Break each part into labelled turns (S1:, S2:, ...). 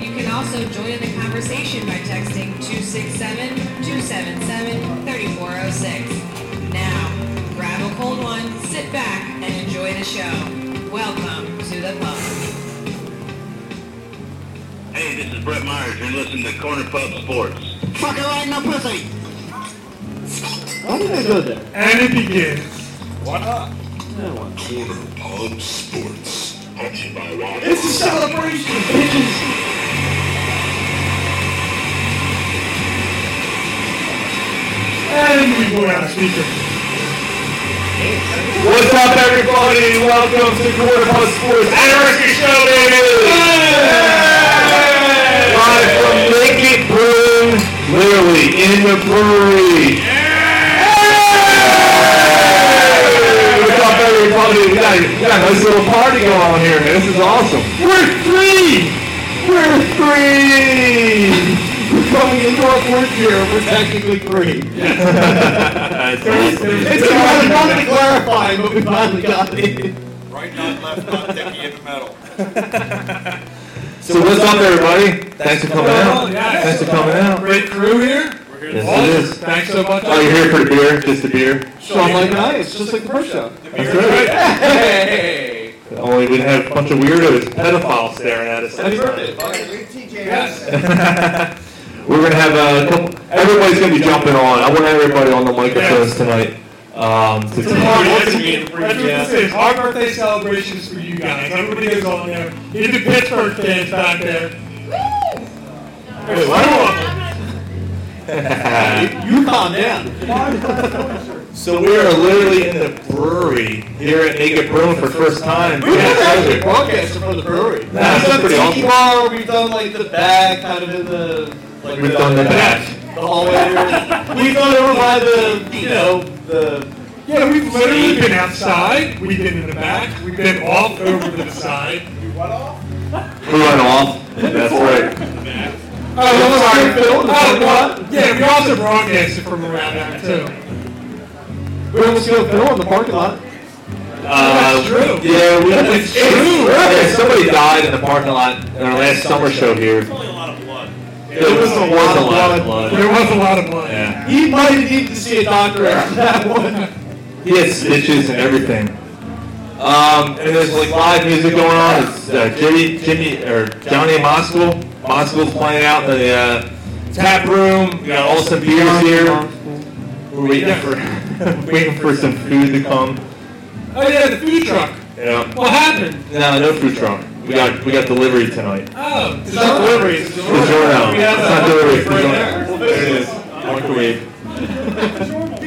S1: You can also join in the conversation by texting 267-277-3406. Now, grab a cold one, sit back, and enjoy the show. Welcome to the pub.
S2: Hey, this is Brett Myers. You're listening to Corner Pub Sports.
S3: Fucking right in the pussy.
S4: Why did I go there?
S5: And it begins.
S6: What up?
S4: No one.
S2: Corner Pub Sports. Brought to you by Rock.
S5: It's a celebration, bitches. And we go out of speaker.
S7: What's up, everybody? Welcome to Quarter Post Sports Anniversary Show, baby! Live from Lincoln Brewing, literally in the brewery. Hey! What's up, everybody? We got, we got a nice little party going on here, man. This is awesome. We're three! We're three! We're coming into our fourth year. We're technically three.
S4: It took us a month to clarify, but we finally got it.
S6: Right not left not dicky in the middle.
S7: So what's up, everybody? Thanks for coming out.
S5: yeah.
S7: Thanks for coming out.
S5: Great crew here.
S6: We're here
S7: Yes, it is.
S5: Thanks so much.
S7: Oh, you're here for the beer? Just the beer?
S4: So I'm like, nice, it's just like the first show.
S7: That's right.
S4: Hey!
S7: Only we'd have a bunch of weirdos, pedophiles staring at us.
S4: Happy birthday,
S7: We're gonna have a couple. Everybody's gonna be jumping on. I want everybody on the microphones tonight. Um, to
S5: That's
S6: Yes, we need a
S5: what this is. Our birthday celebration is for you guys. Everybody goes on there. Even the Pittsburgh fans back there. There's two of them.
S4: You calm down.
S7: so we are literally in the brewery here at Naked Brewing for the first time.
S4: We never actually broadcast it from the brewery. We've
S7: that's
S4: done
S7: pretty
S4: tiki
S7: awesome.
S4: bar, we've done like the bag, kind of in the, like.
S7: We've done the back.
S4: The hallway area. We've done over by the, you know, the,
S5: Yeah, we've literally been outside. We've been in the back. We've been off over to the side.
S7: We went off. That's right.
S5: Oh,
S4: sorry, Phil.
S5: Oh, what? Yeah, we also broadcasted from around that too.
S4: we almost got a bill in the parking lot.
S7: Uh,
S5: That's true.
S7: Yeah, we, it's true. Yeah, somebody died in the parking lot in our last summer show here.
S6: Only a lot of blood.
S7: It was a lot of blood.
S5: There was a lot of blood.
S7: Yeah.
S4: He might need to see a doctor after that one.
S7: He had stitches and everything. Um, and there's like live music going on. It's uh, Jimmy, Jimmy or Johnny Moskal. Moskal's playing out in the uh, tap room. We got Olson Beers here. We're waiting for waiting for some food to come.
S5: Oh yeah, the food truck.
S7: You know.
S5: What happened?
S7: No, no food truck. We got we got delivery tonight.
S5: Oh, it's not delivery. It's delivery.
S7: DiGiorno.
S5: We have
S7: It's
S5: a-
S7: not delivery. It's
S5: right
S7: DiGiorno. There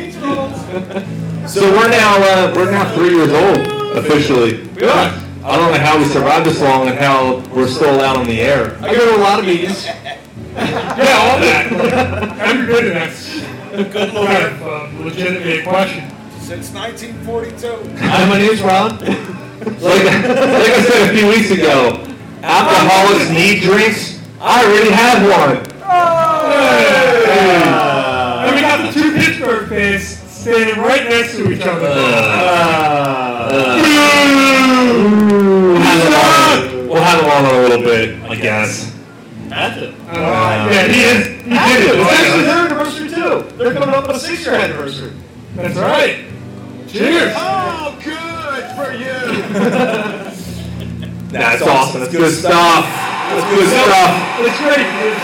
S7: it is. Microwave. So we're now uh, we're now three years old officially.
S4: We are.
S7: I don't know how we survived this long and how we're still out on the air.
S4: I go to a lot of meetings.
S5: Yeah, all that. Like, I'm good at that. Good lord. Kind of, uh, legitimate question.
S6: Since 1942.
S4: Hi, my name's Ron.
S7: Like, like I said a few weeks ago, alcoholics need drinks. I already have one.
S5: And we got the two Pittsburgh fans standing right next to each other.
S7: Uh, We'll have them on- we'll have them on in a little bit, Um, I guess.
S5: Uh, yeah, he is. He did it.
S4: It's
S5: That's,
S4: actually their anniversary too. They're coming up on a six-year anniversary.
S5: that's right. Cheers.
S6: Oh, good for you.
S7: That's awesome. That's good stuff. That's good stuff.
S5: It's great. It's,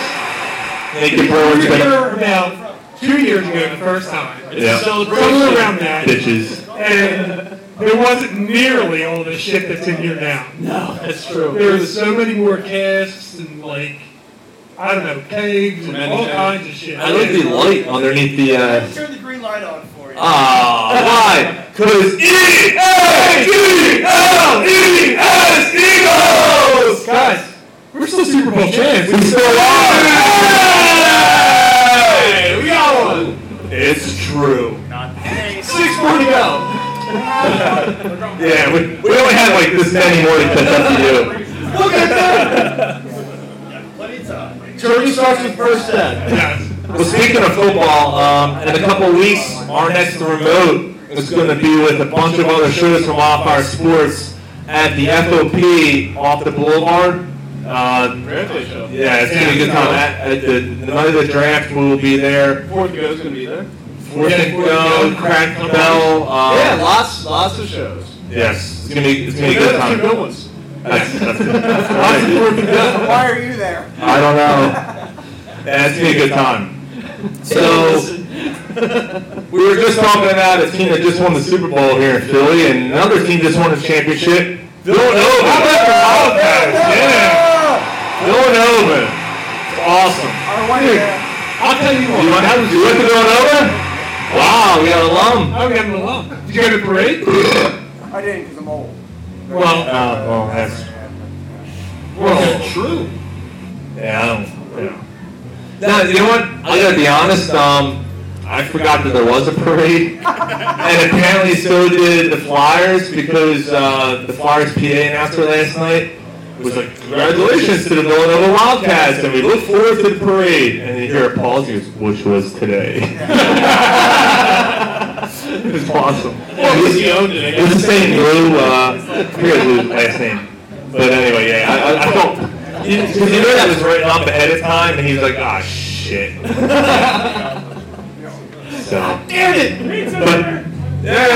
S7: Naked
S5: we
S7: Brewers
S5: were
S7: been
S5: here about two years ago the first time.
S7: yeah.
S5: Somewhere around that.
S7: bitches.
S5: And there wasn't nearly all the shit that's in here now.
S4: No, that's true.
S5: There was so many more casts and like I don't know kegs and all kinds of shit.
S7: I like the light underneath the. Uh...
S8: Turn the green light on for you.
S7: Ah, why? Cause E A G L E S Eagles.
S5: guys.
S4: We're still super
S5: Super Bowl champs.
S7: We still are.
S4: Hey, we got one.
S7: It's true.
S4: Six more to go.
S7: Yeah, we, we only had like this many more to catch up to you.
S4: Look at that. Turkey starts with first set.
S7: Well, speaking of football, um, in a couple weeks, our next remote is going to be with a bunch of other shows from Off Our Sports at the FOP off the Boulevard. Uh,
S5: Bradley show.
S7: yeah, it's going to be a good time. At, at the, the night of the draft, we will be there.
S5: Fourth goes gonna be there.
S7: Fourth and Go, Crack the Bell. Um,
S4: Yeah, lots, lots of shows.
S7: Yes, it's going to be, it's going to be a good
S5: Two
S7: time.
S5: good ones.
S7: That's, that's Lots of Fourth and Go.
S3: Why are you there?
S7: I don't know. That's gonna be a good time. So we were just talking about a team that just won the Super Bowl here in Philly, and another team just won a championship. Villanova. How about the Wildcats? Yeah. Villanova. It's awesome.
S3: I want to.
S5: I'll tell you what.
S7: You want to you went to Villanova? Wow, we got an alum.
S5: I'm having a lot. Did you go to the parade?
S3: I didn't because I'm old.
S7: Well, uh, well, that's
S4: Well, true.
S7: yeah. I don't, yeah. No, you know what? I gotta be honest. Um, I forgot that there was a parade, and apparently so did the Flyers because uh, the Flyers PA announcer last night was like, "Congratulations to the Villanova Wildcats, and we look forward to the parade." And you hear a pause, he goes, which was today. it was awesome. It was,
S5: He owned it.
S7: it was the same Lou. Uh, I forget Lou's last name, but anyway, yeah, I, I, I felt because you know that was written up ahead of time, and he was like, "Ah, shit." so damn it! But yeah,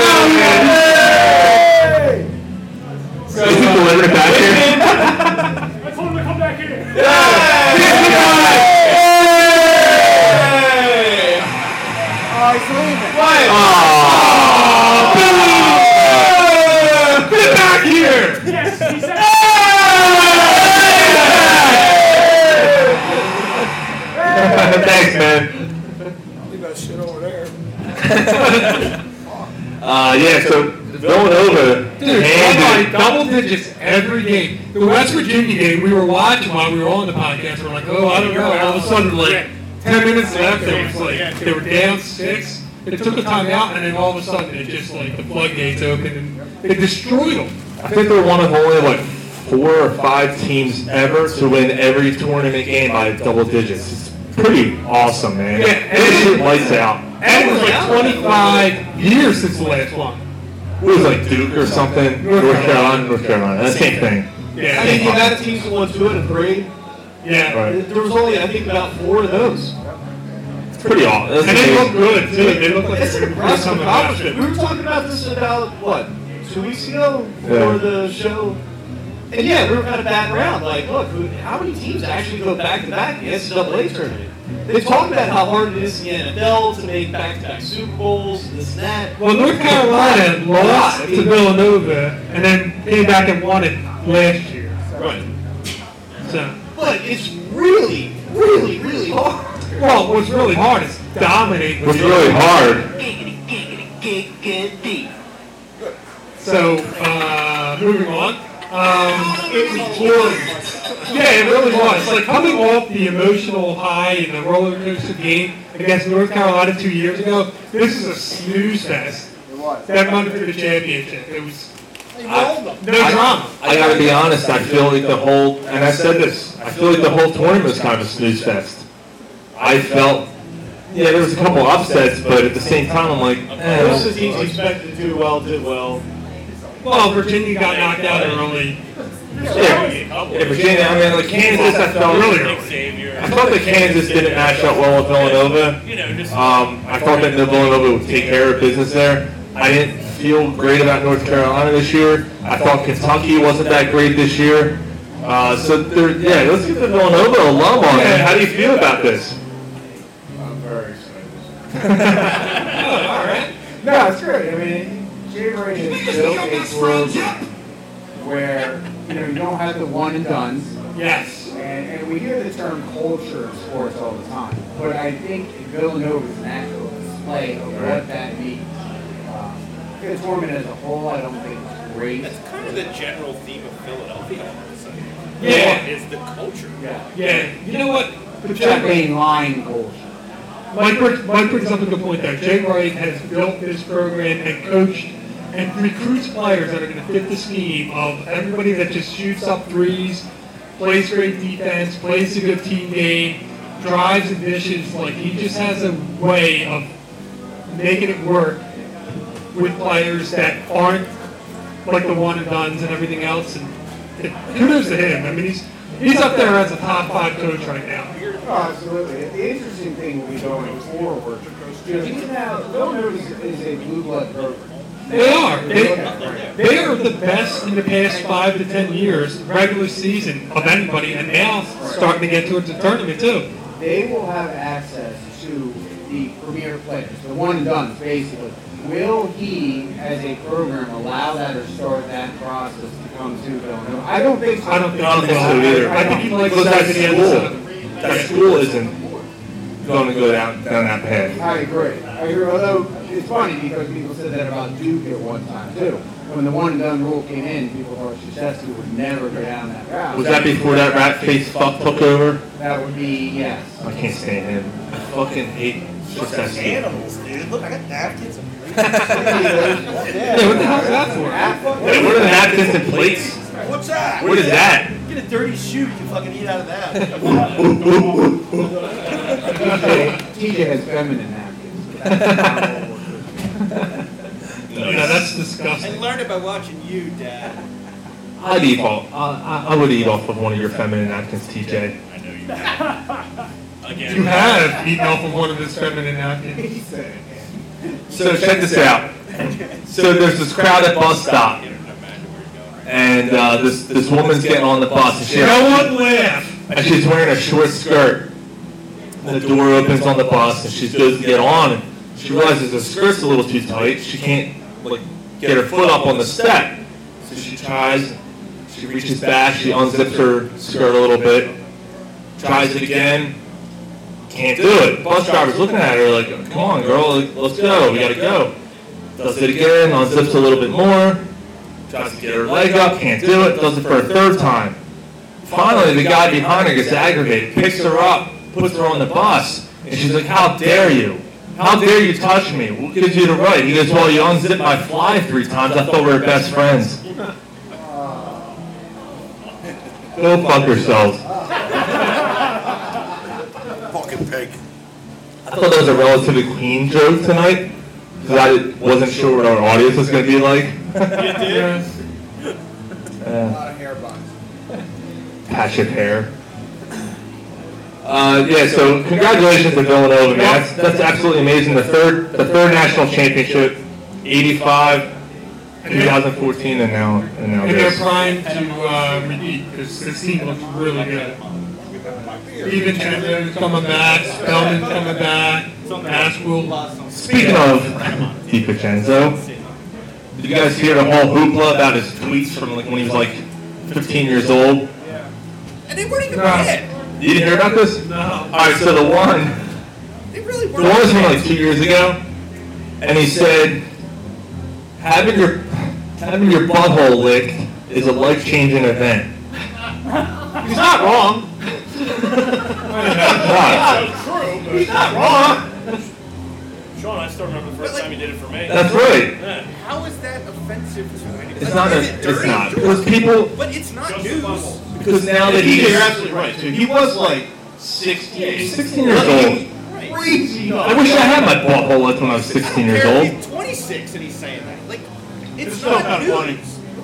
S5: So,
S7: Is he
S5: uh,
S7: delivering it back here?
S8: I told him to come back here.
S4: Hey.
S3: Oh, he's leaving.
S7: Aw, boo! Get back here!
S8: Yes, he said.
S7: Thanks, man.
S3: Leave that shit over there.
S7: Uh, yeah, so Villanova
S5: Dude, oh
S7: handed-
S5: somebody double digits every game. The West Virginia game, we were watching while we were on the podcast. We're like, oh, I don't know. And all of a sudden, like, 10 minutes left, it was like, they were down six. It took a timeout, and then all of a sudden, it just, like, the floodgates opened, and they destroyed them.
S7: I think they're one of only like four or five teams ever to win every tournament game by double digits. It's pretty awesome, man.
S5: Yeah,
S7: Yeah, it shoot lights out.
S5: And it was like 25 years since the last one.
S7: It was like Duke or something. North Carolina, North Carolina. That's the same thing.
S4: I
S5: Yeah.
S4: mean, the amount of teams that won two in a parade,
S5: Yeah.
S7: Right.
S4: there was only, I think, about four of those.
S7: It's pretty awesome.
S5: And they look good, too. They look like
S4: It's an
S5: they're
S4: impressive
S5: some
S4: accomplishment.
S5: accomplishment.
S4: We were talking about this about, what, two weeks ago for
S7: Yeah.
S4: the show? And yeah, we were kind of batting around. Like, look, who, how many teams actually go back to back in the NCAA tournament? They talk about how hard it is in the NFL to make back to back Super Bowls, this and that.
S5: Well, North Carolina lost to Villanova and then came back and won it last year.
S4: Right.
S5: So,
S4: But it's really, really, really hard.
S5: well, what's really hard is dominate.
S7: It was really hard.
S1: Giggity, giggity, giggity.
S5: So, uh, moving on. Um, it was boring. Yeah, it really was. Like coming off the emotional high in the roller coaster game against North Carolina two years ago, this is a snooze fest.
S3: It was.
S5: That run for the championship, it was uh,
S3: He rolled them.
S5: no drama.
S7: I gotta be honest, I feel like the whole, and I said this, I feel like the whole tournament was kind of a snooze fest. I felt, yeah, there was a couple upsets, but at the same time, I'm like,
S4: Most of
S7: eh.
S4: the teams expected to do well did well.
S5: Well, Virginia got knocked out early.
S7: Yeah, yeah, Virginia, I mean, like Kansas, I felt really I felt that Kansas didn't match up well with Villanova.
S8: You know, just.
S7: Um, I thought that Villanova would take care of business there. I didn't feel great about North Carolina this year. I thought Kentucky wasn't that great this year. Uh, so there, yeah, let's get the Villanova alum on. man. How do you feel about this?
S3: No, it's good. I mean, Jamboree is built its world where you know you don't have the one and duns.
S5: Yes.
S3: And, and we hear the term culture of sports all the time, but I think Villanova is an actual display of what that means. Um, The tournament as a whole, I don't think it's great.
S8: That's kind of the general theme of Philadelphia.
S5: Yeah.
S6: It's the culture.
S5: Yeah, you know what? But Jack,
S3: Champagne line culture.
S5: Mike, brings- Mike brings up a good point there. Jay Wright has built this program and coached and recruits players that are going to fit the scheme of everybody that just shoots up threes, plays great defense, plays a good team game, drives and dishes. Like he just has a way of making it work with players that aren't like the one and duns and everything else. And kudos to him. I mean, he's he's up there as a top five coach right now.
S3: Oh, absolutely. The interesting thing will be going forward, because you know, Villanova is- is a blue blood program.
S5: They are.
S3: They
S5: They,
S3: look at it, right?
S5: They are the best in the past five to ten years, regular season of anybody, and now starting to get towards the tournament too.
S3: They will have access to the premier players, the one and done, basically. Will he, as a program, allow that or start that process to come to Villanova? I don't think so.
S5: I don't think
S7: I don't think so either.
S5: I think he likes
S7: Look, that
S5: that in the other
S7: school. That school isn't going to go down down that path.
S3: I agree. I agree. Although it's funny because people said that about Duke at one time too. When the one and done rule came in, people thought Shishovsky would never go down that route.
S7: Was that before that rat face fuck took over?
S3: That would be yes.
S7: I can't stand him. I fucking hate Shishovsky.
S6: Animals, dude. Look, I got napkins.
S5: Yeah, what the hell's that for?
S7: Hey, what are the napkins and plates?
S6: What's that?
S7: What is that?
S6: Get a dirty shoe. You can fucking eat out of that.
S3: TJ, TJ has feminine napkins.
S5: Yeah, that's disgusting.
S6: learned it by watching you, Dad.
S7: I'd eat off. I, I- I would eat off of one of your feminine napkins, TJ.
S6: I know you. Dad. Again.
S5: You have eaten off of one of his feminine napkins.
S7: So check this out. So there's this crowd at bus stop, and uh, this this woman's getting on the bus, and she
S5: No one laugh.
S7: and she's wearing a short skirt. The door opens on the bus, and she goes to get on, and she realizes her skirt's a little too tight. She can't like get her foot up on the step, so she tries. She reaches back, she unzips her skirt a little bit, tries it again. Can't do it. Bus driver's looking at her like, "Come on, girl, let's go. We gotta go." Does it again, unzips a little bit more, tries to get her leg up, can't do it. Does it for a third time. Finally, the guy behind her gets aggravated, picks her up, puts her on the bus, and she's like, "How dare you? How dare you touch me? What gives you the right?" He goes, "Well, you unzipped my fly three times. I thought we were best friends." Go fuck yourselves.
S2: Fucking pig.
S7: I thought that was a relatively clean joke tonight because I didn't- wasn't sure what our audience was going to be like.
S5: Yeah.
S7: Patch of hair. Uh, yeah, so congratulations to Villanova, man. That's, that's absolutely amazing. The third, the third national championship, 85, 2014, and now, and now
S5: And they're
S7: this.
S5: primed to uh, repeat because this team looks really good. Even Chandler's coming back, Spellman's coming back, Ashwell.
S7: Speaking of DiCincenzo, did you guys hear the whole hoopla about his tweets from like when he was like 15 years old?
S6: And they weren't even
S5: No.
S6: bad.
S7: You didn't hear about this?
S5: No.
S7: All right, so the one,
S6: They really
S7: the
S6: weren't.
S7: one was from
S6: bad.
S7: like two years ago, and he said, "Having your having your butthole licked is a life changing event."
S4: He's not wrong.
S7: Wow,
S8: True,
S7: not wrong.
S8: but Sean, I still remember the first time you did it for me.
S7: That's right.
S8: Yeah.
S6: How is that offensive to anybody?
S7: It's not. A,
S6: Is it
S7: it's
S6: dirty?
S7: not because people
S6: But it's not
S8: Just the
S6: news.
S8: bubble.
S7: because now that
S4: TJ, you're
S7: he's
S4: absolutely right. Too. He was like 16.
S7: 16 years old.
S4: Crazy.
S7: I wish I had my butthole licked when I was 16 years old.
S6: He's 26 and he's saying that. Like, it's,
S4: It's
S6: not,
S4: not that
S6: news.
S4: funny.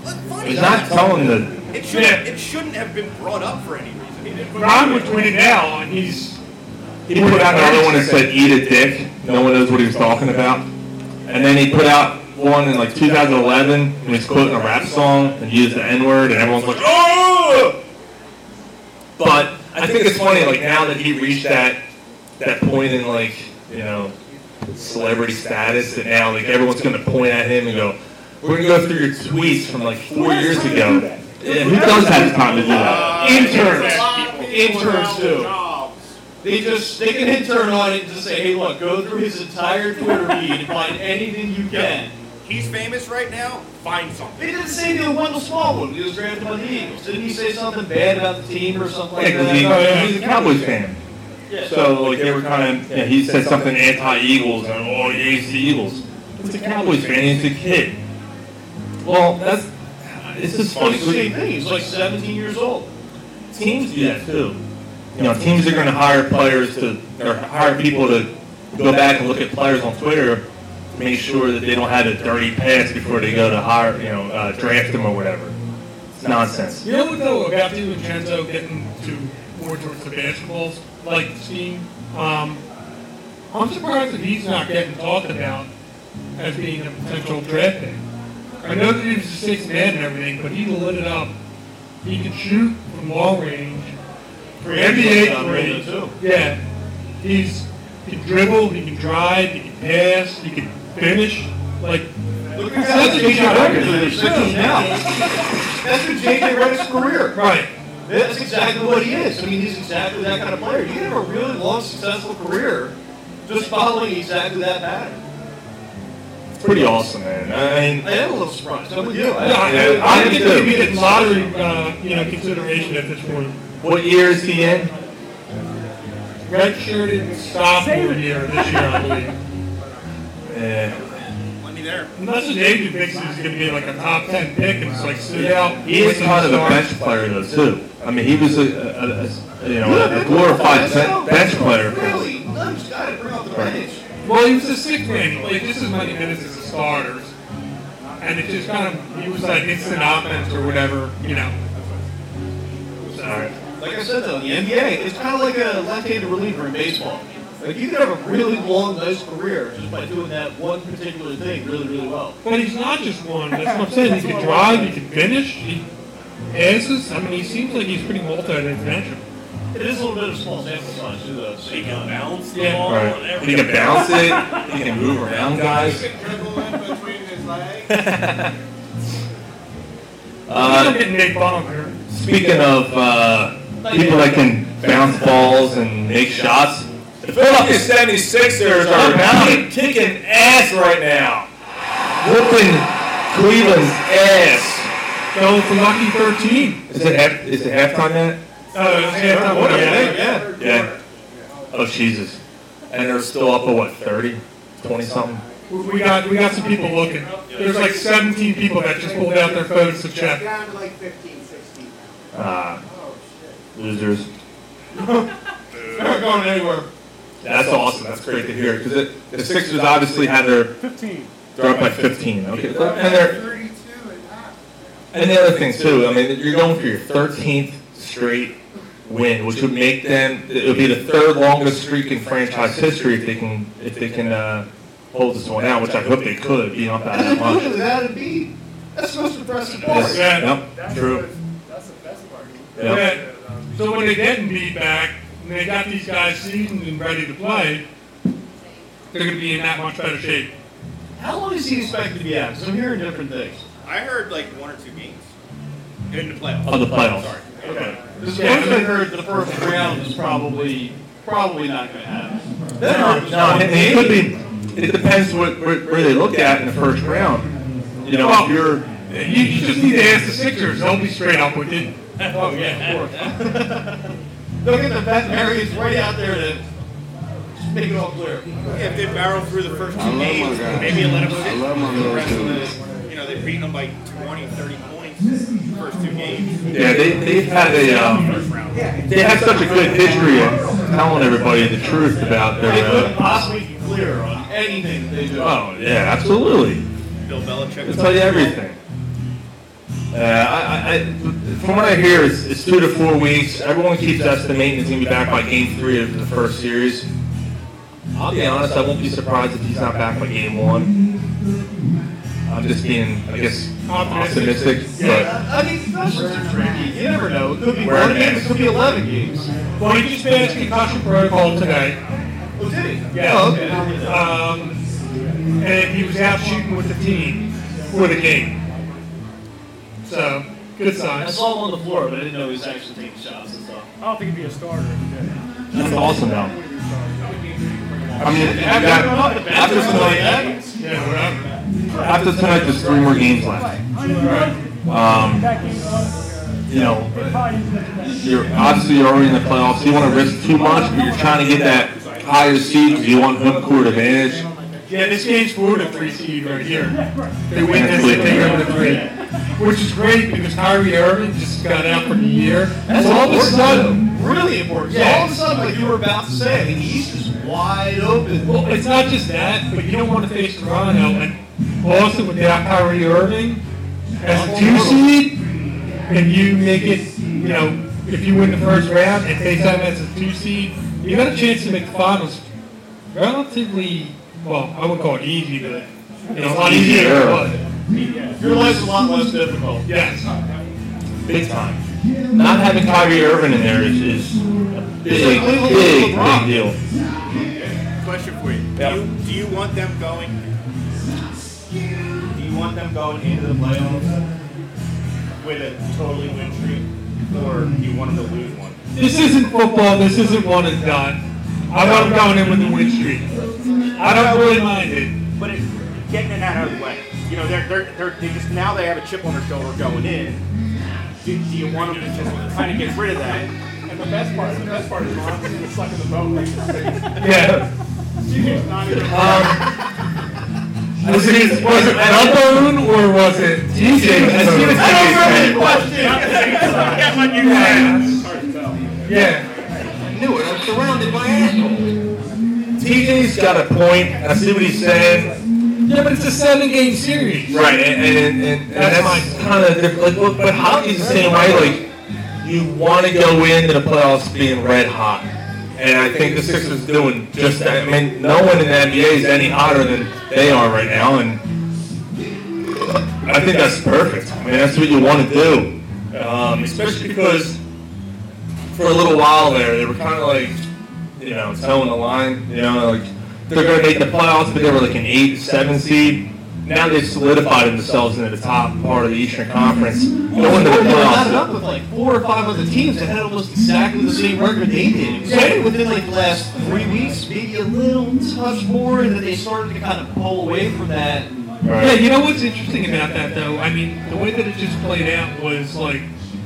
S6: But funny.
S7: He's not telling the.
S6: It shouldn't,
S5: Yeah.
S6: it shouldn't have been brought up for any reason. He didn't
S5: Ron was winning now, and he's
S7: He put out another one that said "Eat a dick." No one knows what he was talking about. And then he put out one in like 2011 when he's quoting a rap song and used the N word, and everyone's like, "Oh!" But I think it's funny, like now that he reached that that point in like you know celebrity status, that now like everyone's gonna point at him and go, "We're gonna go through your tweets from like four years ago." Yeah, who does have time to do that?
S4: Interns.
S6: Uh,
S4: Interns, too. They just stick an intern on it and just say, hey, look, go through his entire Twitter feed and find anything you can.
S9: He's famous right now. Find something.
S4: They did the same thing with Wendell Smallwood when he was drafted by the Eagles. Didn't he say something bad about the team or something like
S7: Yeah, 'cause
S4: that?
S7: he-
S5: yeah.
S7: he's a Cowboys fan. So like they were kind of yeah, he said something anti-Eagles and oh yeah, he's the Eagles. It's a Cowboys fan. He's a kid. Well, that's it's just funny.
S4: It's the
S7: 'cause
S4: same thing. He's like 17 years old.
S7: teams do that too. You know, teams are going to hire players to or hire people to go back and look at players on Twitter, to make sure that they don't have a dirty pass before they go to hire you know uh, draft them or whatever. It's nonsense.
S5: You know what though about you and Genzo getting to more towards the basketballs like scheme? Um, I'm surprised that he's not getting talked about as being a potential draft pick. I know that he was a sixth man and everything, but he lit it up. He can shoot from long range. For NBA
S8: underrated,
S5: three, yeah, he's he can dribble, he can drive, he can pass, he can finish. Like
S4: Look
S5: at how they got records with their
S4: That's
S5: systems now.
S4: what J.J. Reddick's career.
S5: right,
S4: That's exactly what he is. I mean, he's exactly that kind of player. You can have a really long, successful career just following exactly that pattern.
S7: It's pretty awesome, man. I mean,
S4: I am a little surprised. I'm with you.
S5: Yeah,
S4: I-
S7: Yeah,
S5: I, I
S7: I
S5: think it
S7: do.
S5: would be getting lottery, uh, you know, consideration at this point.
S7: what year is he in?
S5: Redshirted sophomore year this year, I believe.
S7: Yeah.
S9: Money there.
S5: Unless the David thinks he's going to be like a top ten pick and it's like sit out.
S7: He is
S5: wait,
S7: kind of a
S5: start.
S7: bench player though too. I mean, he was a, a, a- you know a glorified ben- bench player.
S4: Really? No, he's got to bring off the bench.
S5: Well, he was a sixth man. Like this is many minutes as a starter, and it just kind of he was like instant offense or whatever, you know. Sorry.
S4: Like I said, though, in the NBA, it's kind of like a left-handed reliever in baseball. Like you can have a really long, nice career just by doing that one particular thing really, really well.
S5: But he's not just one. That's what I'm saying. He can drive. He can finish. He passes. I mean, he seems like he's pretty multi-dimensional.
S4: It is a little bit of small sample size too, though. So
S8: He
S4: you
S8: can
S4: know.
S8: balance the
S5: Yeah.
S8: ball and
S7: Right. He
S8: everything.
S7: can bounce it. He can move around guys.
S5: He's
S7: Uh,
S5: not getting Nate Bonner.
S7: speaking of uh, people that can bounce balls and make shots, the Philadelphia 76ers are mounting, kicking ass right now. Whooping Cleveland's ass.
S5: Going for lucky 13.
S7: Is it, half, is it halftime yet?
S5: Uh, yeah,
S7: What
S5: yeah.
S7: yeah, yeah, yeah. Oh Jesus! And they're still up at what 30, 20 something.
S5: We- We got we got some people looking. There's like 17 people that just pulled out their phones to check.
S3: Down to like 15, 16.
S7: Ah,
S3: Oh, shit.
S7: losers.
S4: They're not going anywhere.
S7: That's awesome. That's great to hear because the Sixers obviously had their
S8: 15.
S7: they're up by 15. Okay, and they're
S3: 32 and half.
S7: and the other thing too. I mean, you're going for your 13th straight win, which would make them it would be the third longest streak in franchise history if they can if they can uh, hold this one out, which I hope they could. Being up by
S4: And
S7: that
S4: they put
S7: much.
S4: it without a beat. That's the most impressive part.
S7: Yes. Yep. True.
S8: That's the best part.
S7: Yep.
S5: Yeah. So when they get beat back, and they got these guys seasoned and ready to play, they're going to be in that much better shape.
S4: How long is he expected to be out? Because I'm hearing different things.
S9: I heard like one or two games in the playoffs.
S7: Of the playoffs.
S9: Sorry.
S4: Because
S5: Yeah.
S4: once I heard the first round is probably probably not going to happen. Then I
S7: No,
S4: was
S7: no,
S4: like,
S7: it, it could be. It depends what where, where they look at in the first round. You know, if you're
S5: You, you just need to ask the Sixers. They'll be straight up with it.
S4: Oh yeah, of course. Look at the veterinarians right out there to just make it all clear.
S9: If they barrel through the first
S10: I
S9: two
S10: love my
S9: games,
S10: guys.
S9: maybe let them
S10: I
S9: sit
S10: love my
S9: for the
S10: little
S9: rest of the. You know, they've beaten them by 20, 30 points the first two games.
S7: yeah, they they've had a um,
S9: First round.
S7: they have such a good history of telling everybody the truth about
S4: They
S7: their.
S4: couldn't
S7: Uh,
S4: possibly be clear on anything that they do.
S7: oh yeah, absolutely.
S9: Bill Belichick.
S7: They'll tell you everything. Uh, I, I, I- from what I hear, it's, it's two to four weeks. Everyone keeps estimating it's gonna be back by game three of the first series. I'll be honest, I won't be surprised if he's not back by game one. I'm just being, I guess, optimistic, but
S4: I mean, concussions are tricky. You never know. It could be
S7: Wear
S4: one
S7: a
S4: game. It
S7: mask.
S4: could be eleven games.
S5: Well, he just finished concussion protocol today.
S4: Oh, did it?
S5: Yeah.
S4: Oh, okay.
S5: Um, and he was out shooting with the team for the game. So, good
S4: I
S5: signs.
S4: saw him on the floor, but I didn't know he was actually taking shots and stuff.
S8: I don't think he'd be a starter.
S7: that's awesome though. I mean,
S4: Yeah,
S7: that, after something like that,
S5: Yeah, whatever.
S7: After tonight, there's three more games left. Um, you know, you're obviously you're already in the playoffs. You want to risk too much, but you're trying to get that higher seed because you want home court advantage.
S5: Yeah, this game's for the three seed right here. They win this, they take over the three. Which is great because Kyrie Irving just got out for the year.
S4: That's
S5: so all of a
S4: important,
S5: sudden,
S4: though. really important. So
S5: Yeah.
S4: all of a sudden, like you were about to say, I mean, the East is wide open.
S5: well, it's not just that, but you don't want to face Toronto and Boston without Kyrie Irving as a two seed, and you make it, you know, if you win the first round and face them as a two seed, you got a chance to make the finals relatively, well, I wouldn't call it easy, but you know, a lot easier than it was.
S4: Your life's a lot less difficult.
S5: Yes.
S7: Big time. Not having Kyrie Irving in there is, is a big, big, big deal.
S9: Question for you. Do, you. do you want them going? Do you want them going into the playoffs with a totally win streak, or do you want them to lose one?
S5: This isn't football. This isn't one and done. I want them going in with the win streak. I don't really mind it.
S9: But it's getting it out of the way. You know, they're they're, they're they just now they have a chip on their shoulder going in. Do, do you want them to just kind of get rid of that?
S8: And the best part, the best part is Ron's gonna suck in the bone like this.
S5: Yeah.
S8: It's not even.
S5: Was it, was it Melbourne or was it DJ? I see what
S7: I
S8: Yeah, like you said. It's hard to tell.
S5: Yeah.
S10: I knew it. I'm surrounded by assholes.
S7: TJ's got a point. I see what he's saying.
S5: Yeah, but it's a seven-game series.
S7: Right, and and, and, and
S5: That's
S7: that's, kind of different. Like, look, but hockey's the same way. Like, you want to go into the playoffs being red hot, and I think the Sixers doing just that. I mean, no one in the NBA is any hotter than they are right now, and I think that's perfect. I mean, that's what you want to do, um, especially because for a little while there, they were kind of like, you know, toeing the line. You know, like they're going to make the playoffs, but they were like an eight, seven seed. Now they've solidified themselves into the top part of the Eastern Conference, going to the
S4: They were lined up
S7: playoffs.
S4: with like four or five other teams that had almost exactly the same record they did. So maybe within like the last three weeks, maybe a little touch more, and then they started to kind of pull away from that.
S5: Yeah,
S7: Right.
S5: you know what's interesting about that though? I mean, the way that it just played out was like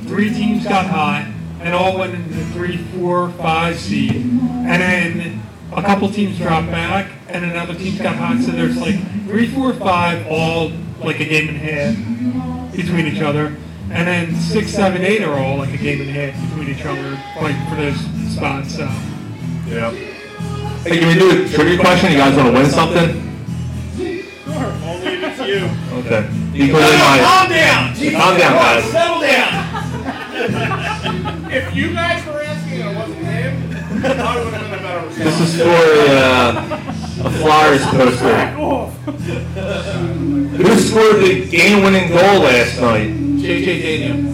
S5: three teams got hot and all went into the three, four, five seed, and then a couple teams dropped back and another team got hot. So there's like three, four, five, all like a game and a half between each other, and then six, seven, eight are all like a game and a half between each other, like for those spots. So
S7: Yeah. Hey, can we do a trivia question? You guys want to win something?
S8: Only if it's you.
S7: Okay. You put in my.
S8: Calm down. Jesus
S7: Calm down,
S8: Christ,
S7: guys.
S8: Settle down. If you guys were asking and it wasn't him, I would have been a better response.
S7: This is for a, uh, a Flyers poster. Who scored the game-winning goal last night?
S4: JJ Daniel,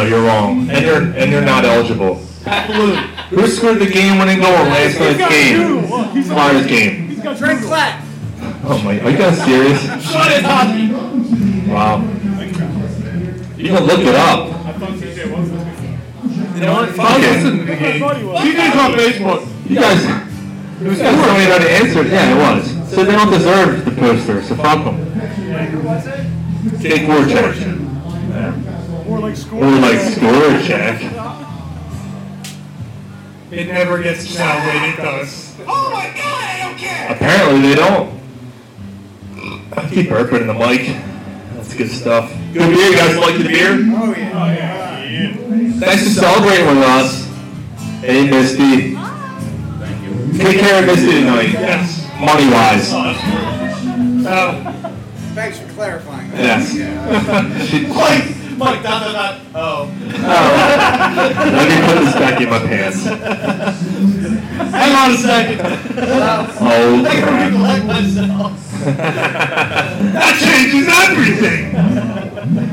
S7: No, you're wrong. And you're and you're not eligible.
S4: Pat Balloon.
S7: Who scored the game-winning goal in last night's game? Flyers game.
S8: He's got drink flat.
S7: Oh my! Are you guys serious?
S8: Shut it, Hockey.
S7: Wow. You can look it up.
S8: I thought CJ was this week.
S7: You know what? Fuck it.
S8: I thought he was.
S5: TJ's on Facebook.
S7: You guys. You guys don't even know the answer. Yeah, it was. So they don't deserve the poster. So fuck them. Jake Warchek.
S8: More like score.
S7: Or like Scorchek.
S5: It never gets salvated. It does.
S1: Oh my god, I don't care!
S7: Apparently they don't. I keep burping in the mic. That's good stuff. Good beer, you guys like the beer?
S8: Oh, yeah.
S7: Thanks for celebrating with us. Hey, Misty. Take care of Misty tonight.
S5: Yes.
S7: Money wise.
S5: Uh,
S9: Thanks for clarifying.
S7: Yes. She-
S4: Mike, Mike, dot, dot, dot. Oh.
S7: Let me put this back in my pants.
S4: Hang on a second.
S7: Oh,
S4: I can
S7: crap.
S4: recollect myself.
S5: that changes everything.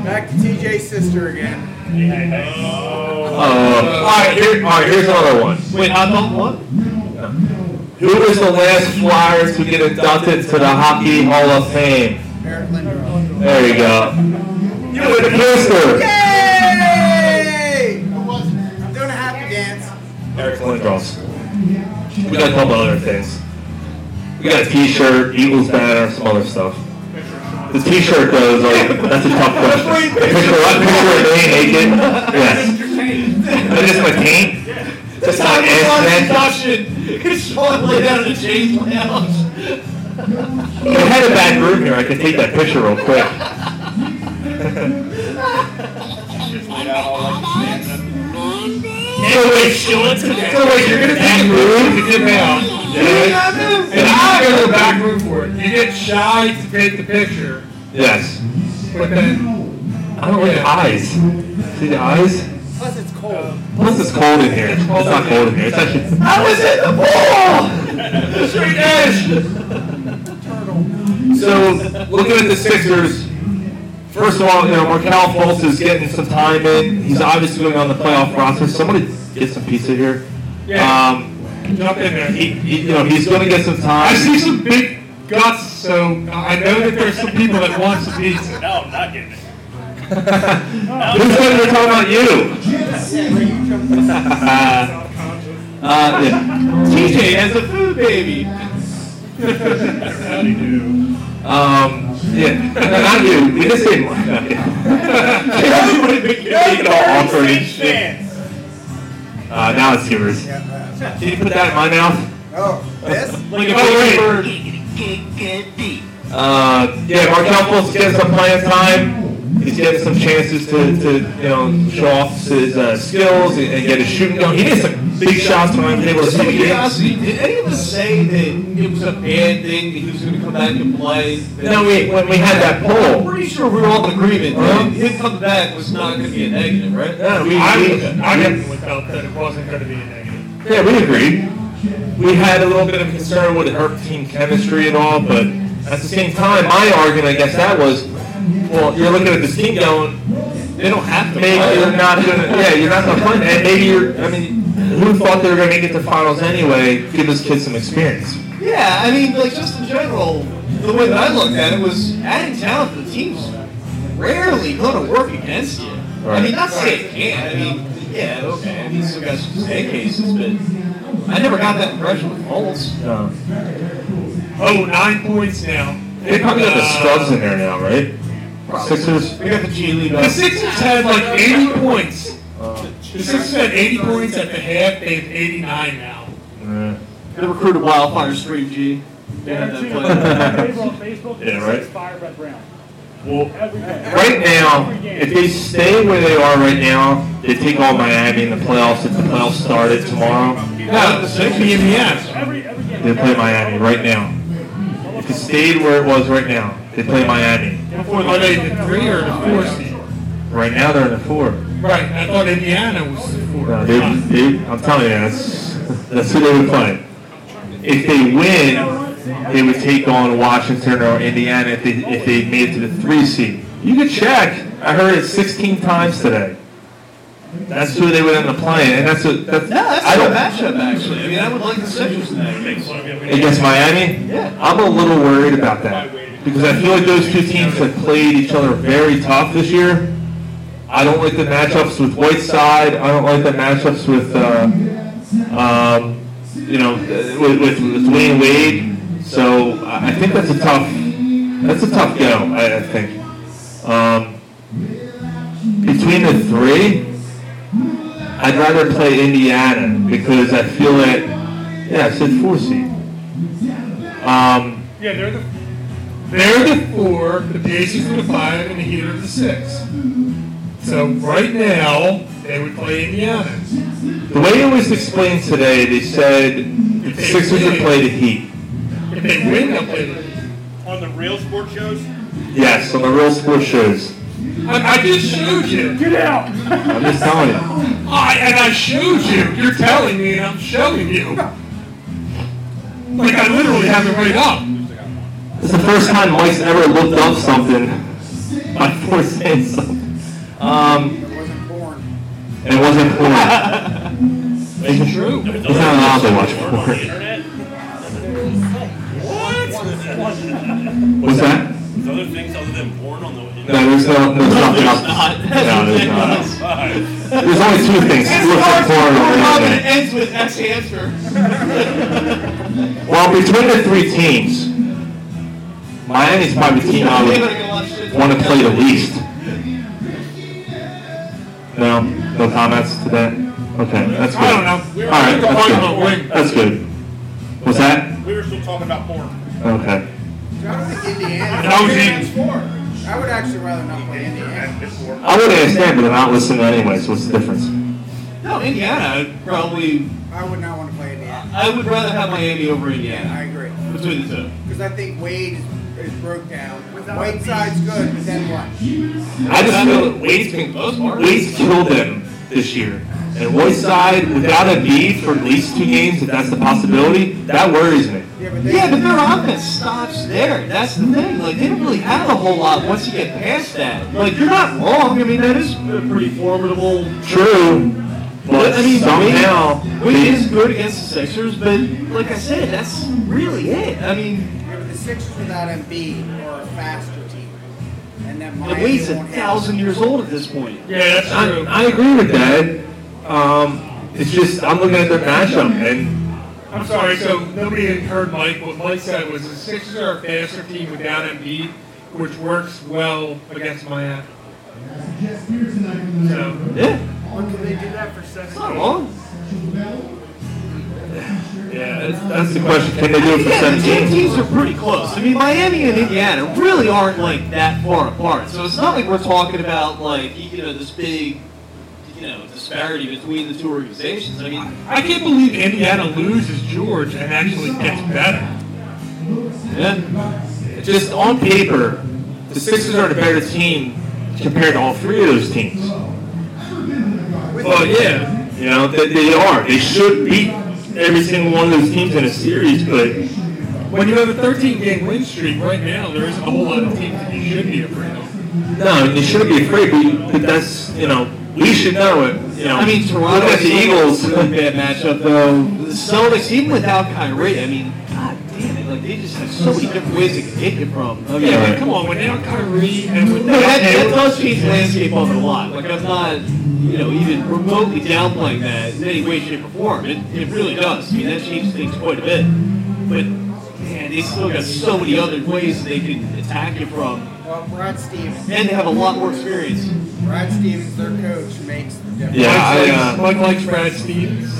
S9: Back to TJ's sister again.
S8: Oh,
S7: Uh, all right, here, all right, here's another one.
S4: Wait, I don't what?
S7: Who was the last Flyers to get inducted to the Hockey Hall of Fame?
S9: Eric Lindros.
S7: There you go. You win the poster.
S9: Yay! I'm doing a happy dance.
S7: Eric Lindros. We gotta talk about other things. We got a T-shirt, Eagles banner, some other stuff. The T-shirt though is like that's a tough question. A picture, a picture of me naked. Yes. But just my paint. Just my ass man.
S4: Sean laid out in the James Oh, Lounge.
S7: If I had a back room here, I could take that picture real quick. No way, Sean. No way, you're gonna take a room to dip out.
S5: And I go to the back room for it. You get shy to take the picture,
S7: Yes.
S5: but then
S7: I don't like the eyes. See the eyes?
S11: Plus, it's cold.
S7: Plus it's cold in here. It's not cold in here. It's actually. I was in the pool. Straight edge. So looking at the Sixers, first of all, you know Markel Fultz is getting some time in. He's obviously going on the playoff roster. Somebody get some pizza here.
S5: Yeah.
S7: Um,
S5: jump in there.
S7: he, he- you know he's going to get some time.
S5: I see some big guts, so I know that there's some people that want some pizza.
S8: No, I'm not getting it.
S7: Who's going to talk about you? uh, yeah.
S4: TJ has a food baby.
S7: Um, yeah. Not you. We just didn't. Take it all awkward and shit. Uh, now it's yours. Did you put that in my mouth?
S11: Oh, this?
S7: Like oh, wait. Uh, yeah, Markel Fultz getting some playing time. He's getting some chances to, to you know, show off his uh, skills and, and get his shooting going. He did some big shots when I was able to
S4: Just out of
S7: see him.
S4: curiosity, did any of us say that it was a bad thing that he was going to come back and play? That-
S7: No, we, when we had that
S4: I'm
S7: poll,
S4: pretty sure we were all in agreement
S7: Huh?
S4: that him coming back was not going to be a negative, right?
S7: yeah, we,
S5: I,
S7: we,
S5: I definitely felt that it wasn't going to be a negative.
S7: yeah, we agreed. We had a little bit of concern with her team chemistry and all, but at the same time, my argument against that was, well, you're looking at this team going,
S4: They don't have to.
S7: maybe
S4: play.
S7: you're not gonna, yeah, you're not gonna play, and maybe you're, I mean, who thought they were gonna make it to finals anyway? Give this kid some experience.
S4: Yeah, I mean, like just in general, the way that I looked at it was adding talent to the team's rarely going to work against you. I mean, not to say it can't. I mean, yeah, okay. I mean, still got some sad cases, but I never got that impression with Holtz.
S7: No.
S5: Oh, nine points now.
S7: They probably got the
S5: Uh,
S7: scrubs in there now, right? Sixers.
S4: We got the G League.
S5: The Sixers had like 80 points. The Sixers had 80 points at the half. They have 89 now.
S7: Yeah.
S4: They recruited Wildfire Stream G. They had that play.
S7: Yeah, right.
S8: Fire Brett Brown.
S7: Well,
S8: Every day.
S7: Right now, if they stay where they are right now, they take on Miami in the playoffs. If the playoffs started tomorrow,
S5: No, the Sixers be in the ass.
S8: Every, every game.
S7: they play Miami right now. If it stayed where it was right now, they play Miami.
S5: Are they the three or the four seed?
S7: Right now, they're in the four.
S5: Right. I thought Indiana was the four.
S7: No, they, they, I'm telling you, that's, that's who they would play. If they win, they would take on Washington or Indiana if they, if they made it to the three seed. You could check. I heard it 16 times today. That's who they would end up playing, and that's what that's.
S4: No, that's
S7: I
S4: a good
S7: don't
S4: matchup, actually. I mean, I would like the Sixers in that game.
S7: against Miami.
S4: Yeah.
S7: I'm a little worried about that because I feel like those two teams have played each other very tough this year. I don't like the matchups with Whiteside. I don't like the matchups with, uh, um, you know, with, with, with Dwayne Wade. So I I think that's a tough, that's a tough go. I, I think um, between the three, I'd rather play Indiana because I feel that, yeah, I said four seed. Um,
S5: Yeah, they're the. They're the four, the Pacers are the five, and the Heat are the six. So right now, they would play Indiana.
S7: the way it was explained today, they said the Sixers would play the Heat.
S5: If they win, they'll play the Heat.
S8: On the real sports shows?
S7: Yes, on the real sports shows.
S5: I, I just showed you.
S8: Get out!
S7: I'm just telling you.
S5: I, and I showed you. You're telling me, and I'm showing you. Like I literally have it right up.
S7: It's the first time Mike's ever looked up something by force saying something. Um, and it wasn't porn. It's true. He's not allowed to watch porn.
S8: Internet?
S7: What's that?
S6: There's other things other than porn on the internet.
S7: No, there's no, there's nothing up. No, there's not. There's only two things. Look at porn.
S4: Pornhub
S7: or
S4: and it
S7: internet.
S4: ends with X answer.
S7: Well, between the three teams, Miami's probably the team I would want to play the least. No, no comments to that. Okay, that's good.
S5: I don't know.
S7: All right,
S5: We're
S7: that's
S5: talking about
S7: good.
S5: wing.
S7: That's good. What's that?
S8: We were still talking about porn.
S7: Okay.
S11: I don't think Indiana.
S5: That was
S8: That's
S5: easy.
S8: porn.
S11: I would actually rather not play Indiana.
S7: I would understand, but they're not listening anyway. So what's the difference?
S4: No, Indiana probably.
S11: I would not want to play Indiana.
S4: I would rather have Miami over Indiana
S11: I agree.
S4: between the two.
S11: Because I think Wade is, is broke down. Whiteside's good, but then what?
S7: I just feel that Wade's
S4: For the
S7: been
S4: most part.
S7: Wade's killed them this year. And Whiteside, without a beat for at least two games, if that's the possibility, that worries me.
S11: Yeah, but they,
S4: Yeah, but their offense stops there. That's the thing. Like they don't really have a whole lot once you get past that. Like you're not wrong. I mean that is a pretty formidable.
S7: True, but
S4: I mean
S7: somehow
S4: Wade, Wade is
S7: they,
S4: good against the Sixers, but like I said, that's really it. I mean,
S11: yeah, but the Sixers without Embiid are a faster team. And that
S4: like
S11: Miami
S4: Wade's a
S11: won't
S4: thousand
S11: have.
S4: years old at this point.
S5: Yeah, that's
S7: I,
S5: true.
S7: I agree with that. Um, it's just I'm looking at their matchup and
S5: I'm sorry, so nobody had heard Mike. What Mike said was the Sixers are a faster team without Embiid, which works well against Miami. So,
S4: Yeah,
S11: Oh,
S8: When can they do that for seven?
S4: it's not wrong.
S7: yeah, that's, that's the question. Can they do it for
S4: Yeah, the two
S7: 17?
S4: teams are pretty close. I mean, Miami and Indiana really aren't like that far apart. So it's not like we're talking about like you know this big you know disparity between the two organizations. I mean,
S5: I can't believe Indiana loses George and actually gets better.
S4: yeah,
S7: Just on paper, the Sixers are the better team compared to all three of those teams.
S5: Oh yeah.
S7: You know, they, they are. They should beat every single one of those teams in a series, but
S5: When you have a 13 game win streak right now, there isn't a whole lot of teams that you should be afraid of.
S7: no, you shouldn't be afraid. But, but that's, you know, we should know it. You know,
S4: I mean Toronto.
S7: Look at the Eagles.
S4: really bad matchup though. The Celtics, even without Kyrie, I mean, god damn it, like they just have so many different ways to get it from. I mean,
S5: Yeah,
S7: right.
S5: but come on, without Kyrie and
S4: No, that, that
S5: without
S4: does change the landscape of it a lot. Like I'm not, you know, even remotely downplaying that in any way, shape, or form. It, it really does. I mean, that changes things quite a bit. But man, they still got so many other ways they can attack you from,
S11: Well, Brad Stevens.
S4: and they have a lot more experience.
S11: Brad Stevens, their coach, makes the difference.
S7: Yeah, I, uh,
S5: Mike likes Brad Stevens.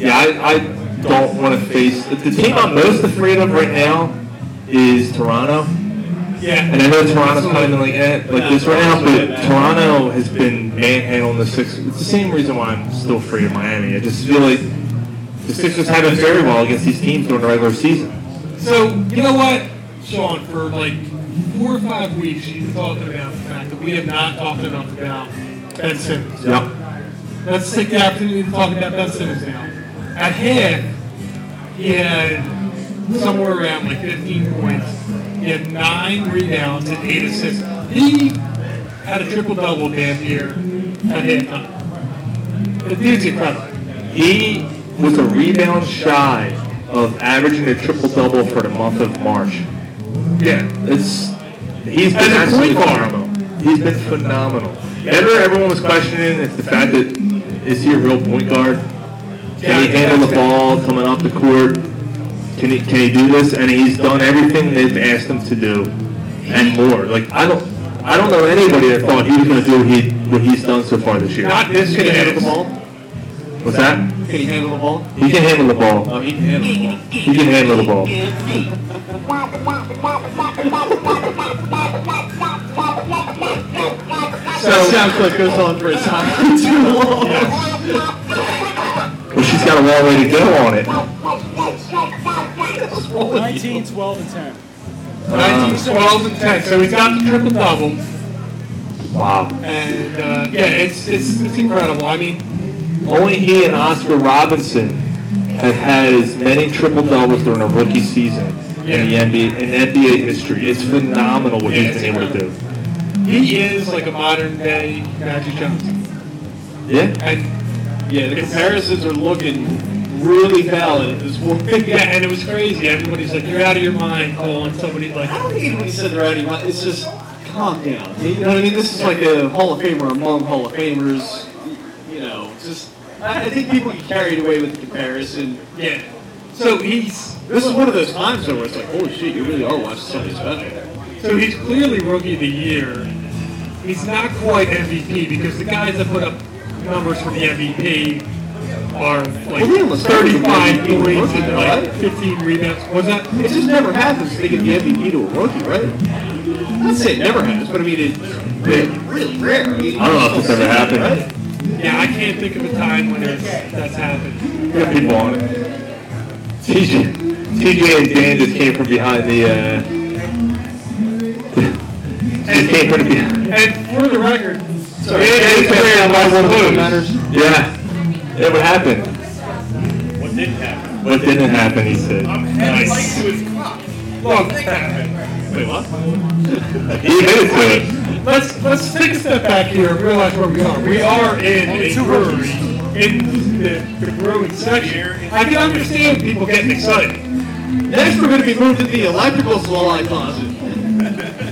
S7: Yeah, I, I don't want to face the, the team I'm most afraid of right now is Toronto,
S5: Yeah.
S7: and I know Toronto's kind of like eh, like this right now, but Toronto has been manhandling the Sixers. It's the same reason why I'm still afraid of Miami. I just feel like the Sixers haven't fared well against these teams during the regular season.
S5: So you know what, Sean? For like four or five weeks, you talked about the fact that we have not talked enough about Ben Simmons.
S7: Yep.
S5: Let's take the opportunity to talk about Ben Simmons now. At half, he had somewhere around like 15 points. He had nine rebounds and eight assists. He had a triple double damn near at halftime. The dude's incredible.
S7: He was a rebound shy of averaging a triple double for the month of March.
S5: Yeah.
S7: It's he's been
S5: As a
S7: absolutely
S5: point guard.
S7: phenomenal. He's been phenomenal. Ever everyone was questioning if the fact that is he a real point guard? Can he handle the ball coming off the court? Can he can he do this? And he's done everything they've asked him to do and more. Like I don't I don't know anybody that thought he was going to do what, he, what he's done so far this year.
S5: Not this
S4: Can he handle the
S5: year.
S4: ball?
S7: What's that?
S4: Can he handle the ball?
S7: He can handle the ball.
S4: Oh, he can handle the ball.
S7: He can handle the ball.
S4: So, that sound clip goes on for a time too long.
S7: Well, she's got a long way to go on it.
S12: 19, 12, and 10.
S5: 19, 12, and 10. So he's got the triple double.
S7: Wow.
S5: And uh, yeah, it's, it's it's incredible. I mean,
S7: Only he and Oscar Robinson have had as many triple doubles during a rookie season in the
S5: Yeah.
S7: NBA in NBA history. It's phenomenal what
S5: Yeah,
S7: he's been
S5: it's
S7: able to do.
S5: he is like a modern day Magic Johnson.
S7: Yeah.
S5: And
S4: Yeah, the comparisons are looking really valid at this point.
S5: yeah, and it was crazy. Everybody's like, "You're out of your mind," calling somebody like,
S4: I don't think anybody said they're out of mind. It's just calm down. You know what I mean? This is like a Hall of Famer among Hall of Famers. You know, just I I think people get carried away with the comparison.
S5: "Yeah." So he's.
S4: This is one of those times though where it's like, holy shit, you really are watching something special.
S5: So he's clearly rookie of the year. He's not quite MVP because the guys that put up numbers for the MVP are like
S4: Well, we almost had him
S5: 35
S4: being rookie,
S5: points and
S4: though,
S5: like
S4: right?
S5: 15 rebounds. Was that?
S4: It just never happens to give the MVP to a rookie, right? I'm not saying it never happens, but I mean it's really, really rare. I, mean,
S7: I don't know if this ever happened.
S5: Yeah, I can't think of a time when it's, that's happened.
S7: We got people on it. TJ, TJ and Dan just came from behind the. Uh, just came from behind.
S5: And for the record,
S7: Yeah, it's clear on my balloon. Yeah, it would happen.
S8: What didn't happen?
S7: What didn't happen, he said.
S8: Nice. Like to his cock.
S5: Look,
S8: Wait, what?
S7: He admitted to it.
S5: let's let's take a step back here and realize where we are. We are in a brewery in the, the brewing section. I can understand people getting excited.
S4: Next we're gonna be moved to the electrical supply closet.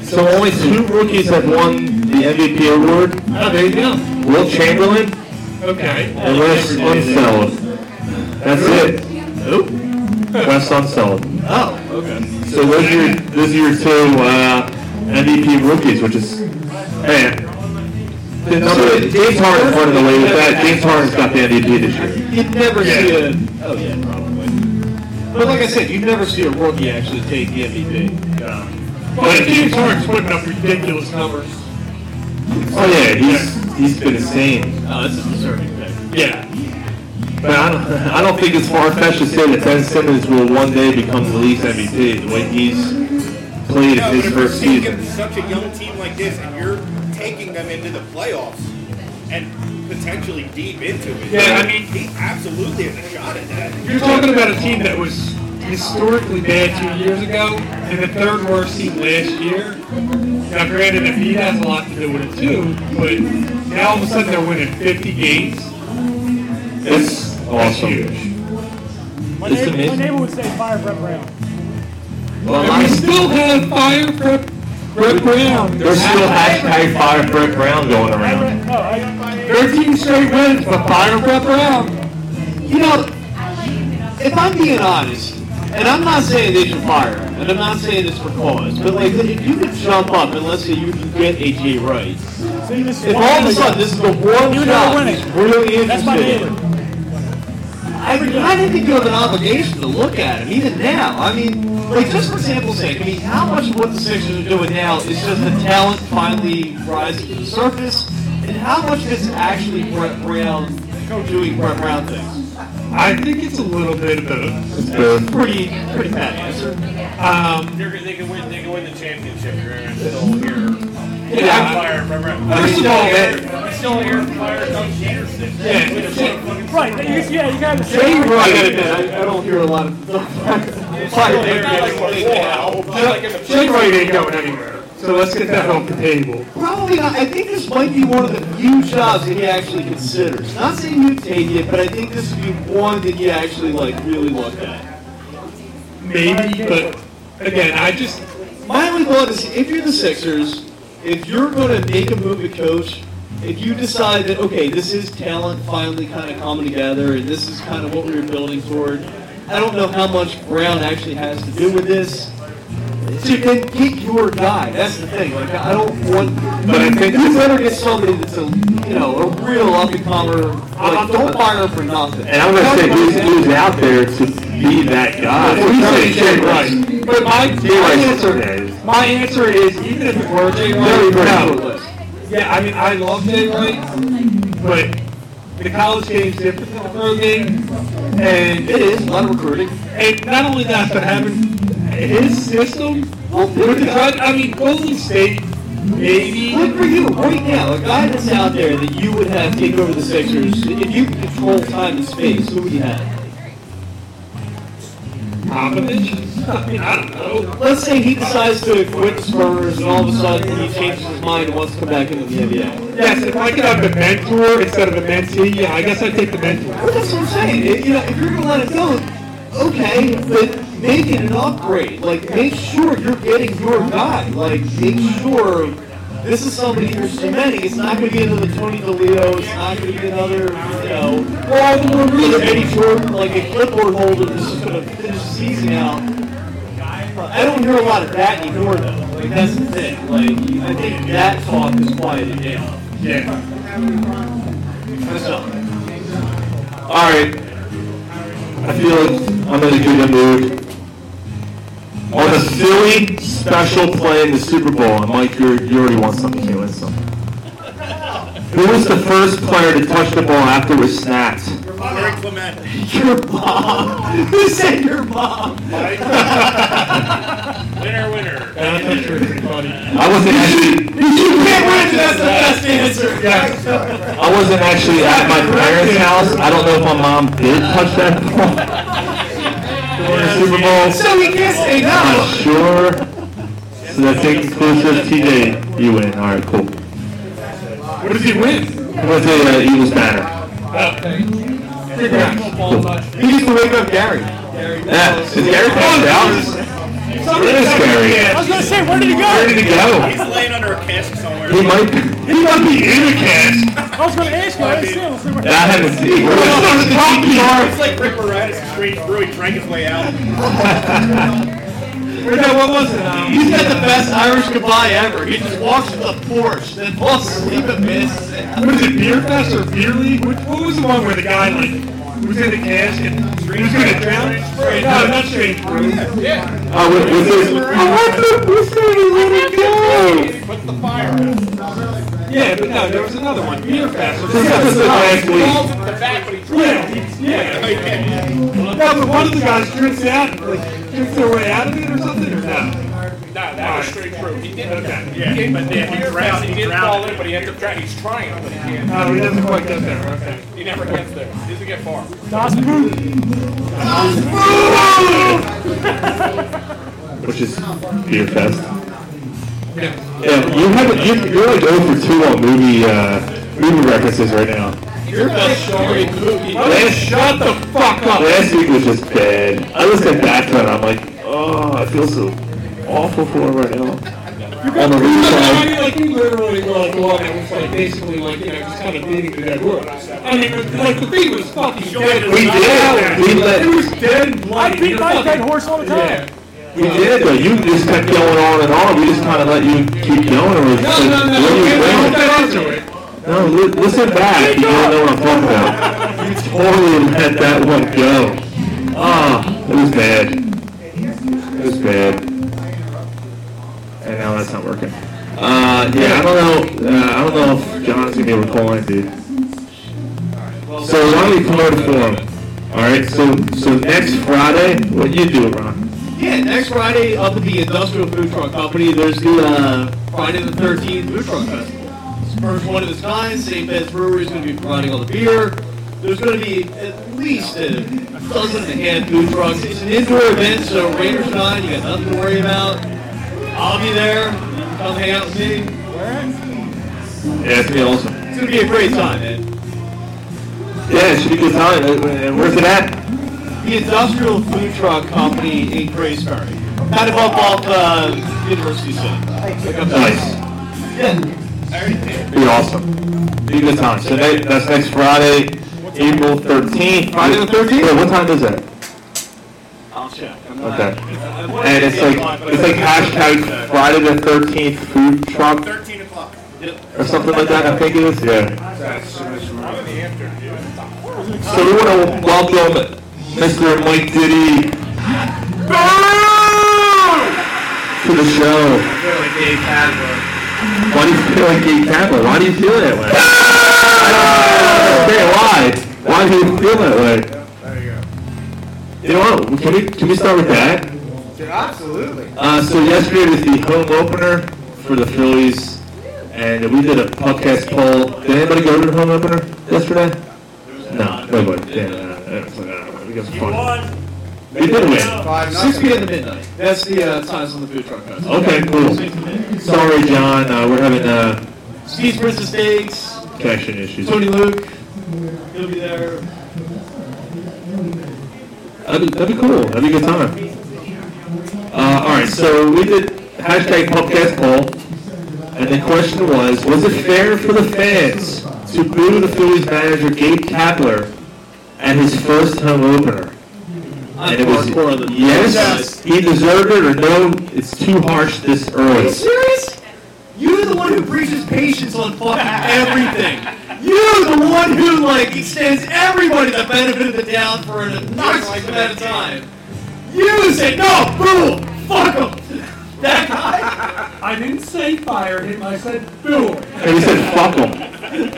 S7: So only two rookies have won the MVP award.
S5: Oh, there you go.
S7: Will Chamberlain
S5: Okay.
S7: and Wes Unseld. That's it. Wes Unseld.
S4: Oh, okay.
S7: So those are your, those are your two uh, MVP rookies, which is man. The number, James Harden's running the way with that. James Harden's got the MVP this year.
S4: You'd never see a. Oh yeah, probably. But like I said, you'd never see a rookie actually take the MVP.
S5: Well, James Harden's putting up ridiculous numbers.
S7: Oh yeah, he's he's been insane.
S4: Oh, that's a deserving pick.
S5: Yeah.
S7: But I don't, I don't think it's far fetched to say that Ben Simmons will one day become the league's MVP. The way he's played
S11: No,
S7: in
S11: but if
S7: his
S11: you're
S7: first
S11: taking
S7: season.
S11: such a young team like this, and you're taking them into the playoffs and potentially deep into it,
S5: Yeah, I mean-
S11: he absolutely has a shot at that.
S5: You're talking about a team that was historically bad two years ago and the third worst team last year. Now, granted, if he has a lot to do with it too, but now all of a sudden they're winning 50 games.
S7: It's awesome.
S12: My
S7: It's
S12: neighbor, my
S7: amazing.
S12: neighbor would say fire prep round.
S7: Well,
S5: And we
S7: I'm-
S5: still have fire prep, prep Brown.
S7: There's still hashtag fire Brett Brown going
S12: I
S7: around.
S12: read, no, I,
S5: 13 straight wins, but fire prep Brown.
S4: You know, if I'm being honest, and I'm not saying they should fire him, and I'm not saying this for cause, but like if you could jump up and let's say you can get AJ Wright,
S12: see this
S4: if all of a sudden this is the one
S12: You know
S4: shot
S12: winning.
S4: he's really
S12: That's my
S4: interested in,
S12: neighbor.
S4: I, mean, I don't think you have an obligation to look at him, even now. I mean, like, just for sample's sake, I mean, how much of what the Sixers are doing now is just the talent finally rising to the surface, and how much of it's actually Brett Brown doing Brett Brown things?
S5: I think it's a little bit of both.
S7: It's both.
S4: Pretty, pretty pat answer.
S5: Um,
S8: They're, gonna- they can win. They can win the championship here and still here.
S5: Yeah.
S8: Fire, remember?
S5: First of all, man,
S8: We still here. Fire, Doug Peterson.
S5: Yeah.
S8: Win a motherfucking-
S12: Right, you, yeah, you gotta
S4: Jay
S12: say.
S4: Wright, I, I don't hear a lot of
S8: Still here, like,
S4: fire.
S8: wow. Like in the
S5: Jay Wright ain't going anywhere. So let's get that off the table.
S4: Probably not. I think this might be one of the few jobs that he actually considers. Not saying you take it, but I think this would be one that he actually like really looked at.
S5: Maybe, but again, I just
S4: My only thought is, if you're the Sixers, if you're going to make a move at coach, if you decide that okay, this is talent finally kind of coming together, and this is kind of what we were building toward, I don't know how much Brown actually has to do with this. So then get your guy. That's the thing. Like I don't want.
S7: But I think-
S4: you better get somebody that's a you know a real up and comer. Like don't fire for nothing.
S7: And I'm gonna say who's, who's out there to be that guy.
S5: Well, he's saying Jay Wright. But my, my
S7: Jay Wright's
S5: answer,
S7: dead.
S5: my answer is even if it were Jay
S7: Very,
S5: Wright,
S7: very
S5: no.
S7: short-lived.
S5: Yeah, I mean I love Jay Wright, but the college game's different than the pro game, and
S4: It is a lot of recruiting.
S5: and not only that, but having his system with the drug. I mean Golden State, maybe.
S4: Look for you right now, a guy that's out there that you would have take over the Sixers if you could control time and space. Who would you have?
S5: Popovich. I mean I don't know.
S4: Let's say he decides to quit the Spurs, and all of a sudden he changes his mind and wants to come back into the NBA.
S5: Yes, if I could have the mentor instead of the mentee, yeah, I guess I'd take the mentor.
S4: Well, that's what I'm saying. If, you know, if you're gonna let it go, okay, but make it an upgrade. Like, make sure you're getting your guy. Like, make sure This is somebody you're cementing. It's not going to be another Tony DeLeo. It's not going to be another, you know, well, another Eddie Jordan, like a clipboard holder that's just going to finish the season out. I don't hear a lot of that anymore, though. Like, that's the thing. Like, I think that talk is quieted down.
S5: Yeah.
S4: That's all.
S7: All right. I feel like I'm in a good mood. On the Philly special play in the Super Bowl, and Mike, you're, you already want something. You want something. Who was the first player to touch the ball after it was snapped?
S11: Corey Clement.
S4: Your mom. Who said your mom?
S8: winner, winner.
S7: I wasn't actually.
S4: You can't win. That's the best answer.
S7: I wasn't actually at my parents' house. I don't know if my mom did touch that ball during the Super Bowl.
S4: So we can't say no.
S7: I'm sure. So that's inconclusive. TJ, you win. All right, cool.
S5: What does he win?
S7: What's the uh, Eagles banner?
S4: He used to wake up Gary.
S7: Yeah, is Gary coming down? It is scary.
S12: I was gonna say, where did he go?
S7: Where did he go?
S11: He's laying under a cask somewhere.
S7: He might. He might be in a cast.
S12: I was gonna ask you. I didn't see him. I said, where-
S7: That I haven't seen. We're on the top
S11: It's like Rick Moranis straight through. He drank his way out.
S4: what was it? He's got the best Irish goodbye ever. He just walks to the porch, then falls asleep and misses it.
S5: What is it, Beer Fest or Beer League? What, what was the one where the guy, like, was in the cask and he was going to drown? No, not strange. Brew.
S7: Oh, what, what's this? Oh, what the? What's going to let it go?
S5: Yeah, but no, there was another one. Beer Fest. or
S7: This
S5: something.
S7: episode last week.
S5: Yeah, he's- yeah. No, but one of the guys drinks out, and, like, drinks their way out of it or something, or no?
S8: No, that was straight through. He did
S5: Okay.
S8: Yeah, he did, but then he drowned. He did
S11: drowned.
S8: fall in, but he ended up drowning. He's trying, but he can't.
S5: No, he doesn't quite get there. Okay.
S8: He never gets there. He doesn't get far.
S12: Dawson Boone.
S7: Which is Beer Fest.
S5: Yeah.
S7: Yeah, you have you, you're like over two on movie uh, movie references right now.
S4: Your best story movie.
S7: Last,
S5: Shut the fuck up!
S7: last week was just bad. I looked at that one, I'm like, oh, I feel so awful for him right now. On the movie
S5: I
S7: side,
S5: mean, like, you literally were like, well, it was like basically like, you know, just kind of beating to dead wood. I mean, it was- like, the thing was fucking dead.
S7: we did, we
S5: It
S7: let,
S5: was dead.
S12: I
S5: bloody.
S12: beat my dead horse all the time.
S5: Yeah.
S7: we did, but you just kept going on and on. We just kind of let you keep going. Or was,
S5: No, no, no,
S7: what are you
S5: we
S7: doing?
S5: went back into it.
S7: No, li- listen back. You don't know what I'm talking about. You totally let that one go. Ah, it was bad. It was bad. And now that's not working. Uh, yeah, I don't know. Uh, I don't know if John's gonna be able to call in, dude. So why don't we come over to him? All right. So so next Friday, what you do, Ron?
S4: Yeah, next Friday up at the Industrial Food Truck Company, there's the uh, Friday the 13th Food Truck Festival. It's the first one of its kind. St. Ben's Brewery is going to be providing all the beer. There's going to be at least a dozen and a half food trucks. It's an indoor event, so rain or shine, you got nothing to worry about. I'll be there. Come hang out with me.
S7: Yeah, it's gonna be awesome.
S4: It's going to be a great time, man.
S7: Yeah, it should be a good time. Uh, And where's it at?
S4: The Industrial Food Truck Company in Graysbury, kind of up off uh, University Center. Pick up
S7: Nice.
S4: Yeah.
S7: Be awesome. Be a good time. So ne- that's next Friday, April 13th.
S4: Friday the 13th?
S7: Yeah, what time is that?
S4: I'll check. I'm not-
S7: Okay.
S4: I wanted
S7: And
S4: to
S7: it's
S4: say
S7: like,
S4: a lot, but
S7: it's
S4: I-
S7: like hashtag Friday the 13th food truck
S11: 13 o'clock.
S7: or something like that, I think it is, yeah. So we want to welcome Mr. Mike Diddy to the show. Why do you feel like Gabe Kaplan? Why do you feel that way? I don't understand why. Why do you feel that way? You know what? Can we can we start with that?
S3: Absolutely.
S7: Uh, so yesterday was the home opener for the Phillies, and we did a podcast poll. Did anybody go to the home opener yesterday? No, nobody. Yeah, uh, no, no, no. You won. You did win.
S3: Five
S4: Six
S3: nothing.
S4: p.m. to midnight. That's the uh, times on the food truck fest.
S7: Okay, cool.
S4: Six to midnight.
S7: Sorry, John. Uh, we're having uh,
S4: Steve's Princess Steaks,
S7: connection issues.
S4: Tony Luke, he'll be there.
S7: That'd be, that'd be cool. That'd be a good time. Uh, all right, so we did hashtag podcast poll, and the question was, was it fair for the fans to boo the Phillies manager Gabe Kapler at his first home opener? And it was yes, he deserved it, or no, it's too harsh this
S4: Are you
S7: early.
S4: serious? You're the one who preaches patience on fucking everything. You're the one who like extends everybody the benefit of the doubt for an obnoxious amount of time. You said no, boo, him, fuck him. That guy.
S5: I didn't say fire him, I said boo.
S7: And he said, fuck him.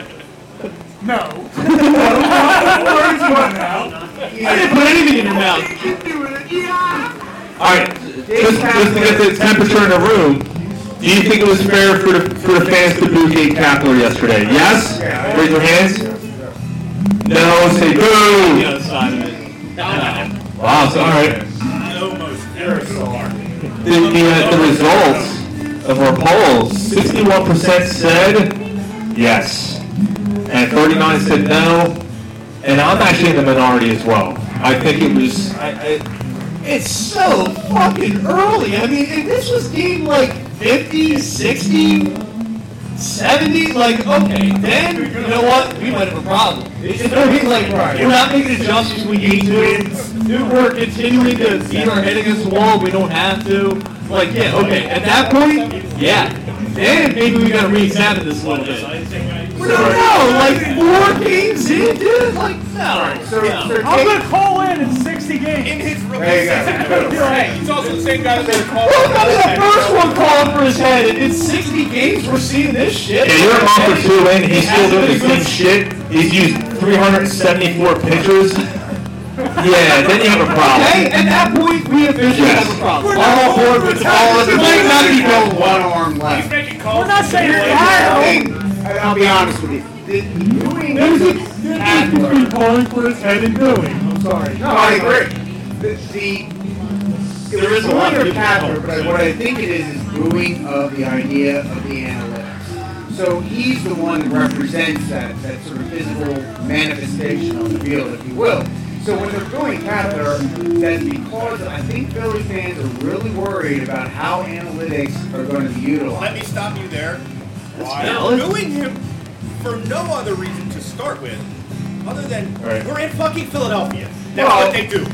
S5: No. Words went out.
S4: I didn't put anything in your mouth.
S7: All right, just, just to get the temperature in the room, do you think it was fair for the, for the fans to boo Gabe Kapler yesterday? Yes? Raise your hands. No, say
S4: The
S7: boo.
S4: other side of it. No.
S7: Wow, so, all right. The, the, uh, the results of our polls, sixty-one percent said yes, and thirty-nine said no, and I'm actually in the minority as well. I think it was, I, I,
S4: It's so fucking early. I mean, if this was game like 50, 60, 70, like, okay, then, you know what? We might have a problem. You know what I mean? Like, we're not making adjustments we need to. We're continuing to beat our head against the wall. We don't have to. Like, yeah, okay, at that point, yeah. Then maybe we gotta re-examine this a little bit. We don't know, like, four games in, dude, like, no. no.
S12: I'm gonna call in in 60 games. In his
S8: Hey, he's also the same guy that made a call.
S4: Well, that was the first one calling for his head, and in 60 games, we're seeing this shit.
S7: yeah, you're a month or two in, he's still doing the same shit, he's used three hundred and seventy-four pitchers. Yeah, then you have a problem.
S4: Okay, at that point, we officially
S7: Yes.
S4: have a problem.
S7: All aboard with all of the
S3: Might not be going
S7: people.
S3: one arm left.
S12: We're not saying fire. him.
S3: I'll be honest with you. The New England
S5: He's calling for his head and doing. I'm sorry.
S3: No, I agree. The, the there is a lot of Packer, but what I think it is is booing of the idea of the analytics. So he's the one that represents that, that sort of physical manifestation on the field, if you will. So when they're booing Packer, that's because I think Philly fans are really worried about how analytics are going to be
S11: Let
S3: utilized.
S11: me stop you there. Why?
S4: valid.
S11: Booing him for no other reason to start with, other than
S7: Right.
S11: we're in fucking Philadelphia. That's
S3: Well,
S11: what they do.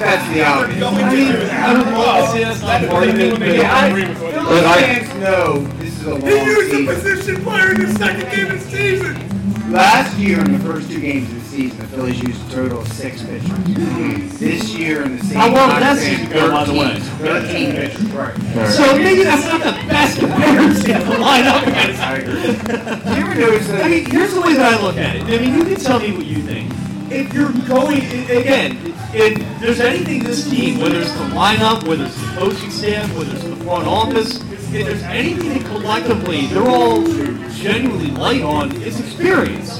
S3: That's the
S11: They're
S3: obvious.
S11: going to do that.
S4: Oh, I don't know. see, that's not part of it.
S3: Yeah, I,
S4: but-
S3: Philly
S7: But I-
S3: fans know this is a long season.
S8: position player in the second game of the season.
S3: Last year in the first two games of the season, the Phillies used a total of six pitchers. This year in the same
S4: How well did
S3: time
S4: that
S3: span,
S4: season go, by the way?
S3: 13 pitchers, right.
S4: So maybe that's not the best comparison to line up against.
S3: I agree. You ever notice
S4: I
S3: that?
S4: mean, here's the way that I look at it. I mean, you can tell me what you think. If you're going, i- again, if there's anything this team, whether it's the lineup, whether it's the coaching staff, whether it's the front office, if there's anything that collectively they're all genuinely light on, it's experience.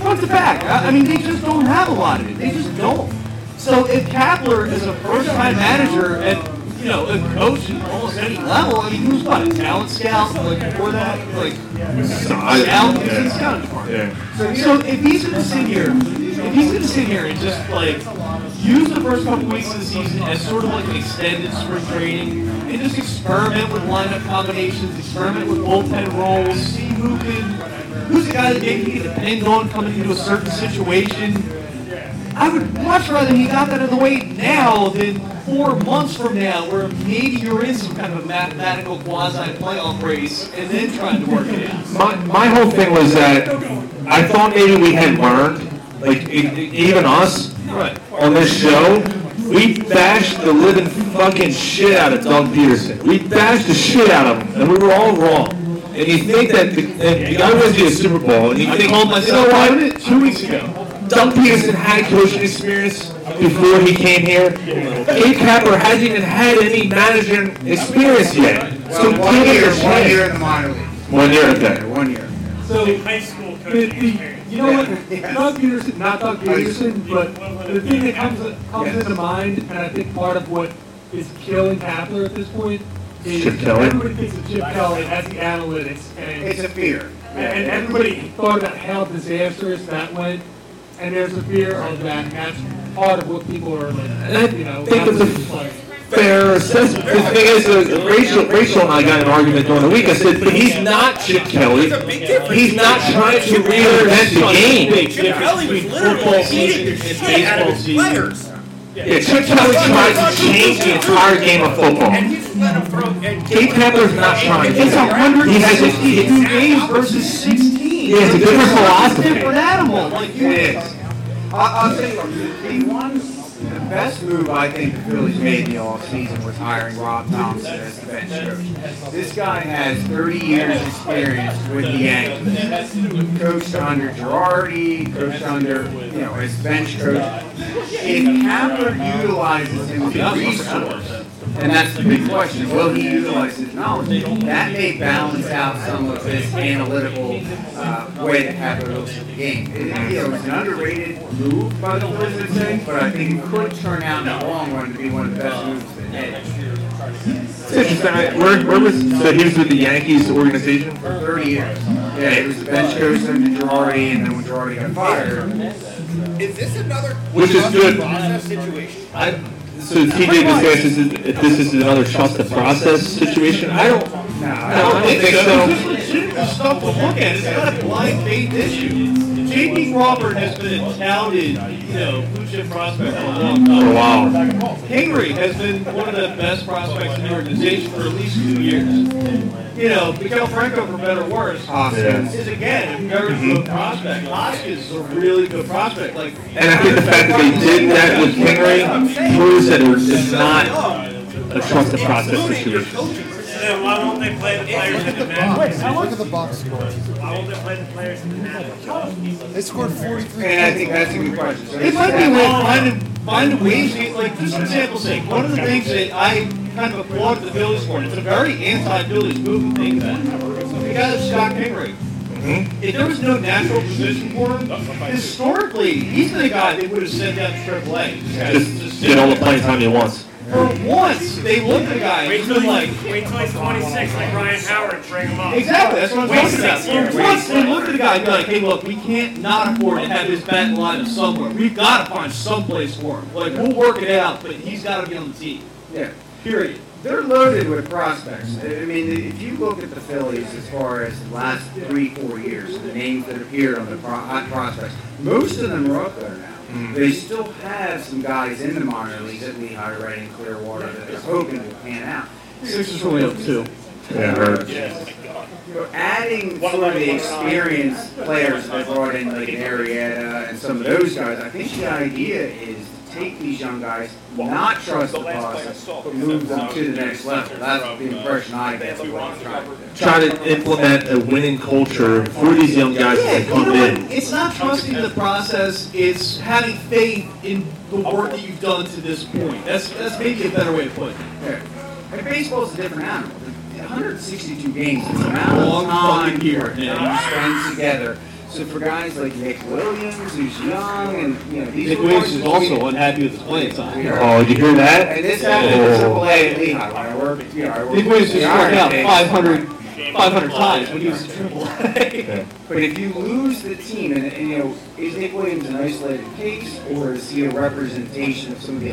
S4: Front to back. I, I mean, they just don't have a lot of it. They just don't. So if Kapler is a first-time manager and you know, a coach at almost any level, I mean, he was what, a talent scout, like, before that, like, scout, he was a scouting department.
S7: Yeah.
S4: So if he's gonna sit here, if he's gonna sit here and just like use the first couple weeks of the season as sort of like an extended spring training and just experiment with lineup combinations, experiment with bullpen roles, see who can, who's the guy that maybe you can depend on coming into a certain situation. I would much rather he got that out of the way now than four months from now, where maybe you're in some kind of a mathematical quasi playoff race and then trying to work it out.
S7: My, my whole thing was that I thought maybe we had learned, like e- e- even us
S4: Right.
S7: on this show, we bashed the living fucking shit out of Doug Peterson. We bashed the shit out of him, and we were all wrong. And you think that the, and the guy wins you a Super Bowl, and you
S4: I
S7: think,
S4: called
S7: you know
S4: myself on
S7: what?
S4: it two weeks ago.
S7: Doug Peterson had coaching experience before he came here. Gabe Kapler hasn't even had any managing experience yet. So
S3: Well, one
S7: give it
S3: year,
S7: a
S3: one
S7: chance.
S3: year in the minor leagues.
S7: One year at that.
S3: One year.
S5: So,
S8: High school
S5: the, the, you know what? Doug Peterson, not Doug Peterson, but the thing that comes comes into mind, and I think part of what is killing Kapler at this point is
S7: Chip Kelly?
S5: everybody thinks of Chip Kelly as the analytics,
S3: It's
S5: and
S3: a fear.
S5: and everybody thought about how disastrous that went, and there's a fear of that, and that's part of what people are like, you know.
S7: I think
S5: not
S7: it's a-
S5: just like-
S7: fair assessment. The thing is, uh, Rachel, Rachel and I got in an argument during the week. I said, but he's not Chip Kelly. He's not trying to reinvent the game.
S11: Chip Kelly was literally beating the shit out of his players.
S7: Yeah, Chip Kelly tries to change the entire game of football. Dave Kepler's not trying. to do
S12: It's
S7: that. He has a, he,
S12: Two games versus 16.
S7: Yeah, it's a different philosophy.
S3: Different animal. Like you.
S7: Yes.
S3: I, I'll tell you what. The one, the best move I think the Phillies made in the offseason was hiring Rob Thompson as the bench coach. This guy has 30 years experience with the Yankees. Coached under Girardi, coached under, you know, as bench coach. If Kapler utilizes him as a resource, and that's the big question, will he utilize his knowledge? That may balance out some of this analytical uh, way that Kapler looks at the game. It, you know, it's an underrated move by the Phillies, I think, but I think it could turn out in the long run to be one of the best moves they made.
S7: It's interesting. I- Where, where was, so he was with the Yankees organization?
S3: For 30 years. Yeah, he was the bench coach under Girardi, and then when Girardi got fired,
S11: Is this another
S7: Which is good.
S11: process situation?
S7: I, So TJ just asked us if- if this is another trust the process situation. I don't, I don't think so.
S4: legitimate stuff to look at. It's not a blind faith issue. J.D. Crawford has been a touted, you know, blue chip prospect for a long time.
S7: For a while.
S4: Henry has been one of the best prospects in the organization for at least two years. You know, Miguel Franco, for better or worse,
S7: Hoskins.
S4: is again a very good prospect. Hoskins is a really good prospect. Like,
S7: And I think the fact that they did that with Henry proves that it's it's not a trust the process situation.
S13: Then why won't they play the players in the match?
S14: Wait, how much? Look at the box score.
S13: Why won't they play the players in the match?
S14: They scored 43.
S3: and I think that's a good question. So
S4: It might be a way to find a, find a way to, like, just for example sake, one of the things that I kind of applaud the Phillies for, and it's a very anti-Phillies move to think that, the guy that's Scott Henry. If there was no natural position for him, historically, he's been a guy that would have sent down to Triple A.
S7: Just get all the playing time he wants.
S4: For once, they looked at the guy and been like,
S13: Wait till he's 26, like Ryan Howard, and bring him up.
S4: Exactly, that's what I'm
S13: Wait
S4: talking
S13: six
S4: about.
S13: years.
S4: Once they look at the guy and be like, hey, look, we can't not afford to have his bat line up somewhere. We've got to find someplace for him. Like, we'll work it out, but he's got to be on the team.
S3: Yeah.
S4: Period.
S3: They're loaded with prospects. I mean, if you look at the Phillies as far as the last three, four years, the names that appeared on the pro- hot prospects, most of them are up there now.
S7: Mm-hmm.
S3: They still have some guys in the minor leagues at Lehigh, Red, and Clearwater that they're hoping to pan out.
S4: Sixers are only up two.
S7: Yeah, or-
S3: You're adding sort of the experienced players that brought in like an Arrieta and some of those guys. I think the idea is to take these young guys, not trust the process, but move them to the next level. That's the impression I get. of what I'm trying to do.
S7: Try to implement a winning culture for these young guys that come in.
S4: It's not trusting the process, it's having faith in the work that you've done to this point. That's, that's maybe a better way to put it.
S3: And baseball's a different animal. 162 games is an amount of time here spend together. So for guys like Nick Williams, who's young, and you know these
S4: Nick
S3: were
S4: Williams
S3: guys
S4: is
S3: who
S4: also unhappy with his playing time.
S7: Oh, you hear that?
S3: And this happened in
S7: Oh.
S3: AAA at Lehigh when I worked. You know, I worked
S4: Nick Williams just
S3: with the
S4: struck
S3: Iron
S4: out
S3: Pigs.
S4: 500, 500 times when he was in Triple A.
S3: But if you lose the team, and, and, you know, is Nick Williams an isolated case, or is he a representation of some of the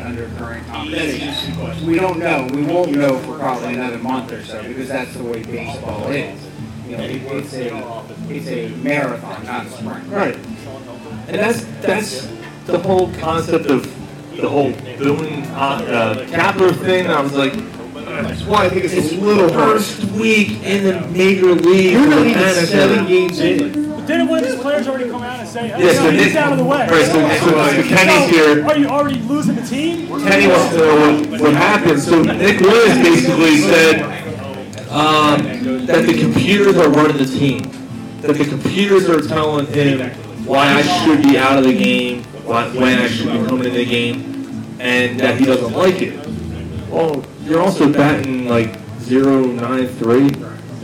S3: undercurrent competition? We don't know. We won't know for probably another month or so because that's the way baseball is. You know, it- it's a it's a marathon, not a sprint.
S7: Right. And that's that's the whole concept of the whole doing uh, uh, Kepler thing. I was like, that's why I think it's a little first week in the major league.
S12: You're not
S7: for
S12: even
S7: Atlanta.
S12: seven
S4: games in.
S12: But didn't one of these players already come out and say, hey,
S7: Yes,
S12: no,
S7: they
S12: he's
S7: did.
S12: out of the way?
S7: Right, so- so- so Kenny's here.
S12: Are you already losing the team?
S7: Kenny wants to know what, what happened. So Nick Williams basically said um, that the computers are running the team. That the computers are telling him why I should be out of the game, why, when I should be coming in the game, and that he doesn't like it. Well, you're also batting like zero nine three.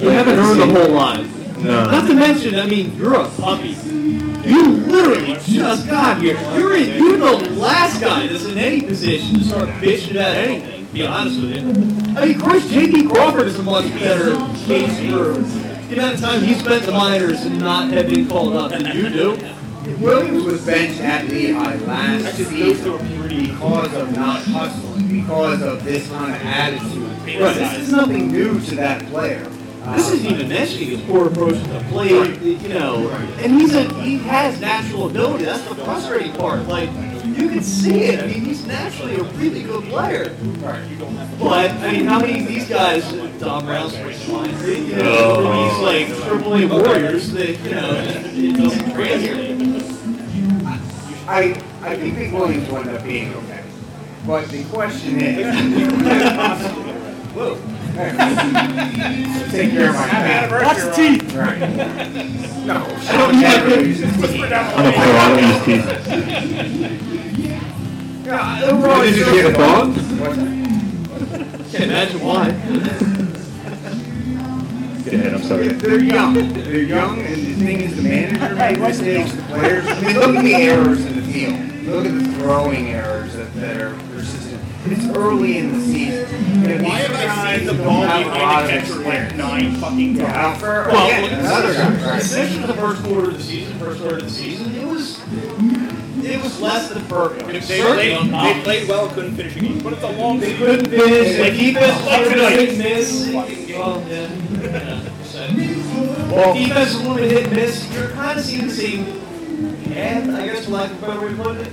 S4: You haven't earned a whole lot.
S7: No.
S4: Not to mention, I mean, you're a puppy. You literally just got here. You're in, you're the last guy that's in any position to start bitching about anything. to Be honest with you. I mean, Chris J.D. Crawford is a much better case for the amount of time he spent in the minors and not have been called up than you do.
S3: Williams was benched at Lehigh last season because of not hustling, because of this kind of attitude.
S4: Right.
S3: This is nothing new to that player.
S4: This isn't even an issue. His poor approach to the play, you know, and he's a he has natural ability. That's the frustrating part. Like you can see it. I mean, he's naturally a really good player. But I mean, how many of these guys, Tom Brown's line, you know, where he's like triple A warriors that you know it doesn't translate.
S3: I, I think Big Williams will end up being okay. But the question is. Whoa. Take care of my family.
S12: Watch the teeth.
S3: Right. No.
S7: I don't
S3: never
S7: use
S3: it.
S7: I'm a pro. I don't use teeth.
S3: Overall,
S7: Did you
S3: it's
S7: get a
S3: good.
S7: dog?
S4: Can't imagine why.
S7: Go ahead. I'm sorry.
S3: They're young. They're young, and the thing is, the manager made mistakes. The players. I mean, look at the errors in the field. Look at the throwing errors that, that are persistent. It's early in the season. You know,
S11: Why
S3: these
S11: have I seen
S3: guys
S11: the
S3: don't
S11: ball
S3: have a
S11: behind the
S3: lot of
S11: catcher like
S3: experience.
S11: nine fucking times?
S3: Yeah, for-
S4: Well,
S3: yeah,
S4: look at
S3: another guy,
S4: the
S3: right.
S4: decision of the first quarter of the season, first quarter of the season, it was it was less than perfect.
S11: If they,
S4: Certainly
S11: played,
S4: not.
S11: they played well, couldn't finish a game. But it's a long
S4: They couldn't finish. They keep it like hit and miss. Well, yeah. Well, defense is a little bit hit and miss. You're kind of seeing the same path, I guess, for lack of a better way to put it.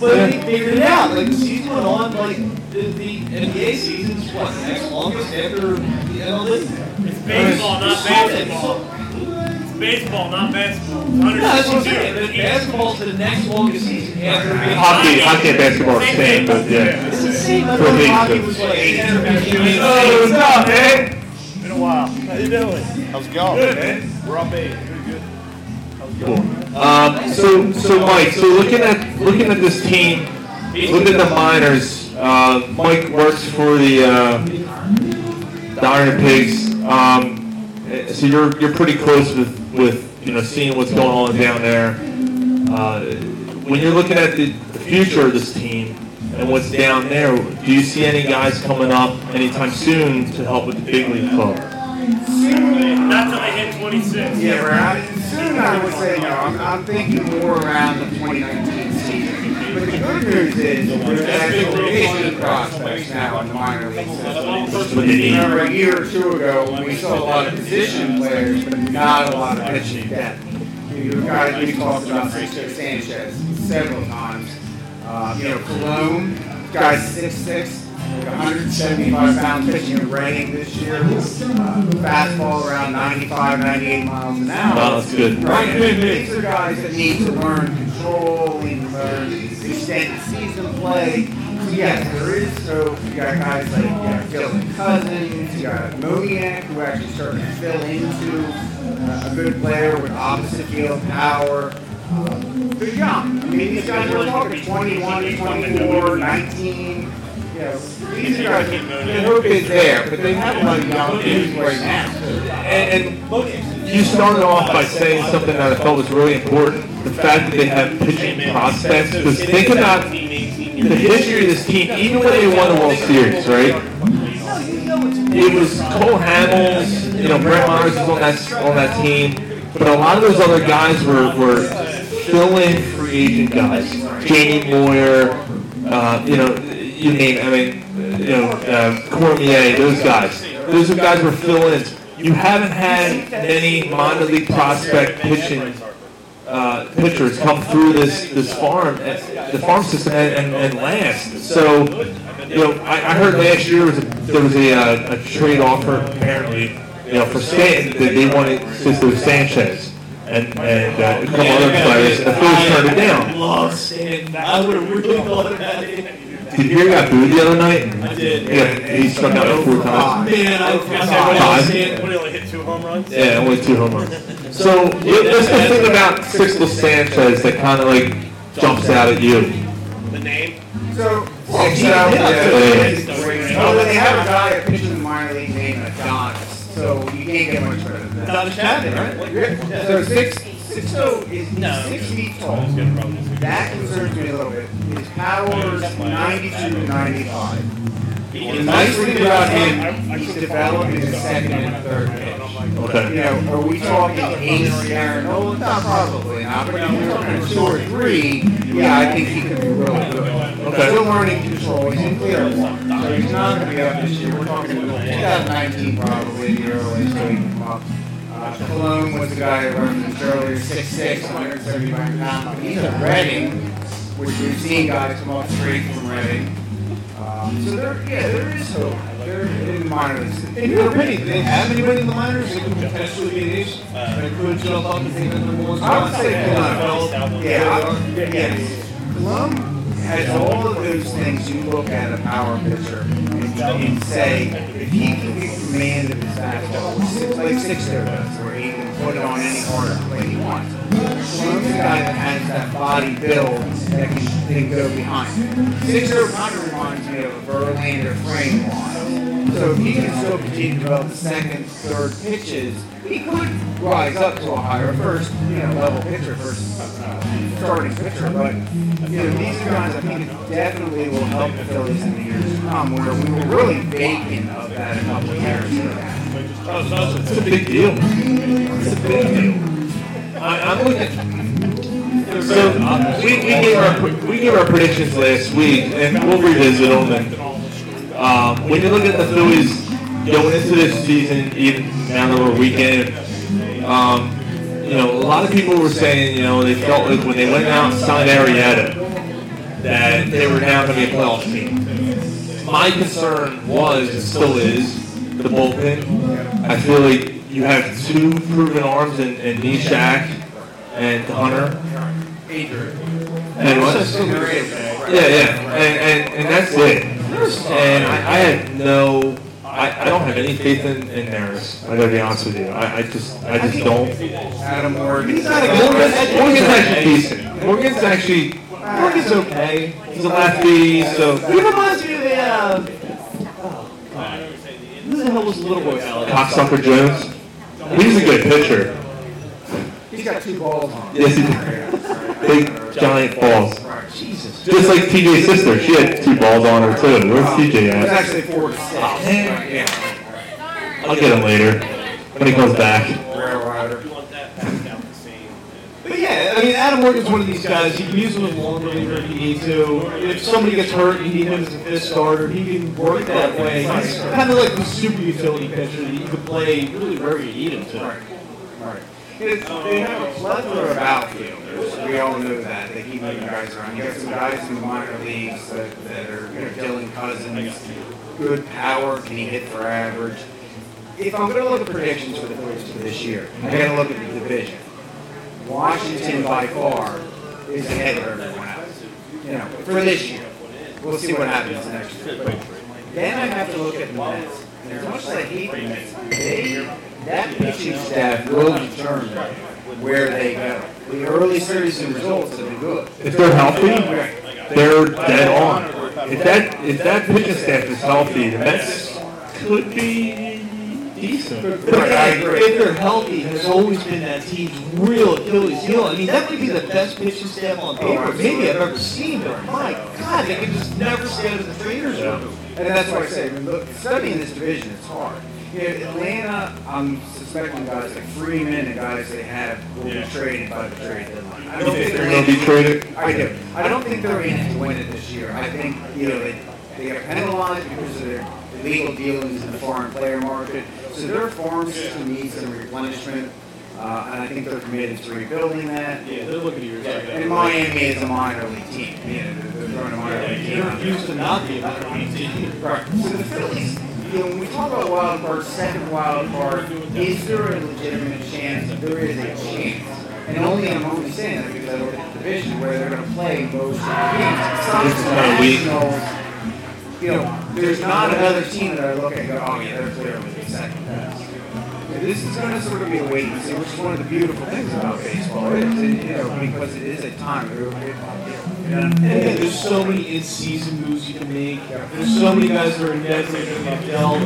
S4: But they figured it out. Like the season went on. Like the, the NBA season is what next longest after the MLB. It's
S13: baseball, not basketball. It's baseball, not basketball. It's
S4: No, that's what I'm
S13: 162.
S4: saying. but Basketball's the next longest season after the
S7: Hockey, hockey, and basketball are the same, but yeah.
S4: It's insane. I
S7: For
S4: thought
S7: me,
S4: hockey
S7: but-
S4: was like eight hundred
S7: Oh, what's up, man?
S11: Been a while. How you doing? How's it going? Good, man. We're up eight. Good.
S7: Um, so, so Mike, so looking at looking at this team, looking at the minors, uh, Mike works for the uh, the Iron Pigs. Um, eh, so you're you're pretty close with with you know seeing what's going on down there. Uh, when you're looking at the the future of this team and what's down there, do you see any guys coming up anytime soon to help with the big league club?
S13: Not till they hit 26.
S3: Yeah, right. Soon I would say, no, I'm, I'm thinking more around the 2019 season. But the good news is, there's actually 18 prospects now in the minor leagues. Remember a year or two ago, we saw a lot of position players, but not a lot of pitching depth. You've got, we talked about Sixto Sanchez several times. Uh, you know, Cologne, guy's 6'6", like 175 pound pitching in Reading this year. Uh, fastball around 95, 98 miles an hour.
S7: Wow, that's good.
S3: Right, these are guys that need to learn control, need to learn extended season play. So yes, there is, so you got guys like, yeah, Dylan Cousins, you got Moniak, who actually started to fill into uh, a good player with opposite field power. Um, They're young. I mean, these guys are talking 21, 24, 19. You know, these are guys, the hope is there, but they have a lot of young kids right now.
S7: And, and you started off by saying something that I felt was really important: the fact that they have pitching prospects. Because think about the history of this team, even when they won the World Series, right? It was Cole Hamels, you know, Brett Myers was on that on that team, but a lot of those other guys were were fill-in free agent guys. Jamie Moyer, uh, you know, you name, I mean, you know, uh, Cormier, those guys. Those are guys were fill-ins. You haven't had many minor league prospect pitching uh, pitchers come through this this farm, the farm system, and, and, and last. So, you know, I, I heard last year was a, there was a, uh, a trade offer apparently, you know, for Stanton that they wanted Sisto Sanchez and and uh, a couple other players, and the Phillies turned it
S4: I
S7: down.
S4: love Stanton. I would have really loved that.
S7: Did you hear he got booed the other night?
S4: I did.
S7: Yeah, he struck out like four times.
S4: Man, I, I
S7: Five.
S13: What, he only hit two home runs?
S7: Yeah, only two home runs. So it- that's the thing about Sixto Sanchez that kind of like jumps out at you.
S3: So,
S7: Six
S3: yeah,
S7: out, yeah.
S3: Oh, they have a guy that pitches in the minor league named Adonis, so you can't get much better than that.
S4: Adonis Chapman, right?
S3: Yeah. So six, six oh is no. six
S10: Um,
S3: feet tall. That concerns me a little bit. His power is 92 to 95.
S10: The nice thing about him, he's developed in his second and third pitch.
S7: Okay.
S10: You know, are we talking ace Aaron Nola? Not probably not, but if you're talking two or three, yeah, I think he could be really good.
S7: Okay.
S10: Still learning control, he's in clear one, so he's not gonna be up this year, we're talking 2019 probably, the earliest so he can come up. Uh, Cologne was the guy who learned this earlier, 6'6", 175 pounds, he's a Reading, which we've seen guys come up straight from Reading. Um, so there, yeah, there is hope. There in the minors.
S4: In your opinion, do they have anybody in the minors that could potentially be an issue? That could jump up and take the number one
S10: I would
S4: spot?
S10: say Cologne.
S4: Well,
S10: Yeah, I- yes. Cologne has all of those things you look at a power pitcher and, and say, if he can get command of his fastball, which is like six there does, where he can put it on any corner plate he wants. Cologne's a guy that has that body build that can, that can go behind. Six or Ponder reminds me of a Verlander frame line. So if he can still continue to develop the second, third pitches, he could rise up to a higher first, you know, level pitcher versus uh, starting pitcher. But you know, these are guys I think it definitely will help the Phillies in the years to come, where we were really vacant of that a couple of years ago.
S7: It's a big deal. It's a big deal. I, I'm looking. So we, we gave our we gave our predictions last week, and we'll revisit them. And um, when you look at the Phillies going into this season, even now that we're weekend, um, you know a lot of people were saying you know they felt like when they went out and signed Arrieta that they were now going to be a playoff team. My concern was and still is the bullpen. I feel like you have two proven arms in, in Nishak and Hunter. And what? Yeah, yeah, and, and, and that's it. And I, I had no, I, I don't have any faith in, in theirs. I gotta be honest with you. I, I just, I just don't.
S10: Adam Morgan.
S7: He's not a good Morgan's, Morgan's actually decent. Morgan's actually, Morgan's okay. He's a lefty, so.
S4: He reminds me of the, uh, who the hell was the little boy Alex?
S7: Cocksucker Jones. He's a good pitcher.
S10: He's got two balls on.
S7: Yes, he Big giant balls.
S10: Jesus.
S7: Just like TJ's sister, she had two balls on her too. Where's
S10: It
S7: TJ
S10: was
S7: at?
S10: actually four to six. Yeah.
S7: I'll get him later when he comes back.
S10: Rare rider.
S4: But yeah, I mean, Adam Morgan's one of these guys. You can use him as a long reliever if you need to. If somebody gets hurt, you need him as a fifth starter. He can work that way. He's kind of like the super utility pitcher that you can play really wherever you need him to.
S10: It's, they have a plethora of outfielders. We all know that. They keep moving guys around. You got some guys in the minor leagues that, that are, you know, Dylan uh, Cousins, good power, can he hit for average? If I'm going to look at predictions for the Phillies for this year, I got to look at the division. Washington by far is ahead of everyone else. You know, for this year. We'll see what happens next year. But then I have to look at the Mets. And as much as I hate the Mets, they, that pitching staff will determine where they go. The early series and results have been good.
S7: If they're healthy, they're dead on. If that if that pitching staff is healthy, the Mets could be decent.
S4: But again, if they're healthy, has always been that team's real Achilles heel. I mean, that might be the best pitching staff on paper maybe I've ever seen. But my God, they can just never stay out of the trainers room.
S10: And that's why I say, look, studying this division is hard. You know, Atlanta, I'm suspecting guys like Freeman and guys they have will be traded by the trade deadline. I don't think
S7: They're
S10: they're
S7: gonna
S10: in
S7: be traded.
S10: I do. I don't think they're in it to win it this year. I think, you know, they, they got penalized because of their illegal dealings in the foreign player market. So their farm system needs some replenishment. Uh, and I think they're committed to rebuilding that.
S4: Yeah, they're looking at years like that.
S10: And Miami is a minor league team. You know, they're throwing a minor league team.
S4: They're
S10: out there.
S4: used to not be a better team.
S10: Right. So the Phillies, you know, when we talk about wild card, second wild card, is there a legitimate chance? There is a chance. And only, I'm only saying that because I look at the division where they're gonna play most of the games. Some of
S7: It's
S10: the
S7: not a week.
S10: Nationals, You know, there's not another team that I look at and go, oh yeah, they're clearly the second best. Yeah, This is going to sort of be a wait and see, which is one of the beautiful things about baseball, is, it- you know, because it is a time.
S4: And again, there's so many in-season moves you can make. There's so many guys that are invested in that belt.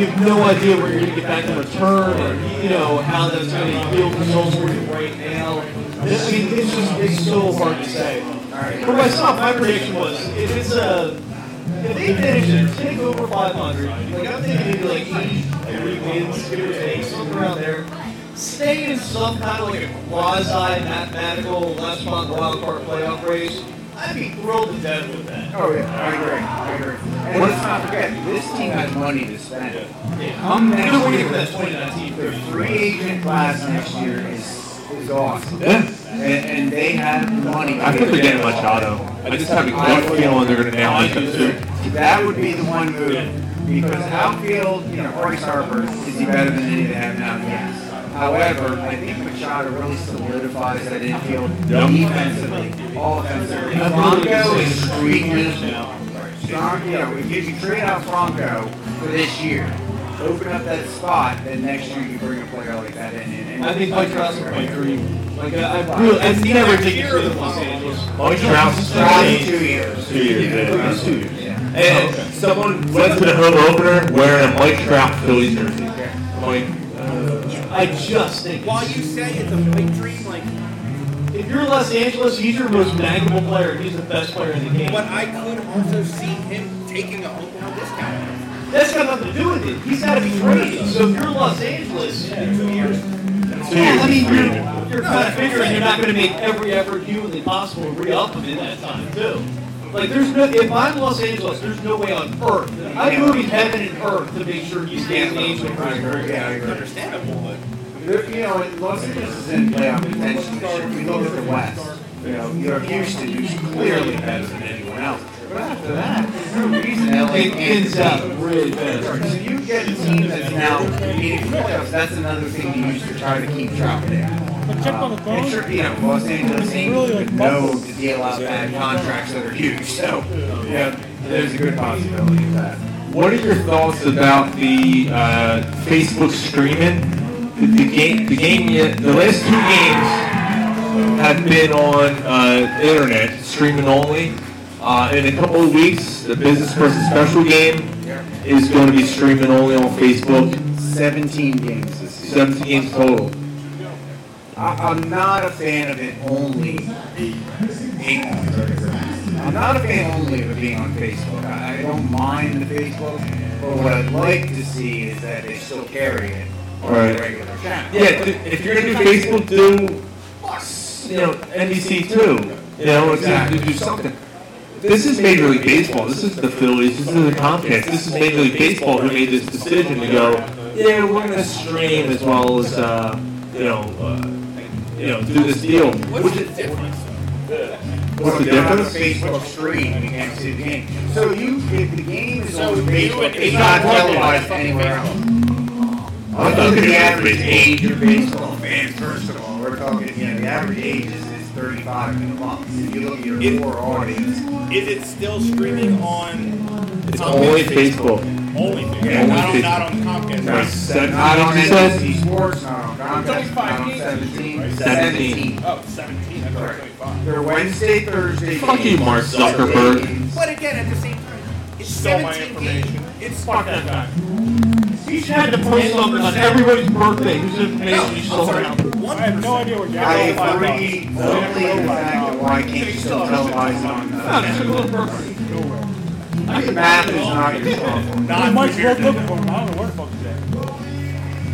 S4: You have no idea where you're going to get back in return, or you know how that's going to yield results for you right now. This, I mean, it's just it's so hard to say. But myself, my prediction was if it's a If they finish it, take over 500, like I'm thinking maybe like 80, like three wins, give or take, something around there. Stay in some kind of like a quasi mathematical last spot wild card playoff race. I'd be thrilled to death with that.
S10: Oh yeah, I agree. I agree. And let's not forget, this team has money to spend. Come
S4: Either
S10: next
S4: way,
S10: year,
S4: that's 2019
S10: their free agent class next year is is awesome.
S7: Yeah.
S10: And, and they have money.
S7: I think they're getting much auto. I just have a gut feeling they're going to nail it. too.
S10: That would be the one move because outfield, you know, Bryce Harper is he better than any they have now? Yes. However, I think Machado really solidifies that infield
S7: Yep.
S10: defensively, offensively. Franco is streaking. Fran- You know, if you trade out Franco for this year, open up that spot, then next year you bring a player like that in. and- and-
S4: I think Mike Trout's a point three. Like I, I really, I never think he's been in Los Angeles.
S7: Mike Trout's
S10: Trout's two years.
S7: Two years, yeah. It's two years.
S4: And someone
S7: Went to the home opener wearing a Mike Trout Phillies jersey. Like,
S4: I just think. While you say it's a big dream, like. If you're Los Angeles, he's your most bankable player. He's the best player in the game.
S11: But I could also see him taking a hotel discount.
S4: That's got nothing to do with it. He's got to be traded. So if you're Los Angeles in two years, well, I mean, you're, you're kind of figuring you're not going to make every effort humanly possible to re-up him in that time too. Like, there's no. If I'm Los Angeles, there's no way on earth. I'm moving heaven and earth to make sure he's getting aged.
S10: Yeah, I agree.
S11: Understandable, but.
S10: They're- You know, and Los Angeles is in playoff contention this year. If you look at the West, you know, you have Houston, who's clearly better than anyone else. But after that, there's no reason LA
S4: It
S10: can't
S4: ends up
S10: compete.
S4: really bad.
S10: So you get a team that's now competing for playoffs. That's another thing you use to try to keep track of there. Uh, and sure, you know, Los Angeles Angels would know to deal out bad contracts that are huge. So, yeah, there's a good possibility of that.
S7: what are your thoughts about the uh, Facebook streaming? The, the game, the game, the last two games have been on uh, internet streaming only. Uh, in a couple of weeks, the business person special game is going to be streaming only on Facebook.
S10: 17 games this season.
S7: 17 games total.
S10: I, I'm not a fan of it only being on I'm not a fan only of it being on Facebook. I, I don't mind the Facebook, but what I'd like to see is that they still carry it on
S7: Right.
S10: the regular channel.
S7: Yeah, do- if you're gonna do Facebook, do you know NBC too. You know, it's-
S10: Exactly.
S7: do something. This is Major League Baseball. This is the Phillies. This is the Comcast. This is Major League Baseball who made this decision to go. Yeah, we're gonna stream as well as uh, you know, uh, you know, do this deal. Which is, what's the
S10: They're on
S7: difference?
S10: Facebook stream against the game. So you, if the game is
S11: So
S10: on
S11: you
S10: Facebook,
S11: and-
S10: it's not televised anywhere else. I'm talking the average age of baseball fans, first of all. We're talking, you know, the average age is, is 35 in a month. If you look at your core audience,
S11: Is it still streaming on?
S7: It's only Facebook.
S11: Only Facebook.
S7: Yeah, only
S11: not, on,
S7: Facebook.
S11: not on Comcast.
S7: Right. Seven-
S10: not on
S7: seven-
S10: NBC Sports, not on Comcast, not on 17.
S7: Seventeen.
S10: 17.
S11: Oh, 17. I thought it was 25.
S10: They're Wednesday, Thursday.
S7: Fuck you,
S10: games.
S7: Mark Zuckerberg.
S11: But again, at the same time, it's
S8: Stole my
S11: 17 games. It's
S13: Fuck that guy.
S4: He's had to post something on everybody's birthday. Who's information you still have?
S11: Oh, I have no idea where
S10: I agree totally with the fact that why can't you still televise it on
S4: Oh,
S10: uh,
S4: it's a little birthday.
S10: I think math is not your problem.
S12: Not Mike's worth looking for him. I don't know where the fuck he's at.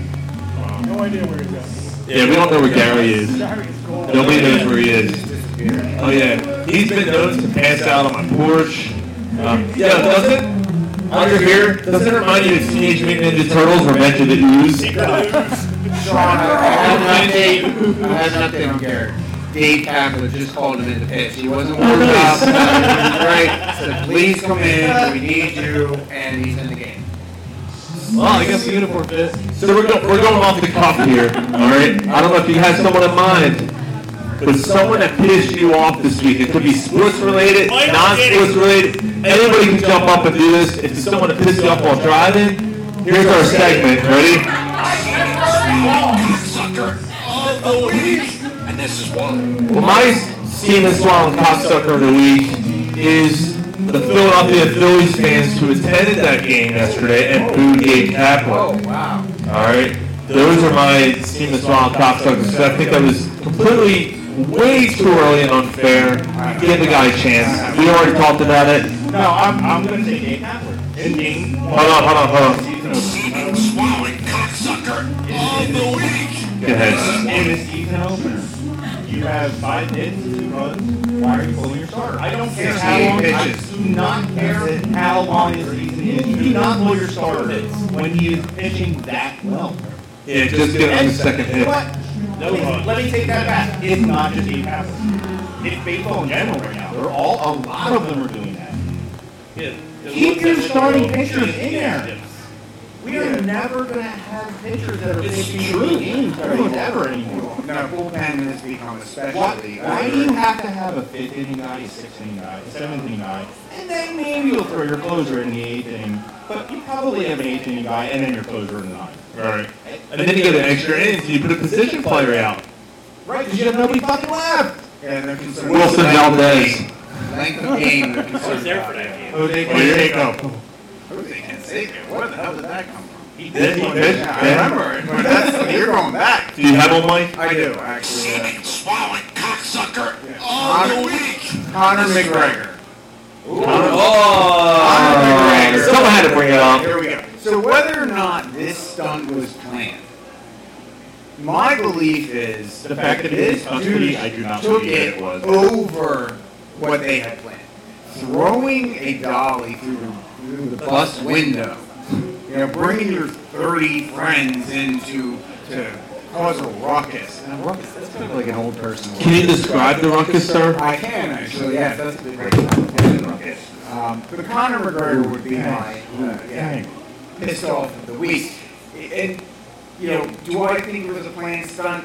S12: No idea where he's at.
S7: Yeah, we don't know where Gary is. Nobody knows where he is. Oh yeah, he's been known to pass out on my porch. Um, yeah, doesn't while you're here, doesn't it remind you of Teenage Mutant Ninja Turtles: Revenge of the Ooze?
S10: Sean, I have an update, I have an update on Garrett. Dave Kaplan just called him in the pitch. He wasn't warmed up.
S7: nice.
S10: Right, so please come in, we need you, and he's in the game.
S4: Well, I guess the uniform fit.
S7: So we're going we're going off the cuff here. All right, I don't know if you have someone in mind, but someone that pissed you off this week. It could be sports related, non-sports related. Anybody can jump up and do this. If it's someone that pissed you off while driving, here's our segment. Ready?
S6: And this is why.
S7: Well, my Steven Swan cocksucker of the week is the Philadelphia Phillies fans who attended that game yesterday and booed Gabe Kapler.
S4: Oh,
S10: Wow.
S7: All right, those are my Steven Swan cocksuckers. I think that was completely way too early and unfair. Give the guy a chance. We already talked about it.
S4: No, I'm, I'm going to say Dane Howard. And Dane.
S7: Hold on, hold on, hold on.
S4: Swallowing cocksucker on the week.
S7: Go ahead.
S4: In a season opener. You have five hits, two runs. Why are you pulling your starter? I don't care how long. I do not care how long his season is. You do not pull your starter when he is pitching that well.
S7: Yeah, just get on the second hit.
S4: What? No, let me take that back. It's not just Dave Howard. It's baseball in general right now. They're all, a lot of them are doing that. Keep your starting pitchers in there. We are never gonna have pitchers that are
S3: It's
S4: pitching
S3: true.
S4: games ever anymore.
S3: No, bullpen has become a
S4: Why,
S3: specialty.
S4: why do you have to have a fifth inning guy, a sixth inning guy, a seventh inning guy, and then maybe you'll throw your closer in the eighth inning, but you probably have an eighth inning guy and then your closer in the ninth.
S7: Alright. And then you get an extra innings, you put a position player out.
S4: Right, because you have nobody fucking left.
S3: Yeah, they're concerned.
S7: Wilson Valdez.
S3: Length of game, they're concerned.
S4: there for that game.
S3: Jose
S7: Oh, you're eight,
S3: Canseco.
S7: oh.
S3: Jose Canseco, where the hell did that come from? He
S7: did, he did.
S3: Yeah, I remember it, but that's, you're going back.
S7: Do you have one, Mike?
S3: I do, actually. uh,
S15: Swallowing cocksucker
S3: on the Connor McGregor.
S7: Oh, someone had to bring it up.
S3: Here we go. So whether or not this stunt was planned, my belief is
S4: The fact that it is
S3: this
S4: duty,
S3: dude
S4: I do not
S3: took
S4: believe that
S3: it
S4: it was.
S3: over what they had planned. Throwing a dolly through the, through the bus window, you know, bringing your 30 friends into to cause a ruckus. And a ruckus, that's kind of like an old person.
S7: Can you describe the ruckus, sir?
S3: I can actually, yes, that's a big ruckus. Um, but Conor McGregor would be my, uh, yeah, pissed off of the week. And, you know, do I think it was a planned stunt?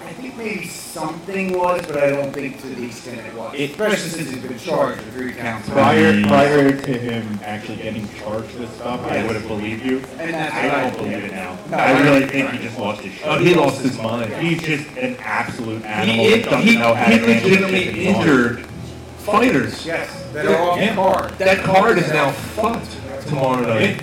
S3: I think maybe something was, but I don't think to the extent it was. Especially since he's been charged with three counts. of
S4: Prior,
S3: felony.
S4: prior to him actually getting charged with stuff, I
S3: Yes.
S4: would have believed you.
S3: And that's what
S4: I
S3: I
S4: don't believe it now.
S3: No,
S4: I
S3: I-
S4: really think he just lost his shit.
S7: Oh, he lost his mind.
S4: He's just an absolute animal
S7: He,
S4: that doesn't
S7: he, he
S4: know how to handle the shit
S7: legitimately
S4: he's on.
S7: injured fighters.
S3: Yes, that are off the card.
S7: That card is now fucked tomorrow night.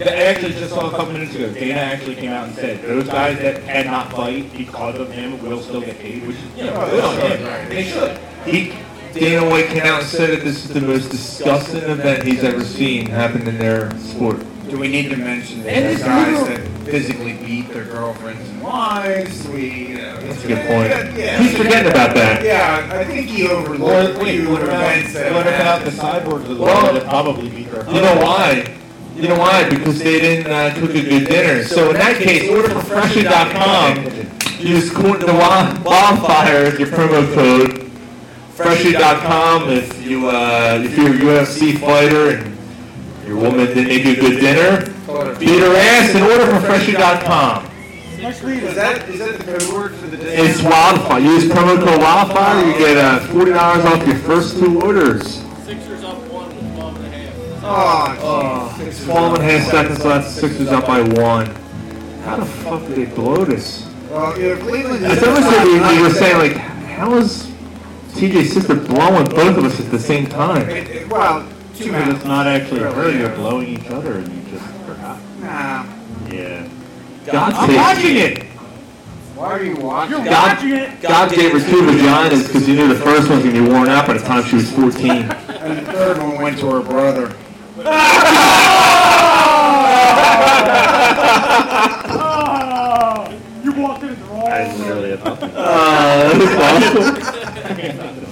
S4: I actually just saw a couple minutes ago, Dana actually came out and said, those guys that cannot fight because of him will still get paid, which is, you know, good on him. They should.
S7: He, Dana White came out and said that this is the most disgusting event he's ever seen happen in their sport.
S3: Do we need to mention that
S7: And
S3: there's
S7: it's
S3: guys
S7: literal-
S3: that physically beat their girlfriends and wives? We, you know, that's
S7: a good point. He's forgetting about that.
S3: Yeah, I think he overlooked
S4: What,
S3: a
S4: wait,
S3: few
S4: what about,
S3: events that
S4: what about the
S3: happened.
S4: cyborgs of the
S7: Well,
S4: world that probably beat their
S7: You know why? You know why? Because they didn't uh, cook a good dinner. So in that case, order from Freshly.com. Use Corn the Wa- Wildfire as your promo code. Freshly.com if you uh, if you're a UFC fighter and your woman didn't make you a good dinner, beat her ass and order from Freshly.com.
S3: Is that, is that the code word for the day?
S7: It's Wildfire. Use promo code Wildfire. You get uh, forty dollars off your first two orders.
S16: Sixers up one with 12 and a half.
S3: Oh, jeez. Six
S7: Twelve and a half
S3: is
S7: seconds left. Sixers up by one. How the fuck did they blow this?
S3: Well, you know, Cleveland.
S7: It's almost like we, we were saying, like, how is TJ's sister blowing both of us at the same time?
S3: It- it- Well, two
S4: Because
S3: minutes.
S4: it's not actually her,
S3: Really,
S4: you're
S3: yeah.
S4: blowing each other and you just forgot.
S3: Nah.
S4: Yeah.
S7: God's
S4: I'm
S7: sake.
S4: watching it!
S3: Why are you watching?
S12: You're
S7: God-
S12: watching it.
S7: God gave her two vaginas because he knew the first one was going to be worn out by the time she was 14.
S3: And the third one went to her brother.
S12: Oh, you walked in the wrong.
S4: That is literally a puppy.
S7: Uh, that was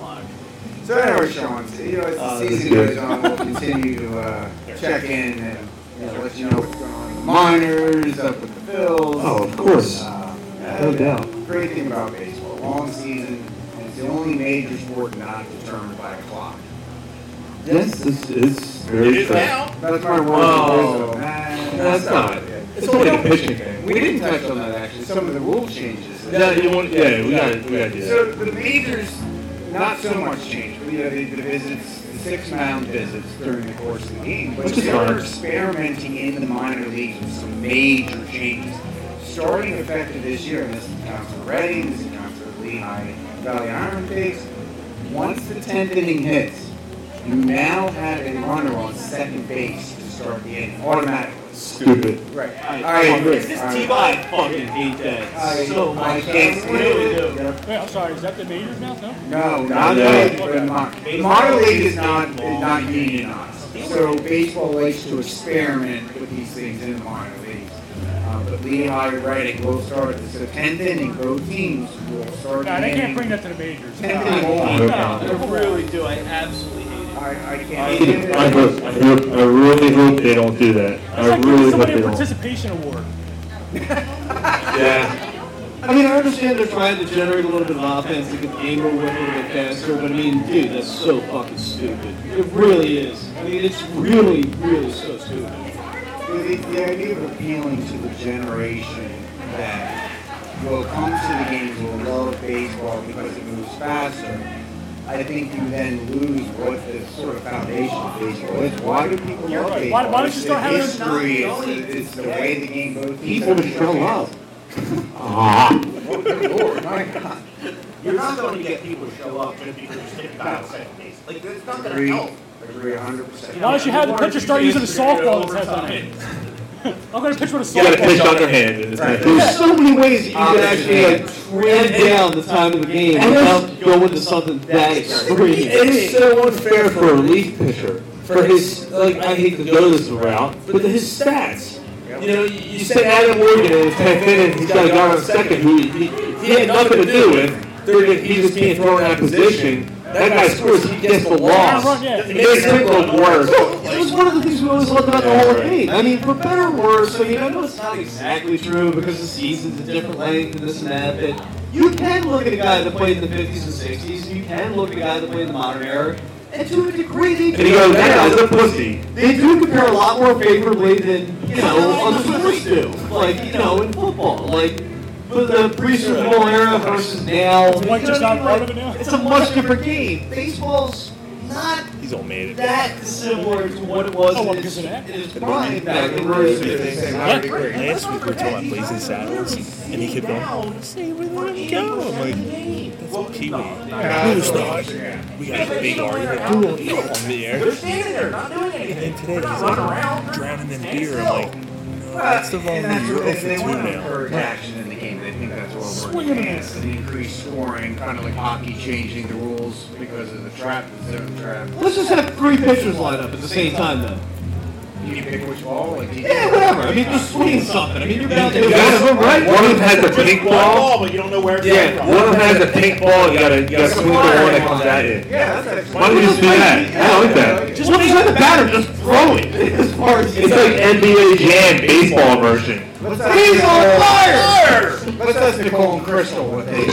S7: awesome.
S3: So anyway, Sean, so, you know, as the
S7: Uh, this is
S3: season
S7: good.
S3: goes on, we'll continue to uh, check in and you know, let you know what's going on. with the Miners up with the Bills.
S7: Oh, of course.
S3: Uh,
S7: No doubt.
S3: Great thing about baseball, long season, and it's the only major sport not determined by a clock.
S7: Yes, it's, it's very true.
S3: That's my word.
S7: Oh.
S3: Rizzo. Man,
S7: No, it's not. It's only the pitching game.
S3: We didn't touch on that actually. Some of the rule changes.
S7: Yeah, you want, yeah, we got we gotta do that.
S3: So the majors, not so much change, but you know, the, the visits, the six mound visits during the course of the game, but
S7: Which is
S3: they're
S7: fine.
S3: experimenting in the minor leagues with some major changes. Starting effective this year, and this counts for Reading, this counts for Lehigh Valley Iron Pigs, once the tenth inning hits, you now have a runner on second base to start the inning automatically.
S7: Stupid.
S10: Right.
S17: All
S10: I
S17: right.
S10: agree.
S17: Is this
S10: I
S17: T-Bot?
S10: agree.
S17: I fucking hate
S10: I-
S17: that so
S10: I
S17: much.
S10: can't
S17: It's
S10: stand
S17: really
S10: it.
S17: good.
S12: Yeah, I'm sorry, is that the majors now? No?
S10: No, not
S7: No.
S10: the the minor. The minor league is not is not unionized, so baseball likes to experiment with these things in the minor leagues. Uh, but Lehigh Reading will start at this. So tenth inning, both teams will start.
S12: No, they can't bring
S10: the
S12: that to the majors.
S10: Ten inning only.
S5: I really do. I absolutely hate it.
S10: I can't.
S7: I hope, I hope, I really hope they don't do that.
S12: It's
S7: I
S12: like giving
S7: really hope
S12: somebody
S7: they
S12: a
S7: don't.
S12: participation award.
S7: Yeah.
S4: I mean, I understand they're trying to generate a little bit of offense. They can angle with a little bit faster, but I mean, dude, that's so fucking stupid. It really is. I mean, it's really, really so stupid.
S10: The, the idea of appealing to the generation that will come to the games will love baseball because it moves faster. I think you then lose what the sort of foundation of baseball is. Why do people
S12: You're
S10: love
S12: right.
S10: baseball?
S12: Why- why don't
S10: It's
S12: you
S10: the
S12: start having them not
S10: history? It's
S12: going
S10: the, it's the
S12: to
S10: way the game goes.
S4: People show up.
S10: Oh, good Lord, my God.
S17: You're not going to get people to show up just because you're sitting down at second base. Like, that's not going to
S10: Agree,
S17: help.
S10: agree 100%.
S12: Why don't you have the pitcher start using a softball instead of I'm gonna pitch with a softball.
S7: You gotta pitch underhand and it's not.
S4: There's so many ways that you
S10: Um,
S4: can actually like
S10: and-
S4: trim down the time of the game
S7: and there's-
S4: without going to something that extreme.
S7: It's so unfair for a relief pitcher. For his, like, I hate to go this route, but his stats. You know, you you said Adam Morgan in his 10th inning, he's got a guy on second who he, he had nothing to do with. They're just- He's just being thrown out of position. That guy scores, he gets the loss. It makes him look worse.
S4: It was one of the things we always loved about the Hall of Fame. I mean, for better or worse, so you know, I know it's not exactly true because the season's a different length and this and that, but you can look at a guy that played in the 50s and 60s, and you can look at a guy that played in the modern era, and to a degree, they
S7: And
S4: do.
S7: he goes,
S4: compare-
S7: that guy's a pussy.
S4: They do compare a lot more favorably than, you know, other sports do. Like, you know, in football. Like, but the pre Super Bowl era versus now.
S12: It's like just not part of it now?
S4: It's a much different game. Baseball's not
S5: He's all made it.
S4: that similar to what it was
S12: Oh,
S4: in
S12: well,
S4: its,
S12: because of that.
S4: in its prime back in the day.
S5: Last week we were talking about Blazing Saddles, and he kept going, "Oh, see where let him go. I'm like, that's a Kiwi. Who's not? We got a big argument You're on the air.
S17: standing there, not doing anything.
S5: And then today he's like, drowning in beer. I'm like, no, that's the wrong
S10: And that's
S5: move. You're
S10: what they,
S5: 0 for 2
S10: they want to
S5: now.
S10: encourage action in the game. They think that's what we're
S12: Swing and a
S10: against. And increased scoring, kind of like hockey changing the rules because of the trap, the zone trap.
S4: Let's just have three pitchers line up at the same time, though.
S10: Do you pick which ball? Like, do you-
S4: Yeah, whatever. I mean, just swing something. I mean, you're bound to
S7: You
S4: get
S7: got it, right? One of them had the pink ball.
S17: but you don't know where it's
S7: Yeah,
S17: coming
S7: one of them has a pink ball, you gotta, you gotta swing the one that comes at you.
S10: Yeah, that's actually.
S7: Why don't we just do that? I like that.
S4: Just let me let the batter just throw it as far as
S7: It's like NBA Jam baseball version.
S10: Let's
S4: He's on
S10: ask
S4: fire!
S10: Nicole, let's ask Nicole and Crystal what they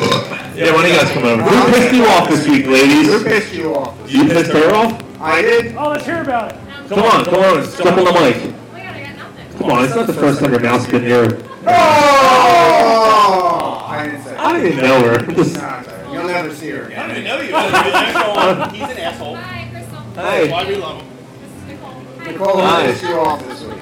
S7: Yeah, when you guys come over. Who pissed you off this week,
S10: Who
S7: ladies?
S10: pissed you off?
S7: You pissed her off?
S10: I did.
S12: Oh, let's hear about it.
S7: Come on, come on, step on the mic.
S3: Oh
S7: Come on, it's not the first time her mouth's been here.
S10: Oh! I didn't say.
S7: I didn't know her. Just-
S10: No, I'm sorry. You'll never see her again.
S15: I know you. He's an asshole.
S3: Hi, Crystal.
S15: That's why we love him.
S3: This is Nicole.
S10: Nicole, who
S7: Nice.
S10: pissed you off this week?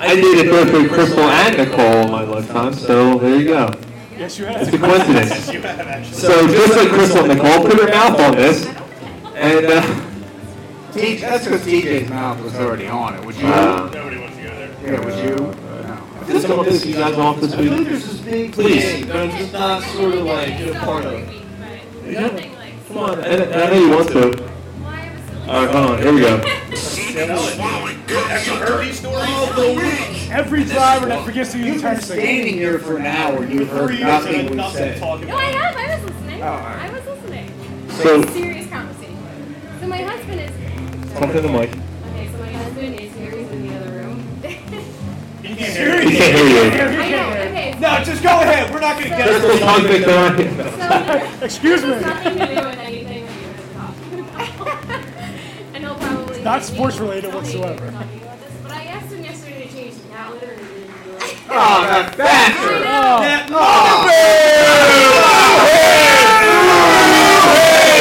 S7: I dated both with Crystal and Nicole in my lifetime, so there you go.
S12: Yes, you
S7: It's
S12: have.
S7: a coincidence. So just like Crystal and Nicole, put her mouth on this, and, uh,
S10: T- That's because TJ's mouth was already on it. Would you?
S7: Wow.
S5: Nobody wants to go there.
S10: Yeah, would you? No.
S7: Just don't piss you guys off this
S4: I feel like
S7: week.
S4: there's this big
S7: Please.
S4: thing, but I'm just not sort of like a part of it.
S7: Come on, and, and I know you want to. Alright, hold on, here we go.
S15: Have you heard these stories?
S12: Every driver that forgets to use
S10: You've
S12: the turn
S10: been
S12: signal.
S10: standing here for an hour. You've heard nothing we said.
S3: No, I have. I was listening.
S10: Oh, all right.
S3: I was listening.
S7: So,
S3: Serious conversation. So my husband is.
S7: talk to the mic.
S3: Okay, so my husband is here. He's in the other room.
S7: He can't hear you.
S3: I know. Okay. so-
S15: No, just go ahead. We're not going to get it.
S7: Crystal, talk back there.
S3: So
S12: Excuse
S3: this
S12: me.
S3: has nothing to do with anything that you guys are talking about. And he'll probably.
S12: not
S3: hate me
S12: sports
S3: for
S12: related
S3: telling you we're
S12: whatsoever.
S3: talking about this, But I asked him yesterday to change the calendar and he didn't do it.
S10: Oh, that bastard!
S12: Oh,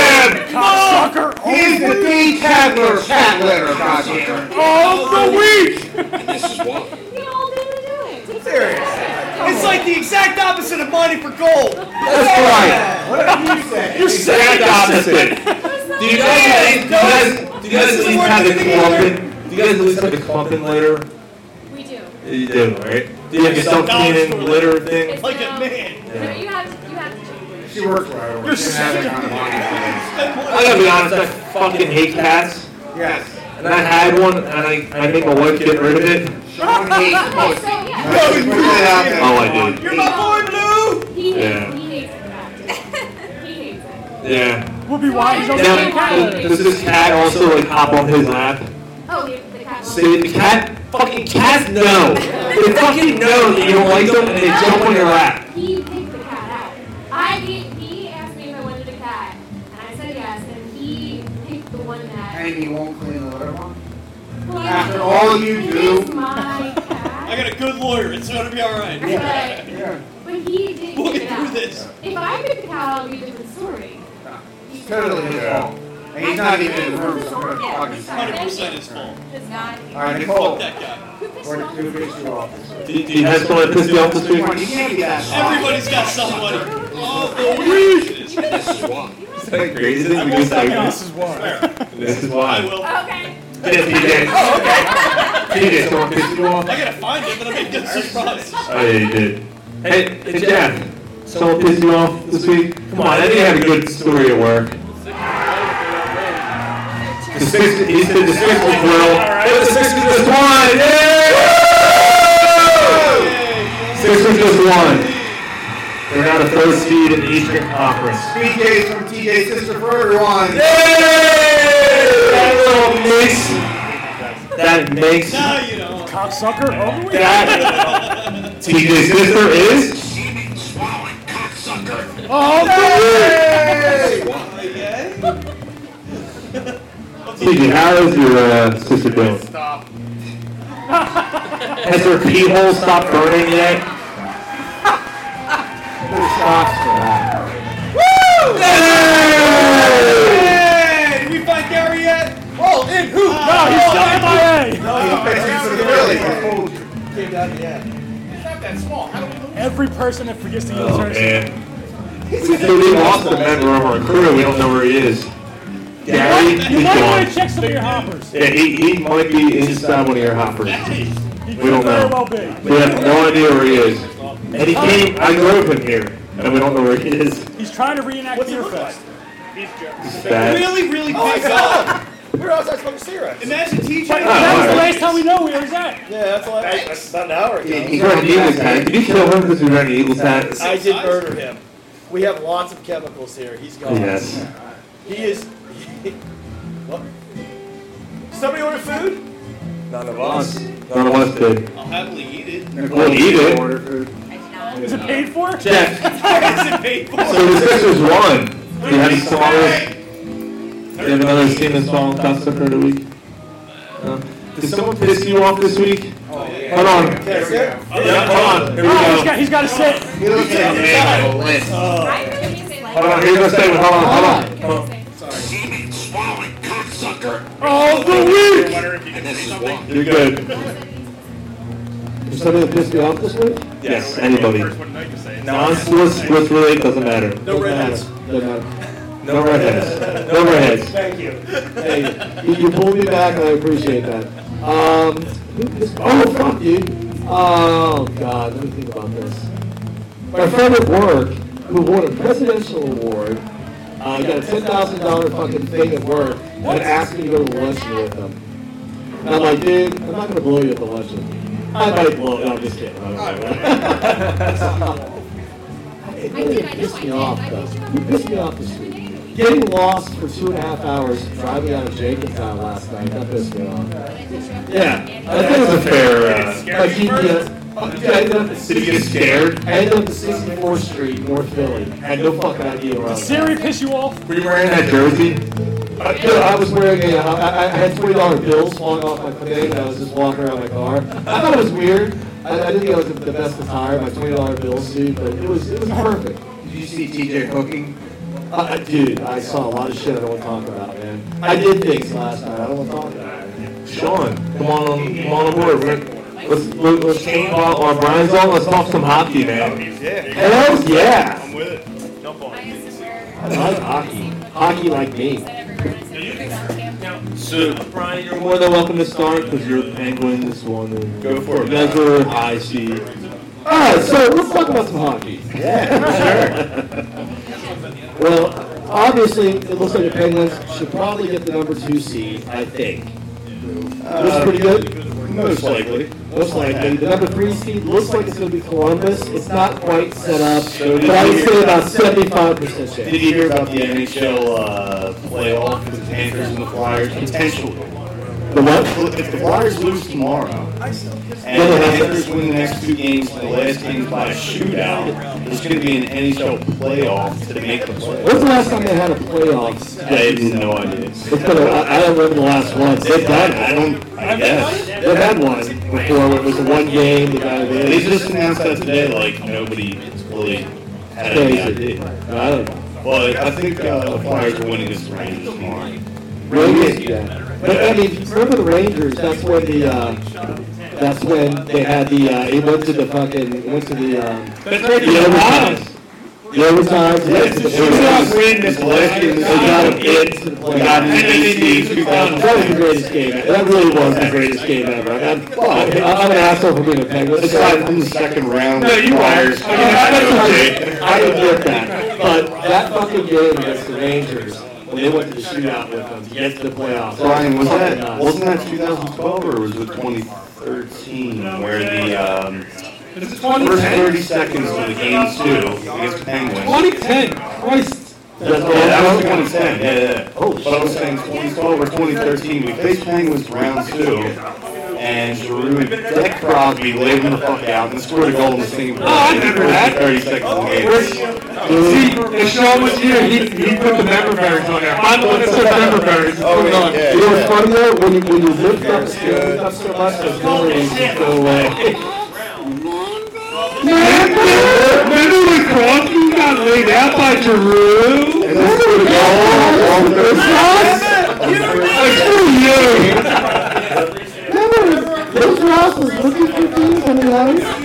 S12: cocksucker.
S10: He's the D tackler, cat litter, goddamn.
S12: Oh, the week.
S3: He all didn't do it. Take the
S10: Serious.
S3: calendar.
S15: It's like the exact opposite of money for gold.
S7: That's right.
S10: What did you say?
S7: You're saying the opposite. Do you guys, do you guys, do you guys at least have the clumping? Do you guys at least have the clumping later?
S3: We do.
S7: You do, right? Do you have your self cleaning litter thing?
S5: Like a man.
S3: No, um, you have, you have to change.
S10: She works where I work.
S7: You're
S10: She had it on the
S7: I gotta be honest, I fucking hate cats.
S10: Yes.
S7: And I had one, and I, I made my wife get rid of it.
S10: Sean hates pussy.
S7: Oh, I did.
S5: You're my boy, Lou.
S3: He hates,
S7: Yeah.
S3: he hates that. he hates it.
S7: Yeah.
S12: We'll be wise. He's only a
S7: Now,
S12: cat.
S7: does this cat also like hop on his lap?
S3: Oh, he- the cat.
S7: Say the cat. Fucking cats know. They fucking know that you don't like them, and they jump on your lap.
S3: He picked the cat out. I he, he asked me if I wanted a cat, and I said yes, and he picked the one that.
S10: And you won't clean the litter box?
S3: Well,
S10: After all you
S3: it
S10: do-
S3: is my cat,
S15: I got a good lawyer. It's gonna be all right.
S3: but, but he did
S15: We'll get
S3: pick it
S15: through
S3: out.
S15: this.
S3: If I picked the cat, I'll be a different story.
S10: It's totally his fault. And he's not even in the room, so we're fucking
S3: Hundred
S15: percent his fault.
S3: It's not.
S10: All right, Nicole.
S15: That guy.
S10: We're to do this to office.
S7: Do you, do you have someone that pissed you off this week?
S10: You can't be that soft.
S15: Everybody's got somebody. Oh,
S7: Is that crazy? We just like this is why. This is why.
S3: Okay.
S7: Yes, he did. Oh, okay. He did. Someone pissed you off.
S15: I gotta find him, but I'm gonna get surprised.
S7: Oh, yeah, you did. Hey, hey, Jeff. Someone pissed you off this week? Come on, I think you had a good story at work. The six, he said the six was grill. It was six was just one. Yay! Six was just one. They're now the first seed in the Eastern Conference.
S10: BJ's from TJ Sister for everyone.
S7: That little mix. That makes
S15: Now you know.
S12: Cocksucker. Oh, we-
S7: that TJ's sister is.
S12: Oh,
S7: TJ, how is your uh, sister doing?
S5: Stop.
S7: Has her pee hole stopped burning yet?
S5: Hey, did we find Gary yet? Oh, in who?
S12: no, Ah, he's still MIA.
S5: He's not that small. How do we lose?
S12: Every person that forgets to use
S7: Oh
S12: their
S7: man. So we lost a member of our crew. We don't know where he is. Gary is
S12: You might want to
S7: gone.
S12: check some of your hoppers.
S7: Yeah, he, he might be inside one of your hoppers.
S12: You
S7: We don't
S12: could
S7: know.
S12: very well be.
S7: We have no idea where he is. And he came. I drove him here, and we don't know where he is.
S12: He's trying to reenact Beer Fest.
S7: He's fat.
S15: Really, really big
S5: Oh,
S15: guy.
S5: God. We're outside smoking cigarettes.
S15: Imagine TJ.
S12: But
S7: Oh, all
S12: that was the
S7: right.
S12: last time we know where he was at.
S5: Yeah, that's all I That's about an hour ago.
S7: He's wearing an Eagles hat. Did you kill him because he was wearing an Eagles hat?
S4: I did murder him. We have lots of chemicals here. He's gone.
S7: Yes.
S4: He is. what?
S5: Somebody order food?
S4: None of
S7: us. None of us did.
S15: I'll happily eat it.
S7: We'll eat it.
S12: Is it paid for?
S7: Jeff.
S15: Is it paid for?
S7: So the Sixers won. Do you have any songs? Do you have another statement song, top sucker of the week? No? Did someone piss you off this week? Hold on.
S5: Oh, Yes, sir.
S7: Yeah, hold on. Here we
S12: Oh, he's
S7: go.
S12: got, he's got to sit.
S10: He looks like a man on a list.
S3: I think he's like.
S7: Hold on. Here's my statement. Hold on. Hold on.
S12: Oh,
S7: The week.
S5: Wonder if you can say something.
S7: You're good. Did somebody piss you off this week? Yes. Anybody.
S5: First one tonight, you say.
S7: Non-sports sports related doesn't matter.
S4: No redheads.
S7: No redheads. No redheads.
S5: Thank you.
S4: Hey, you, you pulled me back. I appreciate that. Um, who is- oh fuck you. Oh god, let me think about this. My friend at work, who won a presidential award, uh, got a ten thousand dollar fucking thing at work, and asked me to go to lunch with him. And I'm like, dude, I'm not gonna blow you at the luncheon. I might blow. No, I'm just kidding. I don't know. It really pissed me off, though. You pissed me off this week. Getting lost for two and a half hours driving out of Jenkintown last night, that pissed me off.
S7: Yeah. I think it's a fair. Uh,
S4: Like, he, yeah, I ended up at
S7: did you
S4: 60,
S7: get scared?
S4: I ended up at 64th Street, North Philly. Had no fucking idea where I was.
S12: Siri piss you off?
S7: Were you wearing that jersey?
S4: I, I was wearing a, I, I I had twenty dollar bills falling off my thing, and I was just walking around my car. I thought it was weird. I, I didn't think I was the best attire, my twenty dollar bill suit, but it was, it was perfect.
S10: Did you see TJ hooking?
S4: Uh, dude, I saw a lot of shit I don't want to talk about, man. I did things last night I don't want to talk about. Man.
S7: Sean, come on, come on aboard. We're, let's let- let's change while while Brian's on. Let's talk some hockey, man.
S5: Yeah.
S7: Hell yeah!
S5: I'm with it. Jump on.
S3: I
S5: it.
S3: used to wear.
S4: I love hockey. Hockey like me.
S3: Said everywhere, and I said, "Pick up camp."
S18: So
S15: So, Brian, you're more than welcome to start because you're the Penguins one. And Go for it. You guys are high seed.
S7: All right, so let's talk about some hockey. sure. well, obviously, it looks like the Penguins should probably get the number two seed, I think. Looks pretty good.
S15: most likely.
S7: Most likely. The number three seed looks like it's going to be Columbus. It's not quite set up, but I would say about 75%
S15: Did you hear about the NHL uh, playoff with the Panthers and the Flyers? Potentially.
S7: The what?
S15: If the Flyers lose tomorrow, and the Panthers win the next two games, and the last game is by a shootout, there's going to be an NHL playoff to make the playoffs.
S7: When's the last time they had a playoffs?
S15: I have no idea. It's
S7: been a, I I don't remember the last one. They've done it.
S15: I don't. I guess.
S7: They've had one before where it was a one game. They got it in.
S15: They just announced that today, like nobody really had any idea.
S7: I don't know.
S15: Well, I think uh, the Flyers are winning this Rangers tomorrow.
S7: Rangers, yeah. But I mean, remember the Rangers? That's when the uh, that's when they had the uh, it went to the fucking it went to the um, the overtime. The overtime. it went to the playoffs. They got a bid to the playoffs. That was the greatest game. ever. That really was the greatest game ever. I mean, I'm, I'm an asshole for being a Penguins.
S15: Aside from the second round,
S7: No, you
S15: Flyers.
S7: are. I don't get that. But that fucking game against the Rangers, when they went to the shootout with them to get to the playoffs.
S15: Brian, was that
S7: fucking nuts.
S15: wasn't that 2012 or was it 2013 where the um,
S5: first
S15: 30 seconds of the game two against the Penguins?
S5: 2010. Christ.
S15: Yeah, that was 2010. Yeah, yeah. Oh, but I was saying 2012 or 2013. We faced Penguins round two, and Giroux and Dick Crosby laid him the fuck out and scored a goal in the same. Oh, I remember that. 30 seconds of the game.
S5: See, if Sean was here, he, he put the member berries on there. I'm the one that said member berries. Oh,
S7: You know what's funny though? When you, when you lift up, you lift up so much, those memories just go away.
S5: Remember when Crosby got laid out by Giroux? And this would have gone
S7: Remember, Vince Ross was looking for things on the ice?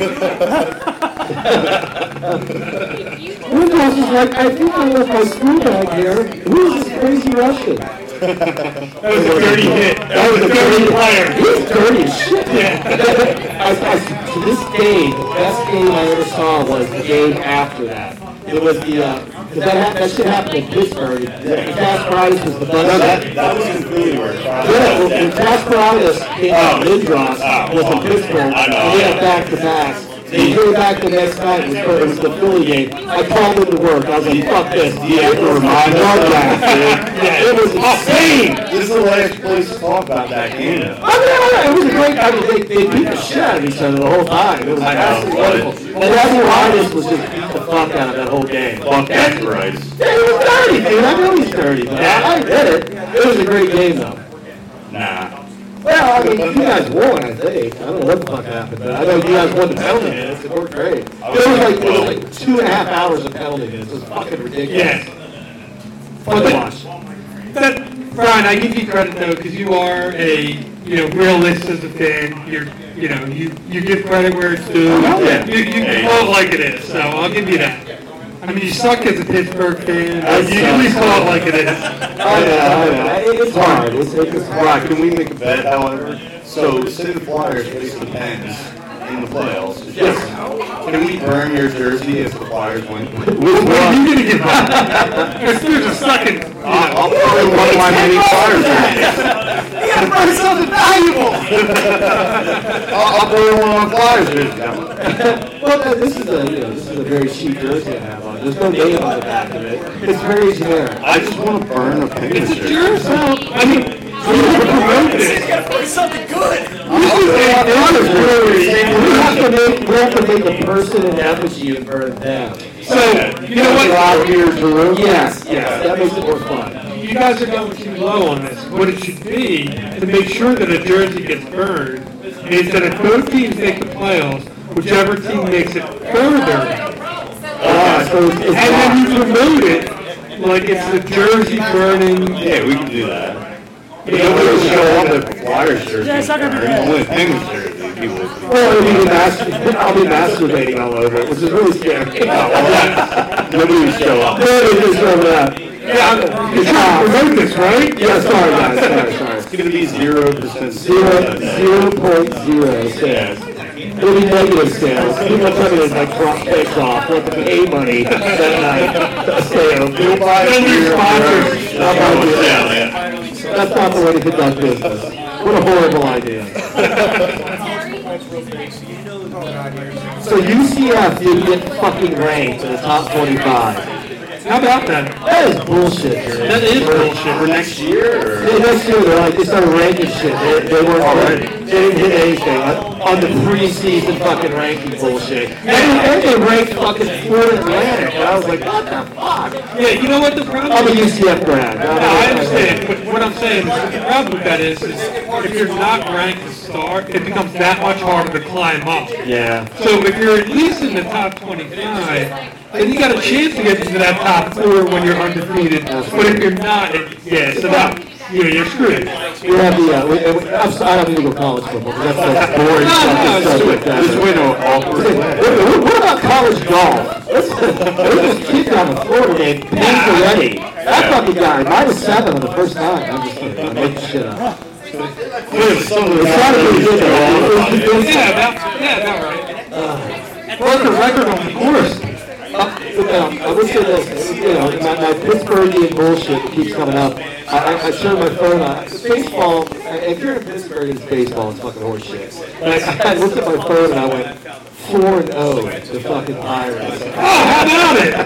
S7: Vince Ross was like, I think I left my school bag here. Who is this crazy Russian?
S5: That was a dirty hit.
S7: That was a Oh, dirty player. He's dirty as shit. I, I, to this day, the best game I ever saw was the game after that. It was the, uh, 'cause that, that shit happened in Pittsburgh. Cash Price was the best.
S15: That, that was in Philly where
S7: Yeah, when Kasparitis came out, Lindros was in Pittsburgh, and we had back to back. He came back the next night, and it was the Philly game. I called into work, I was like, fuck this, yeah, it was my Yeah, it was insane.
S15: This is the last place to talk about that game.
S7: I mean, it was a great, I mean, they, they beat the shit out of each other the whole time. It was
S15: I know,
S7: absolutely
S15: but-
S7: wonderful. And Kasparitis was just beat the fuck out of that whole game.
S15: Fuck that, right?
S7: Yeah, he was dirty, dude, I know he's dirty, but I I get it. It was a great game, though.
S15: Nah.
S7: Well, I mean, you guys won, I think. I don't know what the fuck happened, but I know you guys won the penalty minutes. It worked great. It was like, it was like two and a half hours of penalty minutes. It was fucking ridiculous. Fun to watch.
S5: That, Brian, I give you credit though, because you are a you know realist as a fan. You're you know you, you give credit where it's due.
S15: yeah.
S5: You you
S15: Hey.
S5: call it like it is, so I'll give you that. I mean, you suck as a Pittsburgh fan. but you at least call it like it is.
S7: Oh,
S15: I know, I know.
S7: It's hard. It's, it's
S15: Right, can we make a bet, however? So, say the Flyers face the Pens in the playoffs. Yes. Can we burn your jersey if the Flyers win?
S5: What are you gonna get back? This dude's a sucking. You know.
S15: I'll throw in one of my many Flyers jerseys.
S5: You gotta find something valuable.
S15: I'll, I'll throw in one of my Flyers jerseys. Yeah.
S7: well, no, this is a, you know, this is a very cheap jersey I have on. There's no name on the back of it. It's very generic.
S15: I just want to burn a Penguins jersey.
S5: Jersey. I mean,
S7: This
S1: He's gotta play something good.
S7: is a honest brewery. We have to make, we have to make a person an effigy and burn them.
S5: So you know what?
S7: Out here, Drew. Yes, yes, that makes it more fun.
S5: You guys are going too low on this. What it should be to make sure that a jersey gets burned is that if both teams make the playoffs, whichever team makes it further,
S7: Ah, so it's,
S5: and
S7: it's
S5: then you promote it like it's the jersey burning.
S15: Yeah, we can do that.
S5: You
S15: But nobody
S5: know,
S15: will show up if the Flyers jersey.
S12: Yeah, it's not gonna be
S15: burned.
S12: bad.
S15: Only a Penguins jersey. People will see.
S7: Well, I'll be, mas- I'll be masturbating all over it, which is really scary.
S15: Nobody will show up.
S7: There it is over that. Yeah, I'm- you're trying to promote this, right? Yeah, sorry guys, sorry, sorry.
S19: going to be zero percent.
S7: Zero, zero point zero sales. It'll be negative sales. People come in like drop picks off, want to pay money that night to stay home. They'll buy a beer. Sponsors. That's not the way to conduct business. What a horrible idea. So UCF didn't get fucking ranked in the top 25. How about that? That is bullshit. dude.
S15: That is bullshit. For next year?
S7: Yeah, next year they're like, they started ranking shit. They, they weren't already. They didn't hit anything on, on the preseason fucking ranking bullshit. And, and they ranked fucking Florida Atlantic. And I was like, what the fuck?
S5: Yeah, you know what the problem
S7: I'm a UCF grad.
S5: No, I understand, but what I'm saying is, the problem with that is, is if you're not ranked to start, it becomes that much harder to climb up.
S7: Yeah.
S5: So if you're at least in the top 25, then you got a chance to get into that top four when you're undefeated. But if you're not, it, yeah, so that, you know, you're screwed.
S7: We have the, uh, we, uh, we- I'm sorry, I don't need to go college football, 'cause that's the boring
S15: No, no,
S7: fucking
S15: it's
S7: subject.
S15: just- just went on awkward.
S7: Wait, wait, What about college golf? Let's, there's this kid down in Florida named Pete Ferretti. That fucking guy, I was seven on the first time. I'm just kidding, I'm making shit up. It's not a good thing. It's- it's-
S5: Yeah, about, yeah, about right.
S7: Broke a record on the course. Uh, um, I would say this, you know, my, my Pittsburghian bullshit keeps coming up. I, I, I showed my phone, uh, baseball, if you're in Pittsburgh, it's baseball, it's fucking horseshit. And I, I looked at my phone and I went, four and oh, the fucking Pirates. Oh, how about it? How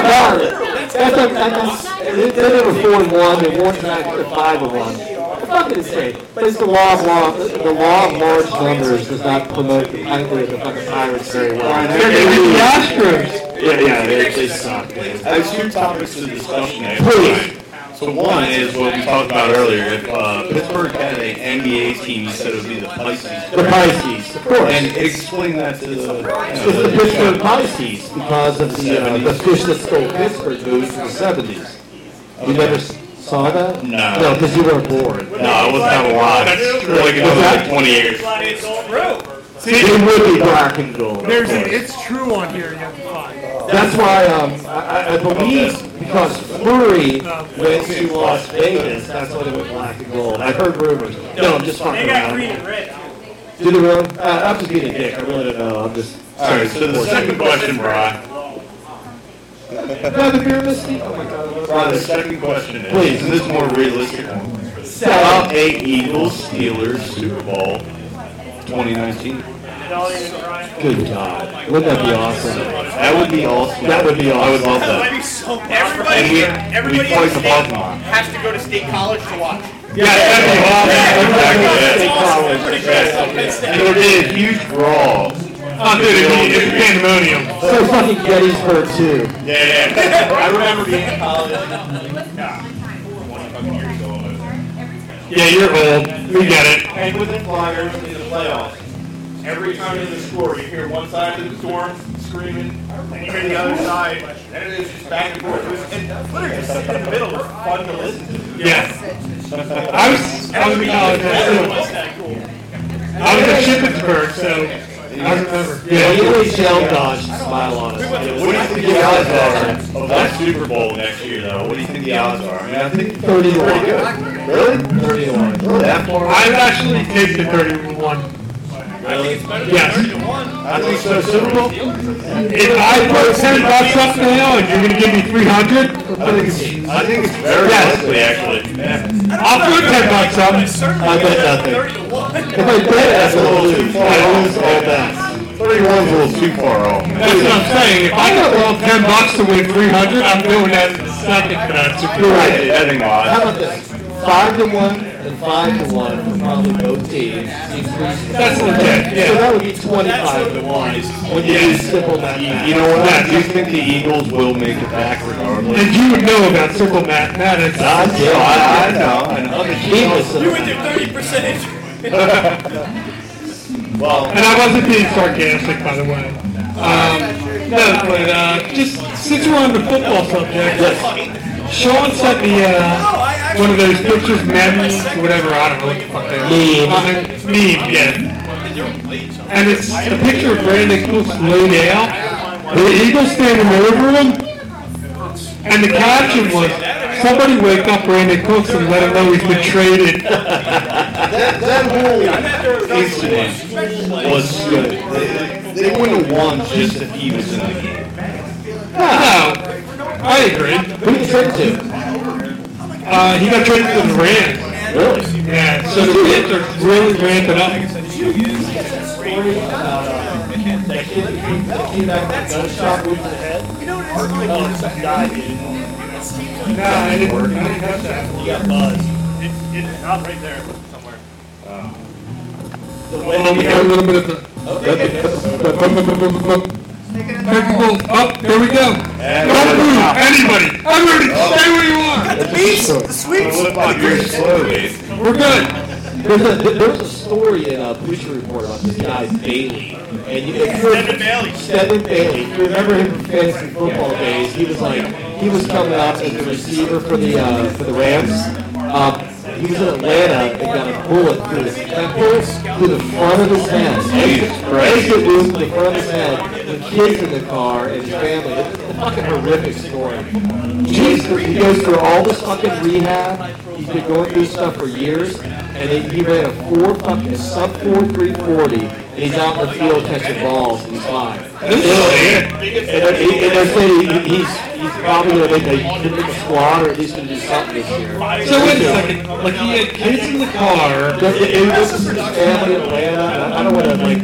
S7: about it? That's, a- that's, a- they they were four and one, they won tonight, they're five and one. Fucking insane. But it's the law of law, the law of large numbers does not promote the Pirates, the fucking Pirates very well.
S15: They're doing the
S7: Astros.
S15: Yeah, yeah, they, they suck. man. I have two topics to discussion there. So one is what we talked about earlier. If uh, Pittsburgh had an NBA team, you said it would be the Pisces.
S7: The Pisces, of course.
S15: And explain that to the. you know,
S7: It's the
S15: the-
S7: Pittsburgh Pisces because of the, uh, the fish that stole Pittsburgh movies in the seventies. You never s- saw that?
S15: No.
S7: No, because you weren't born.
S15: No, I wasn't having a lot.
S7: That's true.
S15: Like another like twenty years.
S12: It's all true.
S7: It would be black and gold. of
S20: There's,
S7: course.
S20: it's true on here, you have to find.
S7: That's why um, I, I- I believe because Flurry went to Las Vegas, that's why they went black and gold. I've heard rumors. No, I'm just fucking around. Did it really? Uh, I'm just being a dick. I really don't know. I'm just.
S15: All right. So the second question, Brian.
S7: No, the beer misty. Oh my god.
S15: Brian, the second question is,
S7: Please.
S15: and this is a more realistic one. Set up a Eagles Steelers Super Bowl 2019.
S7: Good God. Wouldn't that be awesome?
S15: That would be awesome.
S7: That would be
S15: I would love
S12: That would
S15: that.
S12: be so much.
S15: And we-
S12: Everybody,
S15: we
S12: everybody in
S15: play
S12: the
S15: the
S12: state
S15: Pokemon.
S12: has to go to state college to watch.
S15: Yeah, that'd be awesome.
S12: Pretty
S15: Exactly. yeah.
S12: good. Penn State.
S15: And there'd be a huge brawl.
S5: Oh, dude, it'd be, it'd be pandemonium.
S7: So fucking Gettysburg too.
S15: Yeah, yeah. I remember being in college.
S5: Yeah, you're old. We get it.
S21: And within Flyers in the playoffs, every time there's a score, you hear one side of the storm screaming, and you hear the other side, and it's just back and forth. It was- And Twitter just sitting in the middle was fun to listen to.
S5: Yeah. I was, I was in college.
S21: Everyone
S5: I
S21: was that cool.
S5: was at Shippensburg, so I remember.
S7: Yeah, you really shell dodge and smile on us.
S15: What do you think the odds are of that Super Bowl next year, though? What do you think the odds are? I mean, I think
S7: Thirty to
S15: pretty
S7: one.
S15: good. Really?
S7: Thirty to one.
S15: That far?
S5: I would actually take the 31.
S15: Really?
S5: Yes.
S15: I think so. Super Bowl?
S5: If I put 10 bucks up now and you're going to give me
S15: I
S5: 300,
S15: think it's, I think it's very
S5: Yes.
S15: likely, actually.
S5: I'll put 10 bucks
S7: I
S5: up.
S7: bet nothing.
S12: Thirty to one.
S7: If I bet, that's a little too far. I lose all bets.
S15: 31's a little too far off.
S5: That's what I'm saying. If I got rolled 10 bucks to win 300, I'm doing that in the second uh, bet. So
S15: You're right. I think
S7: How
S15: odds.
S7: about this? Five to one and five to one for probably both teams. That's
S5: legit, yeah.
S7: So that would be twenty-five to one when you do simple math.
S15: You know what? I do think the Eagles will make it back regardless.
S5: And you would know about circle mathematics.
S15: I do. I, I know. I know.
S12: You went through thirty percent.
S15: Well,
S5: And I wasn't being sarcastic, by the way. Um, no, but uh, just since we're on the football subject, Sean sent me uh, one of those pictures, memes, whatever, I don't know what the fuck they are.
S7: Meme.
S5: Uh, meme, yeah. And it's a picture of Brandon Cooks laid out, with the Eagles standing over him, and the caption was, Somebody wake up Brandon Cooks and let him know he's been traded.
S9: That, that whole incident was good. They, they wouldn't have won just if he was in the game.
S5: Oh, I agree. Who did he trade to? Uh, he got traded to the Rams. Really? Yeah. So the Rams are really ramping up.
S12: Nah, I didn't, I didn't touch that.
S11: You got buzzed. It's, it's not right there somewhere.
S5: Well, we got a little bit of the. Technical. Up. There we go. Don't move, anybody. Everybody, stay where you are.
S15: Got the beats, the sweeps.
S5: We're good.
S4: There's a, there was a story in a Bleacher Report about this guy Bailey, and you Stephen Bailey. Stephen Bailey. You remember him from fantasy football days? He was like, he was coming up as the receiver for the uh, for the Rams. Um, he was in Atlanta and got a bullet through his temple, through the front of his head. Exit wound through the front of his head. The kids in the car and his family. It's a fucking horrific story. He's, he goes through all this fucking rehab. He's been going through stuff for years, and he, he ran a four fucking a sub four three forty, and he's out in the field catching balls, and he's fine. And, they're- and they're saying he- he's he's probably gonna make a, gonna make a squad or at least gonna do something this year.
S5: So wait a second, like he had kids in the car.
S4: It, it was his family in Atlanta. and I I don't want to like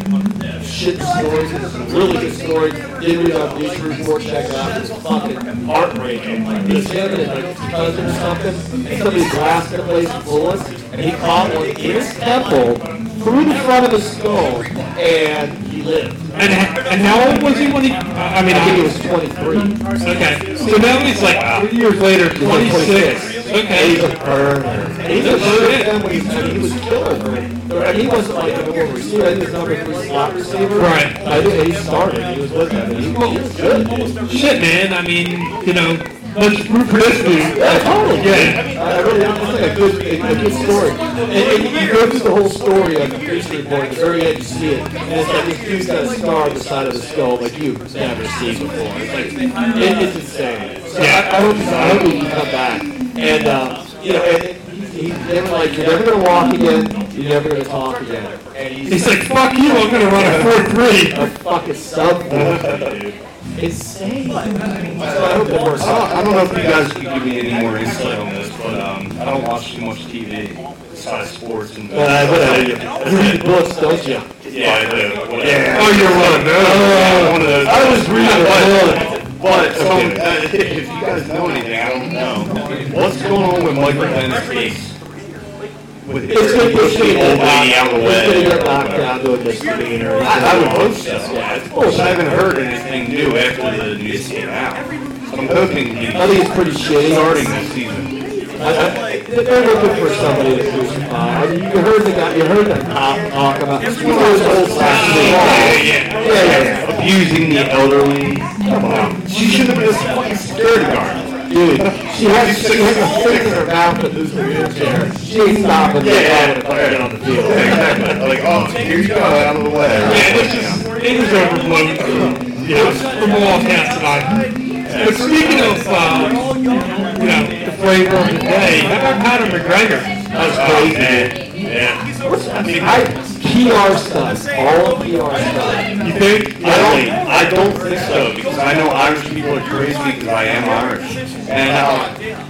S4: shit the stories. It's a really good story. Did we on News Report check it out? It's fucking heartbreaking. Like this him and like his cousin or something. and Somebody blasted the place with bullets, and he caught one in his temple through the front of his skull, and he lived.
S5: And, and how old was he when he? I mean, I think he was 23. Okay, so now he's like three years later, 26. Okay.
S4: He's a burner. He's a burner. And when he- I mean, he was a killer. burner. I mean, he wasn't like a number one receiver. I think he was number three slot receiver.
S5: Right.
S4: I think he started. He was with them. He, he was good. dude.
S5: Shit, man. I mean, you know, let's root for this dude.
S4: Yeah, totally.
S5: Yeah.
S4: I I really, it's like a good, a, a good story. And, and you go through the whole story of the police report, at the very end you see it, and it's like this dude's got a scar on the side of the skull like you've never seen before. It's like, it, it's insane. So I, I hope, I hope he can come back. And, uh, you know, and he, he, they were like, you're never gonna walk again, you're never gonna talk again. And he's,
S5: He's like, fuck you. I'm gonna run a four three.
S4: a fucking sub. Insane. So I hope it works out.
S9: I don't know if you guys could give me any more insight on this, but um, I don't watch too much TV besides sports and.
S4: Uh, what are you? You read books, don't you?
S9: Yeah, I do. whatever.
S5: Oh, you're one of those.
S9: Oh, one of those.
S4: I was reading
S9: But, but so, uh, if you guys know anything, I don't know. What's going on with Michael Ben's case? With
S4: It's
S9: the
S4: gonna
S9: old
S4: push me
S9: lady out of the
S4: It's gonna
S9: way.
S4: get knocked down to a misdemeanor.
S9: I, I would hope so. But I haven't heard anything new after the news came out. So I'm hoping he's
S4: I think it's pretty shitty.
S9: starting this season.
S4: I- I- They're looking for somebody to crucify. I mean, you heard the guy, you heard that cop talk about, you know, those old sacks of law.
S9: Yeah, yeah. Abusing the elderly. Come on. She should have been a fucking security guard.
S4: Dude, she has, she has a stick in her mouth that moves the wheelchair. She ain't stopping
S9: Yeah, yeah,
S4: to get on the field.
S9: Exactly. Like, oh, here you go, out of the way.
S5: It was overblown. Yeah, it was from all accounts tonight. But speaking of, uh, you know, the flavor of the day, how about Conor McGregor? Uh,
S9: That's crazy. Yeah.
S4: What's, I mean, I, PR stuff, all PR stuff.
S5: You think? uh,
S9: I don't, I don't think so, because I know Irish people are crazy because I am Irish. And, uh,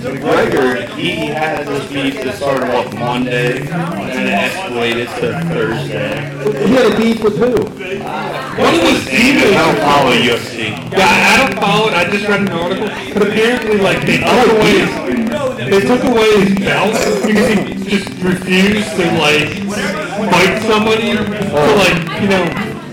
S9: McGregor, he had this beef that started off Monday, and it escalated to Thursday.
S4: He had a beef with who?
S5: One of those
S9: I
S5: demons.
S9: don't follow UFC.
S5: Yeah, I don't follow it. I just read an article, but apparently, like they
S9: Oh,
S5: took away his, they took away his belt because he just refused to like fight somebody
S9: Oh.
S5: to like you know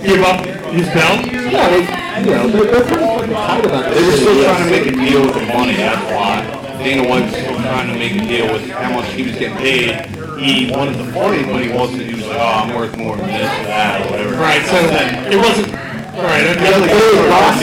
S5: give up his belt.
S4: Yeah, they, you know, they're, they're pretty fucking tight about
S9: They were
S4: this.
S9: still trying to make a deal with the money, that's why. Dana White was still trying to make a deal with how much he was getting paid. He wanted the money, but he wasn't, he was like, oh, I'm worth more than this or that or whatever.
S5: Right, so it wasn't. All right,
S9: The other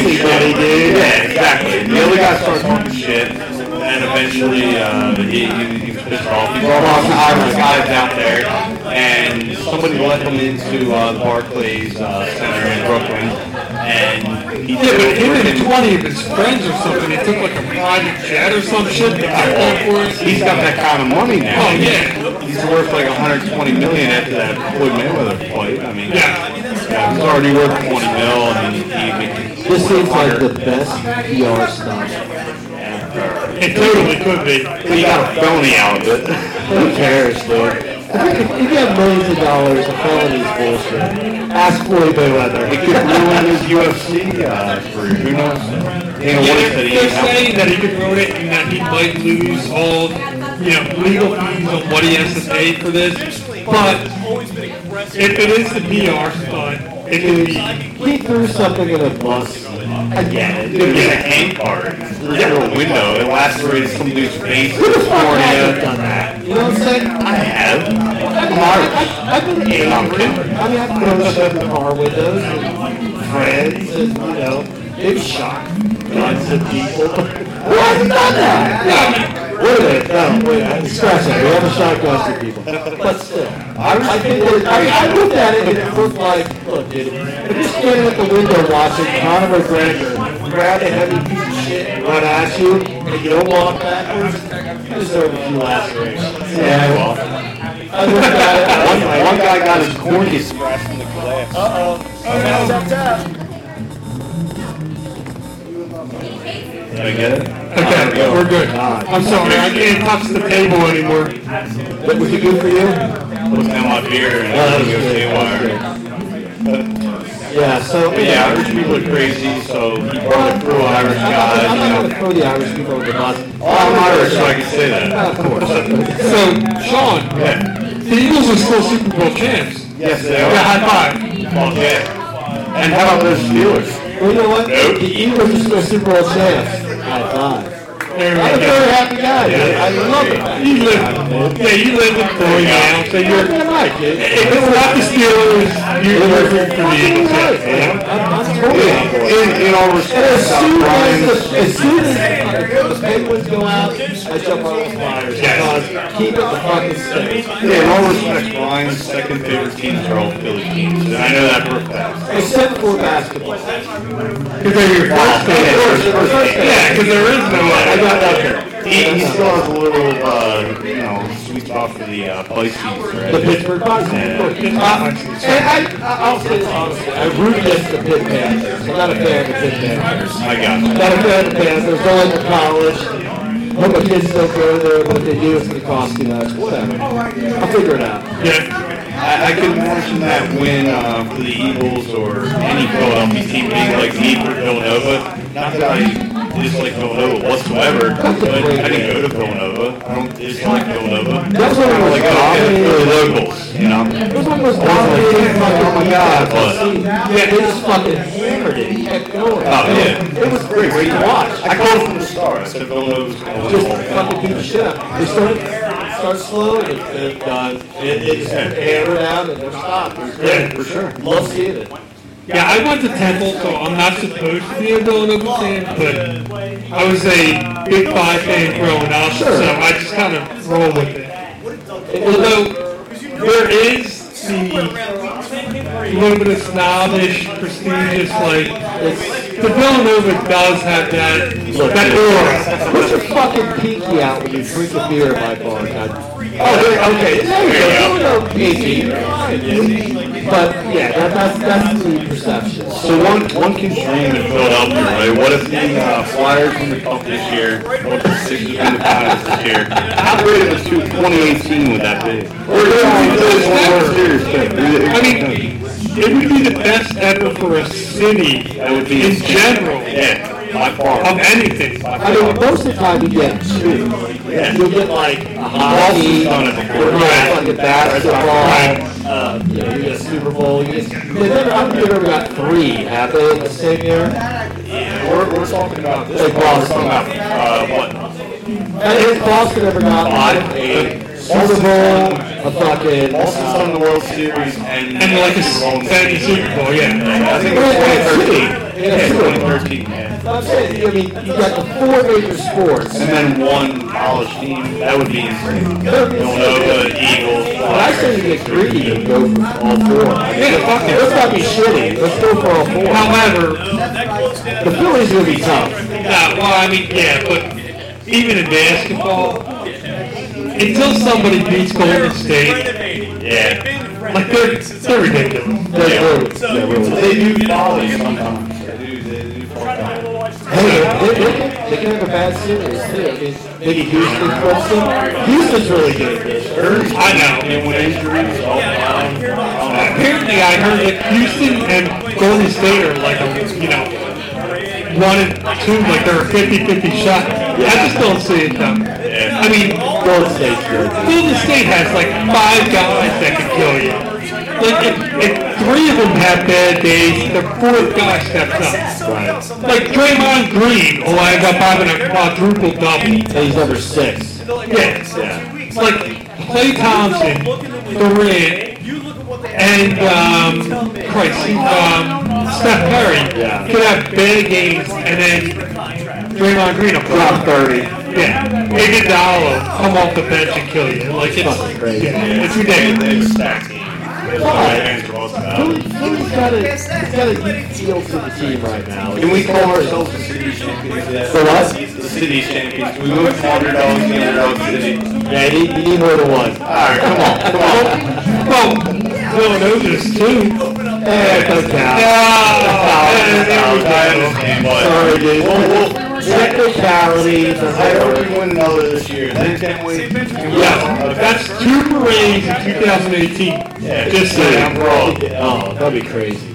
S5: okay.
S9: guy started talking shit. Yeah, exactly. The other guy started talking shit, and eventually, uh, he, he, he was pissed off. He brought all the Irish guys out there, and somebody let him into, uh, Barclays, uh, Center in Brooklyn, and
S5: Yeah, but him and 20 of his friends or something, they took like a private jet or some shit. He's
S15: got that kind of money now.
S5: Oh, yeah.
S15: He's worth like 120 million after that Floyd Mayweather fight. I mean, yeah, he's already worth 20 mil, and he, he
S4: This seems like the best PR stunt.
S15: It totally could be. He got a felony out of it.
S4: Who cares, dude? If you get millions of dollars, a felony's bullshit. Ask Floyd Mayweather.
S15: It could ruin his UFC uh, career. Who knows? Dana
S5: Yeah,
S15: White
S5: they're,
S15: said he
S5: they're
S15: didn't have-
S5: saying that he could ruin it and that he might lose all, you know, legal fees on what he has to pay for this. But if it is the PR stunt, it can be.
S4: He threw something in a bus. I get it.
S15: It was a hand card through a window. It lacerated some dude's face. Who
S4: the fuck hasn't done that? You know what I'm saying?
S15: I have.
S4: I'm I, have been in car I mean, I've thrown shit in car windows and friends and, you know, they've shot guns at people. Who hasn't done that? No. Wait a minute, no, wait, I- scratch that, we haven't shot guns at people. But still, I, I think, that- I mean, I looked at it and it looked like, look, dude, if you're standing at the window watching Conor McGregor grab a heavy piece of shit and run at you, and you don't walk backwards, you deserve a few lacerations.
S15: Yeah, well. One, one guy got his cornea
S22: scratched in the glass.
S23: Uh-oh.
S24: Oh,
S15: Did I get it?
S5: Okay, we're good. I'm sorry, I can't touch the table anymore.
S15: What was it good for you? Looking at my beer and I was gonna say wire.
S4: Yeah, so-
S15: But yeah, Irish people are crazy, so he brought a crew of Irish guys.
S4: I'm not gonna throw the Irish people under the bus.
S15: I'm Irish, so I can say that. Of course.
S5: So, Sean, the Eagles are still Super Bowl champs.
S15: Yes, they
S5: Yeah,
S15: are.
S5: high five.
S15: Well, yeah. And how about those Steelers?
S4: Well, you know what? The Eagles are still Super Bowl champs. High five. I'm a very happy guy. dude. I love it.
S5: You live, yeah, you live in Philly now, so you're. If it's not the Steelers, you're rooting for the Eagles.
S15: In, in all respect, Tom Bryan,
S4: As soon as the Penguins go out, I jump on the Flyers because keep it the fucking same.
S15: yeah, in all respect, Brian's second favorite teams are all Philly teams, and I know that for a fact.
S4: Except for basketball.
S5: Because they're your first favorite. Yeah, because there is no other.
S15: I got that there. He, he still has a little, uh, you know, sweet spot for the uh, Pisces, right?
S4: The Pittsburgh Pirates.
S15: Yeah.
S4: And I, I'll say this honestly, I root against the Pitt Panthers. I'm not a fan of the Pitt Panthers.
S15: I got it.
S4: Not a fan of the Panthers, going to college. Hope my kids don't go there, but if they do, it's gonna cost too much, whatever. I'll figure it out.
S15: I, I could imagine that win um, for the Eagles or any Philadelphia team being like me for Villanova. Not that I dislike Villanova whatsoever, but I didn't go to Villanova. I don't dislike Villanova.
S4: That's what it
S15: I'm
S4: was
S15: like, oh, they're locals, you know?
S4: It was one of those dominating fucking
S15: Oh my God, but-
S4: Yeah, they just fucking hammered it. He kept going.
S15: Oh, yeah.
S4: It was great. Great to watch.
S15: I called it from the start. I said Villanova was going to
S4: Just
S15: win.
S4: fucking beat the shit up. They started, start slow and it, uh, it, it just hammered out and they stopped. It was great.
S5: Yeah, for sure.
S4: Love seeing it.
S5: Yeah, I went to Temple, so I'm not supposed to be a Villanova fan, but I was a Big Five fan growing up, so I just kind of roll with it. Although there is the little bit of snobbish, prestigious, like the Villanova does have that that aura.
S4: Put your fucking pinky out when you drink a beer at my bar. God.
S5: Oh, there- okay.
S4: There you go. No pinky. But yeah, that, that's that's the perception.
S15: So one, one can dream in Philadelphia, right? What if the uh, Flyers win the cup this year? What if the Sixers win the finals this year? How great of a two- 2018 would that be? Or
S5: I mean, it would be the best ever for a city
S15: that would be
S5: in general
S15: Yeah, by far.
S5: of anything.
S4: I mean, most of the time you get two. You'll get like a hockey,
S15: on it.
S4: you'll get fucking basketball, uh, you know, you get a Super Bowl. You get, they've never, I don't think they've ever got three, have they, in the same year?
S15: We're, we're talking about this.
S4: Like Boston.
S15: We're talking about, uh, what?
S4: And if Boston ever got
S15: Five,
S4: one,
S15: eight.
S4: Super Bowl, a fucking,
S15: Boston's
S4: uh,
S15: on the World Series and.
S5: And like a s- fantasy Super Bowl, yeah.
S15: I think it's 2013. Yeah, 2013.
S4: I'm saying, I mean, you got the four major sports.
S15: And then one college team, that would be insane. Villanova, Eagles,
S4: But I say you get greedy and go for all four.
S5: Yeah, fuck it.
S4: Let's not be shitty, let's go for all four.
S5: However,
S4: always going to be tough.
S5: Nah, well, I mean, yeah, but even in basketball, until somebody beats Golden State, yeah, like they're, they're ridiculous. They're really, they're really. They do folly sometimes.
S4: Hey, they, they, can, they can have a bad series too. Maybe Houston, Houston. Houston's really good.
S5: I know. And when injuries all around. Apparently, I heard that Houston and Golden State are like, you know, one and two, like they're a 50-50 shot. I just don't see it though. I mean, Golden State's good. Golden State has like five guys that can kill you. Like if, if three of them have bad days, the fourth guy steps up. Like Draymond Green oh, will end up having a quadruple double.
S4: He's number six.
S5: Yes, yeah. It's like Clay Thompson, Durant, and um, Christ, um, Steph Curry could have bad games, and then Draymond Green will drop thirty. Yeah, Iguodala come off the bench and kill you. Like it's crazy. Yeah, it's ridiculous.
S4: Who's got a, who's got a deal to the team right now?
S25: Can we call ourselves the city champions? yet?
S4: For what?
S25: The city champions. We moved from hundred dollars to hundred city.
S4: Yeah, you, you need more than one. All right, come on, come on.
S5: Well, Villanova's too.
S4: Eh, it doesn't count. Sorry, dude. Well, well, technicality.
S25: I hope we win another this year. Then can we?
S5: Yeah, that's two parades in 2018.
S25: Yeah,
S5: Just saying.
S25: I'm wrong.
S4: Oh, that'd be crazy.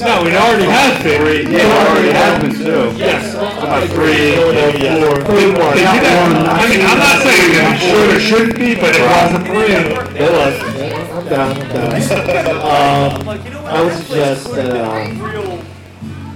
S5: No, it already has been.
S25: Yeah, it already happened too.
S5: Yes.
S25: About three, maybe four.
S4: Three more.
S5: They did that- I mean, I'm not saying that I'm sure there shouldn't be, but it was a parade.
S4: It was. I'm done. I'm done. Um, I would suggest that. Um,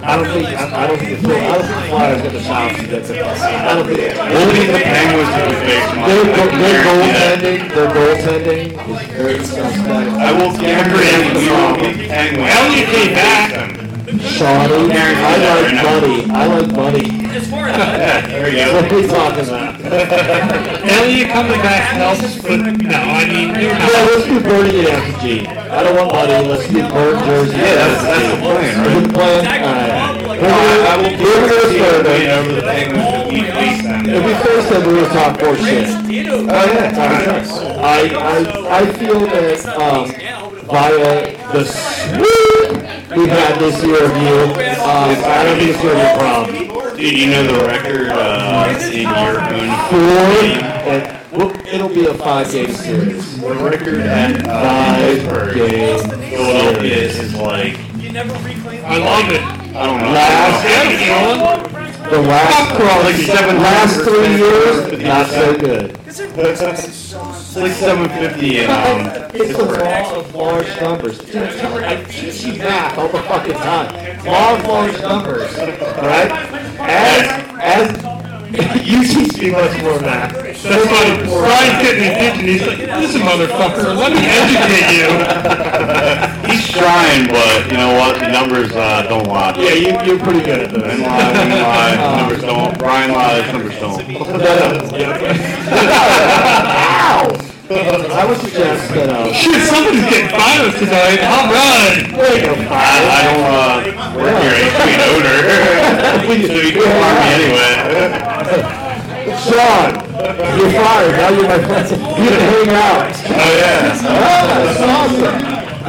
S4: I don't think. I, I don't think. The, I don't think the Flyers get the chance to get to. I don't think.
S15: Only the Penguins would be based on-
S4: Their, go- their goaltending. Their goaltending is very suspect.
S15: I will guarantee you will be Penguins.
S5: Elliot came back.
S4: Shawnee. I like Buddy. I like Buddy.
S15: There you
S4: What are we talking about?
S5: Elliot coming back helps, but no, I mean, you
S4: Yeah,
S5: know,
S4: let's do Birdie and FG. I don't want Buddy. Let's do Bird jersey.
S25: Yeah, that's- that's the plan, right?
S4: Good plan. All right.
S25: I will
S4: We're gonna, we're gonna
S25: guarantee you
S4: go third.
S25: win over the Penguins if we face them.
S4: If we face them, we're gonna talk more shit.
S25: Oh yeah, Tommy Turks.
S4: I, I, I feel that, um, via the swoop we've had this year of you, uh, I don't think it's gonna be a problem.
S15: Dude, you know the record uh, in your own.
S4: Four, and, well, it'll be a five game series.
S15: The record at uh,
S4: Five game
S15: Philadelphia
S4: series.
S15: is like
S4: uh,
S5: I love it.
S15: I don't know.
S4: Last, um, the last,
S5: Like seven
S4: last three years, not so good.
S15: It's like 750 and um,
S4: It's the law of large numbers. Dude, I'm telling you, I teach you math all the fucking time. Law of large numbers, alright? As, as, you teach me much more math.
S5: That's why Brian's getting his attention. He's like, listen, motherfucker, let me educate you.
S15: he's trying, but you know what? The numbers uh, don't lie.
S4: Yeah, you, you're pretty good at this.
S15: Men lie, women lie, numbers don't. Brian lies, numbers don't.
S4: No, no, yeah, okay. Ow! I would suggest that, uh,
S5: Shit, somebody's getting finals tonight. All right.
S4: there you go,
S15: I,
S4: five.
S15: I don't uh, work here. I clean odor. so you can harm me anyway.
S4: Sean, you're fired, now you're my friend, you can hang out.
S15: Oh yeah.
S4: Ah, that's awesome.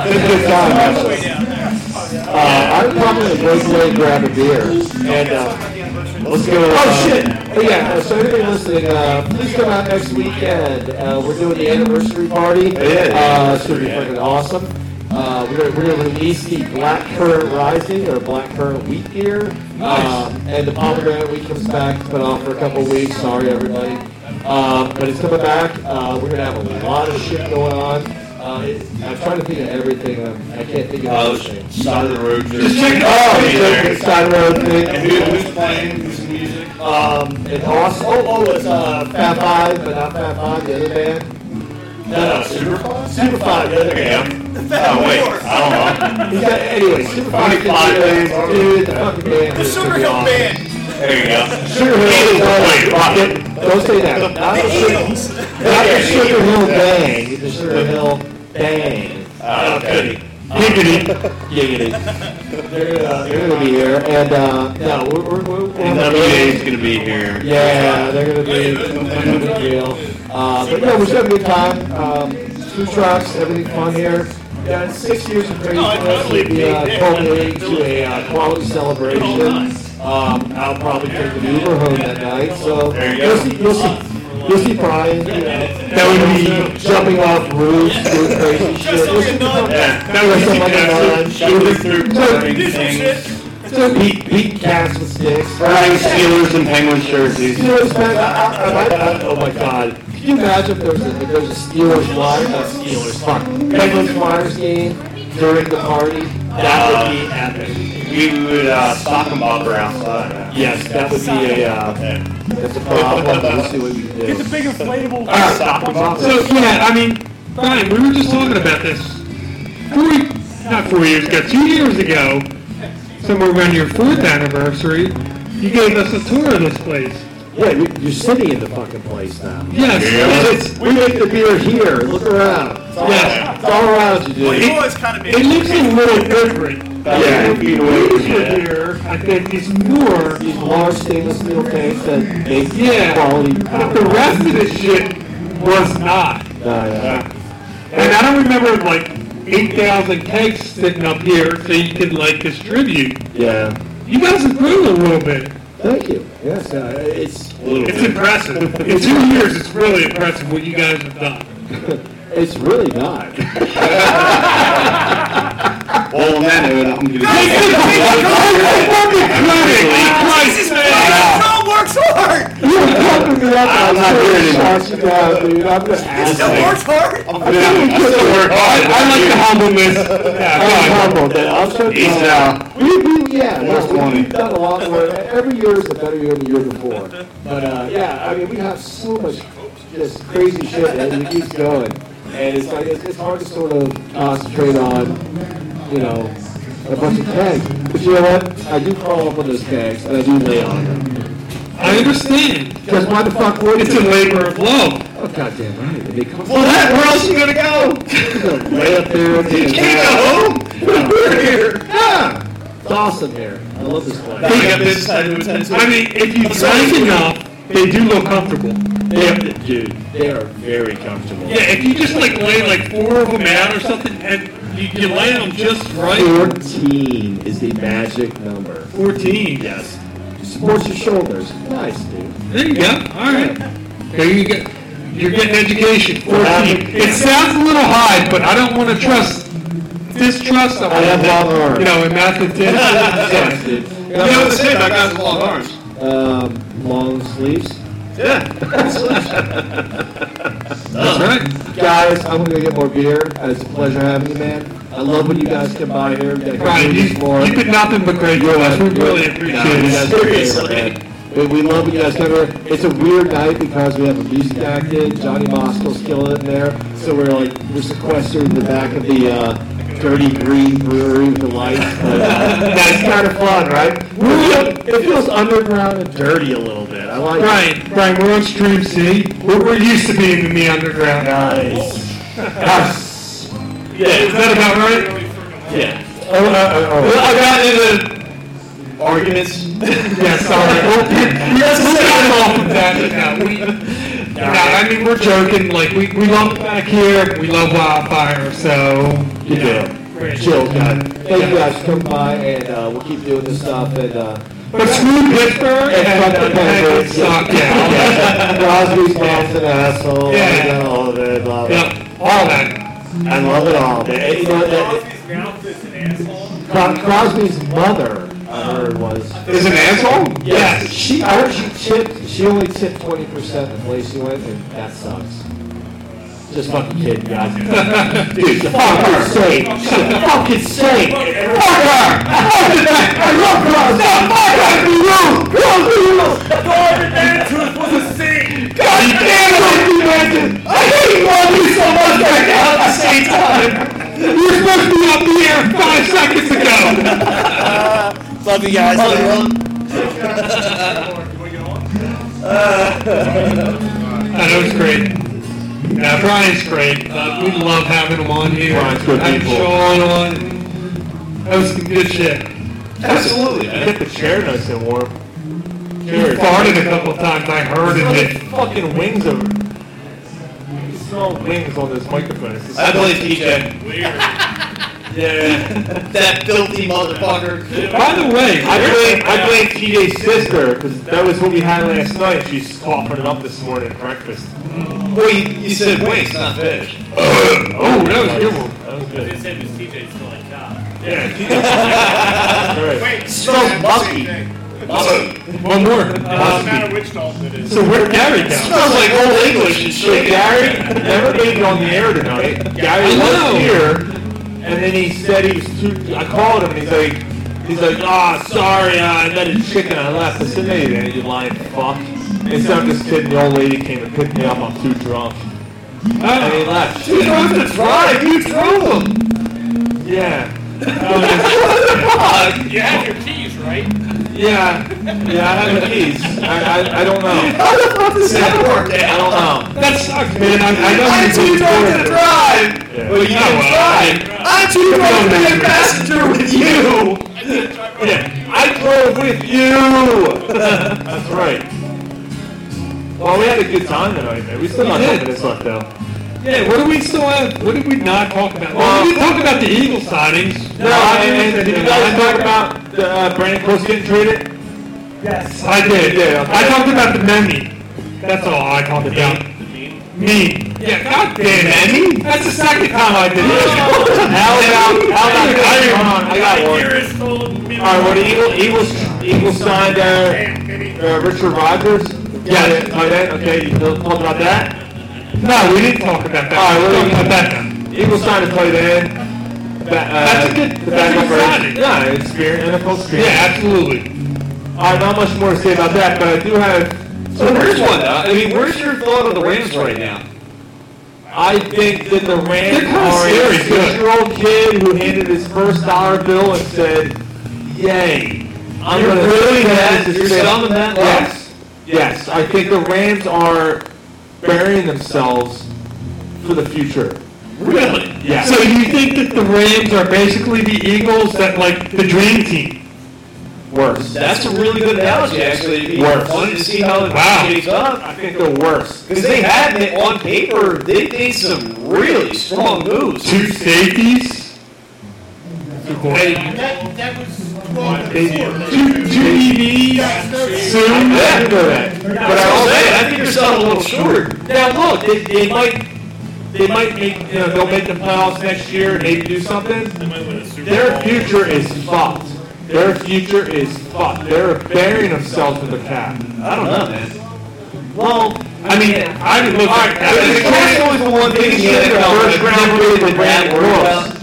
S4: Good, good time, Uh, I'm probably going to go and grab a beer and, uh, let's go. Oh, shit. But yeah, uh, so anybody listening, uh, please come out next weekend. Uh, we're doing the anniversary party.
S15: is.
S4: Uh, it's gonna be fucking awesome. Uh, we're gonna, we're gonna release the Black Currant Rising or Black Currant Wheat Beer. Um, and the pomegranate wheat comes back. It's been off for a couple of weeks. Sorry, everybody. Um, but it's coming back. Uh, we're gonna have a lot of shit going on. Uh, it, I'm trying to think of everything. I'm, I can't think of
S25: Uh,
S4: everything.
S25: side of the road.
S5: Just check it
S4: Oh,
S5: out.
S4: it's a- it's side road
S25: And
S4: thing.
S25: who, who's playing? Who's the music?
S4: Um, it's awesome. Oh, oh, it's uh, Fat Five, but not Fat Five, the other band. No, no, Super Five. Super Five, the other
S15: Okay.
S4: band.
S15: I'm- Oh wait, I don't know.
S4: He's got, anyway, Super Five,
S15: Five
S4: Kids,
S15: bands.
S4: dude, the fucking band.
S12: The
S4: is gonna
S12: Sugar
S4: be
S12: Hill
S4: awesome.
S12: Band.
S15: There you go.
S4: Sugar Hill is
S15: Wait, what?
S4: Don't- Don't say that. Not the Sugar, not the Sugar Hill Bang, the Sugar Hill Bang.
S15: Oh, okay.
S4: Giggity. Giggity. They're, uh, they're going to be here. And, uh, no, we're, we're, we're, we're
S15: And WDA's gonna be here.
S4: Yeah, they're going to be no big deal. Uh, but, yeah, we're just having a good time. Um, food trucks, everything fun here. Yeah, it's six years of crazy for us to be uh, culminating to a uh, quality
S15: Oh,
S4: celebration. Um, I'll probably take an Uber home that night, so
S15: There you
S4: you'll
S15: go.
S4: see, you'll see, you'll see Brian, you know, that would be jumping off roofs, doing crazy shit. You'll see Brian-
S15: Yeah, that would
S4: Just
S15: be
S4: like a nun.
S15: shuffling through,
S4: Just-
S15: grabbing things.
S4: just Beat, beat cats with sticks.
S15: Wearing Steelers and Penguins jerseys.
S4: Steelers, man, I, I, I, I, I- oh my god. Can you imagine if there's a, if there's a Steelers Flyers, uh, Steelers, fuck, Penguins Flyers game during the party? That would be epic.
S15: We would uh, sock and bopper outside.
S4: Yes, that would be a, uh, that's a problem, but we'll see what we can do.
S12: Get the big inflatable.
S5: So yeah, I mean, Brian, we were just talking about this four, not four years ago, two years ago, somewhere around your fourth anniversary. You gave us a tour of this place.
S4: Yeah, you- you're sitting in the fucking place now.
S5: Yes.
S4: It's- we make the beer here, look around. Yes, it's all around you, dude.
S5: It
S4: looks a little different. Yeah.
S15: feet away from
S4: Yeah.
S15: you.
S5: I think it's more
S4: these large stainless steel tanks that make
S5: Yeah.
S4: quality.
S5: But the rest of this shit was not.
S4: No, yeah.
S5: And I don't remember like eight thousand cakes sitting up here so you could like distribute.
S4: Yeah.
S5: You guys improved a little bit.
S4: Thank you. Yes, uh, it's
S5: It's impressive. In two years, it's really impressive what you guys have done.
S4: It's really not.
S15: Well, on that note, I'm gonna.
S4: works hard. You're pumping me up. I'm not here anymore. You down, dude. I'm just
S15: still works
S4: hard. I'm gonna
S15: I like the humbleness.
S4: I'm humble. Then I'm so
S15: He's uh,
S4: proud.
S15: now.
S4: We, we, yeah, no, we've done a lot more. Every year is a better year than the year before. But uh, yeah, I mean, we have so much just crazy shit, and it keeps going. And it's like it's, it's hard to sort of concentrate on, you know, a bunch of kegs. But you know what? I do crawl up on those kegs, and I do lay on them.
S5: I understand.
S4: Because why the fuck would
S5: It's a labor of love.
S4: Oh goddamn right. And they come.
S5: Well, that- where else you gonna
S4: go? Lay up there. You
S5: can't
S4: go home. We're here. Yeah. It's awesome here. I love this place.
S5: I mean, if you drink enough, they do look comfortable.
S4: They, dude, they are very comfortable.
S5: Yeah, if you just like lay like four of them out or something, and you, you lay them just right.
S4: Fourteen is the magic number.
S5: Fourteen.
S4: Yes. Supports your shoulders. Nice, dude.
S5: There you go. All right. There you go. You're getting education. Fourteen.
S4: Fourteen.
S5: It sounds a little high, but I don't want to trust distrust someone.
S4: I have long arms.
S5: You know, in mathematicians.
S4: dude.
S5: You know what they say about guys with long arms?
S4: Um, long sleeves.
S5: Yeah.
S4: That's right. Guys, I'm gonna go get more beer. It's a pleasure having you, man. I love when you guys come by here.
S5: Brian, you- you've been nothing but great to us. We really appreciate it. Seriously.
S4: We, we love when you guys come here. It's a weird night because we have a music act in. Johnny Moscow's killing it in there. So we're like, we're sequestered in the back of the uh, dirty green brewery with the lights. But, uh, that's kind of fun, right? We're- It feels underground and dirty a little bit. I like it.
S5: Brian, Brian, we're on Stream C. We're, we're used to being in the underground.
S4: Nice.
S5: yeah, is that about right?
S4: Yeah. Oh, uh, uh, oh.
S5: I got into arguments. yeah, sorry. Well, you guys will get off of that. but No, we, no, I mean, we're joking. Like, we, we love it back here. We love Wildfire, so.
S4: You do. Chill, guys. Thank you guys for coming by, and uh, we'll keep doing this stuff. And uh,
S5: But screw Pittsburgh and
S4: fuck
S5: uh,
S4: the Penguins.
S5: suck, yeah.
S4: yeah. Crosby's mom's an asshole. Yeah. I know all of it. Blah, blah.
S5: All that.
S4: I love it all. They- you know, that- Cro- Crosby's mother, I heard, was
S5: Is an asshole?
S4: Yes. She, I heard she tipped. She only tipped twenty percent the place she went, and that sucks. Just fucking kidding, guys. Dude, fuck her. Sake. She's a fucking sake. Fuck her. Fuck the back. I love her. No, fuck her. Be rude. Don't be rude. God damn it, I do imagine. I hate Bobby so much right now at the same time. You're supposed to be up here five seconds ago.
S10: Love you guys.
S5: That was great.
S7: Now, Brian's great. Uh, we love having him on here.
S5: Brian's good
S7: having
S5: people.
S7: Sean on. That was some good shit.
S5: Absolutely. Get the chair nice and warm.
S7: He farted a couple times. I heard
S5: It's
S7: it.
S5: like Fucking wings over. You smell wings on this microphone. It's
S10: I believe
S5: disgusting.
S10: TJ. Yeah. that filthy motherfucker.
S5: By the way, I blame I blame TJ's sister because that was what we had last night. She's coughing it up this morning at breakfast.
S10: Well, you, you said waste, not fish.
S5: oh, that was a good one.
S12: That was His name is TJ Smelling Cow.
S5: Yeah.
S12: Wait,
S10: Smells musky.
S7: One more.
S12: Doesn't matter which dolphin it is.
S5: So where Gary now?
S10: Smells like old English and
S5: So
S10: shit.
S5: Gary never made it on the air tonight. Gary was here, and then he said he was too. I called him, and he's like, he's like, ah, sorry, uh, I met a chicken, I left. I said, no, you didn't, you lying fuck. And so I'm just kidding. The old lady came and picked me up. I'm too drunk.
S10: Oh.
S5: and he left.
S26: You drove the drive. You drove them.
S5: Yeah.
S12: You have your keys, right?
S5: Yeah, yeah, I have the keys. I, I, I don't know. How the fuck does that work? I don't know. That sucks, man. I, I know I'm too drunk to drive. Yeah. Well, you can drive. I'm too drunk to be a passenger with you. Yeah, I drove with you. That's right. Well, we had a good time tonight, man. We still
S7: We
S5: not
S7: did.
S5: having this left though.
S7: Yeah, what do we still have? What did we not talk about? Well, we did talk about the Eagle signings. Uh,
S5: No, I and did you guys talk about the, uh, Brandon Close getting traded?
S7: Yes. I did.
S5: Yeah, okay.
S7: I talked about the Memmi. That's all I talked about. Me. Yeah, god damn it. That's the second time I did it.
S5: How about how about this? Hold on, I got one. All right, what Eagle Eagles Eagles signed uh, uh, Richard Rogers. Yeah, my dad. Okay, you talked about that.
S7: No, we didn't talk about that.
S5: All right,
S7: we
S5: what
S7: talked about
S5: Eagles,
S7: that.
S5: Eagles signed to play then. that's a good. uh,
S7: that's a
S5: The backup
S7: good
S5: right?
S7: signing.
S5: Yeah, experience, NFL experience.
S7: Yeah, absolutely.
S5: All right, not much more to say about that, but I do have.
S10: So where's one? uh, I mean, where's your thought on the Rams right now?
S5: I think that the Rams
S10: kinda
S5: are
S10: scary,
S5: a six-year-old kid who handed his first dollar bill and said, "Yay, I'm
S10: You're
S5: gonna
S10: really
S5: spend
S10: that-
S5: this
S10: you're
S5: shit."
S10: selling that low?
S5: Yes, yes. I think the Rams are burying themselves for the future.
S7: Really?
S5: Yeah.
S7: So you think that the Rams are basically the Eagles that like the dream team?
S5: Worse.
S10: That's a really good analogy, actually. It'd be
S5: Worse.
S10: Fun to see how it
S7: Wow.
S10: shapes up.
S5: I think they're worse.
S10: Because they had it on paper. They made some really strong moves.
S7: Two safeties. Two corners.
S12: That, that was twelve
S5: They-
S12: before.
S5: Soon. I know that. But I also
S10: I think you're selling a little short.
S5: Now look, they, they might they might make you know they'll make the playoffs next year, maybe do something. Their future is fucked. Their future is fucked. They're burying themselves in the cap.
S10: I don't know, man.
S5: Well, I mean, I would look. Alright,
S10: I think
S5: that's always the one thing you should have first round pick for Brandon Brooks.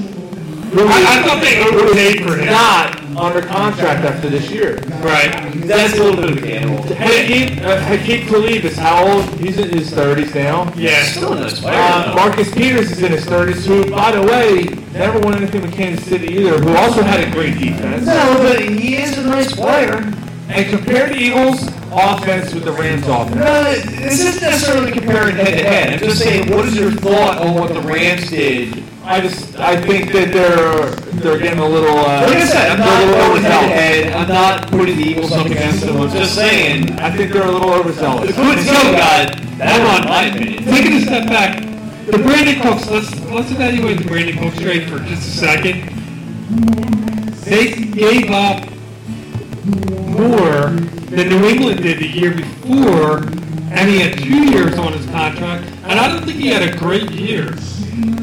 S7: I, I thought they overpaid for him.
S5: Not under contract after this year.
S7: Right.
S10: That's a little bit of a gamble.
S5: Hakeem, uh, Hakeem Talib is how old? He's in his thirties now.
S7: Yeah.
S10: Still in those
S5: Uh, Marcus Peters is in his 30s, who, by the way, never won anything with Kansas City either, who also had a great defense.
S10: No, but he is a nice player.
S5: And compare the Eagles' offense with the Rams' offense.
S10: No, this isn't necessarily comparing head to head. I'm just saying, what is your thought on what the Rams did?
S5: I just, I think that they're they're getting a little. Uh,
S10: Like I said, I'm
S5: they're a
S10: not
S5: little
S10: going head to
S5: overzealous.
S10: head. I'm not putting the Eagles up against them. I'm just saying,
S5: I think they're a little overzealous.
S10: the good skill guy, that's my opinion.
S7: Taking a step back, the Brandon Cooks. Let's let's evaluate the Brandon Cooks trade for just a second. They gave up more than New England did the year before, and he had two years on his contract. And I don't think he had a great year.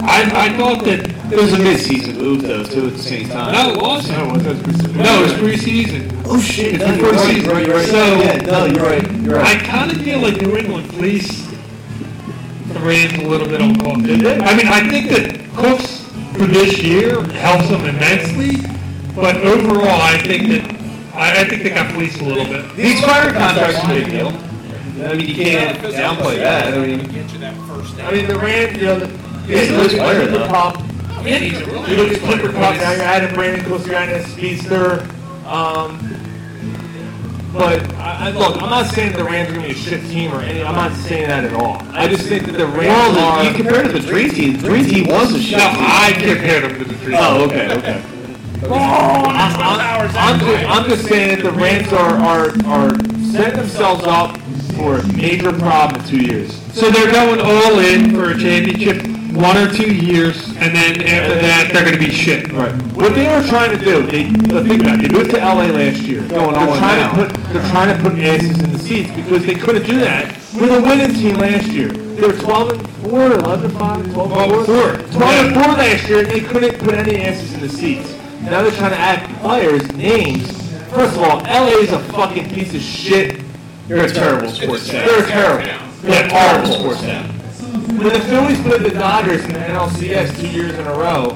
S7: I, I thought that
S10: It was a midseason move, though, too, at the same time.
S7: no, it wasn't.
S5: No, it was preseason.
S7: No, it's preseason.
S10: Oh, shit.
S7: It's
S10: No, you're
S7: before
S10: right,
S7: season.
S10: you're right, you're right.
S7: So
S10: Yeah, no, you're right, you're right.
S7: I kind of feel like New England fleeced the Rams a little bit on Cook. I mean, I think that Cooks for this year helps them immensely, but overall, I think that I, I think they got fleeced a little bit.
S10: The expiring contract's a big deal. I mean, you can't downplay that. I mean,
S12: Get you that first down.
S5: I mean, the Rams, you know, the,
S10: He's a
S5: you look
S10: good
S5: at
S10: player,
S5: Cooper
S10: though.
S5: Cup.
S7: Yeah, he's a really
S5: You look
S7: good
S5: at Cooper
S7: player.
S5: Cup now. You're adding Brandon Cooks, you're adding a speedster. Um, But I, I, look, I'm not saying the Rams are going to be a shit team or anything. I'm not saying that at all. I just think that the Rams
S10: Well,
S5: are.
S10: you compared to the Dream Team. The Dream Team was a shit
S5: No,
S10: team.
S5: I compared them to the Dream Team.
S10: Oh, okay, okay.
S5: I'm, I'm, I'm, just, I'm just saying that the Rams are, are, are setting themselves up for a major problem in two years.
S7: So they're going all in for a championship one or two years, and then after that, they're going to be shit.
S5: Right. What they are trying to do, they uh, think about it. They moved to LA last year.
S4: Going
S5: they're
S4: all in
S5: trying
S4: now.
S5: to put they're trying to put asses in the seats because they couldn't do that with a winning team last year. They were 12 and 4, 11 and 5, and 12 and 4, 12 and 4 last year, and they couldn't put any asses in the seats. Now they're trying to add players, names. First of all, LA is a fucking piece of shit. They're a terrible sports town. They're terrible. They're horrible sports town. When the Phillies played the Dodgers in the NLCS two years in a row,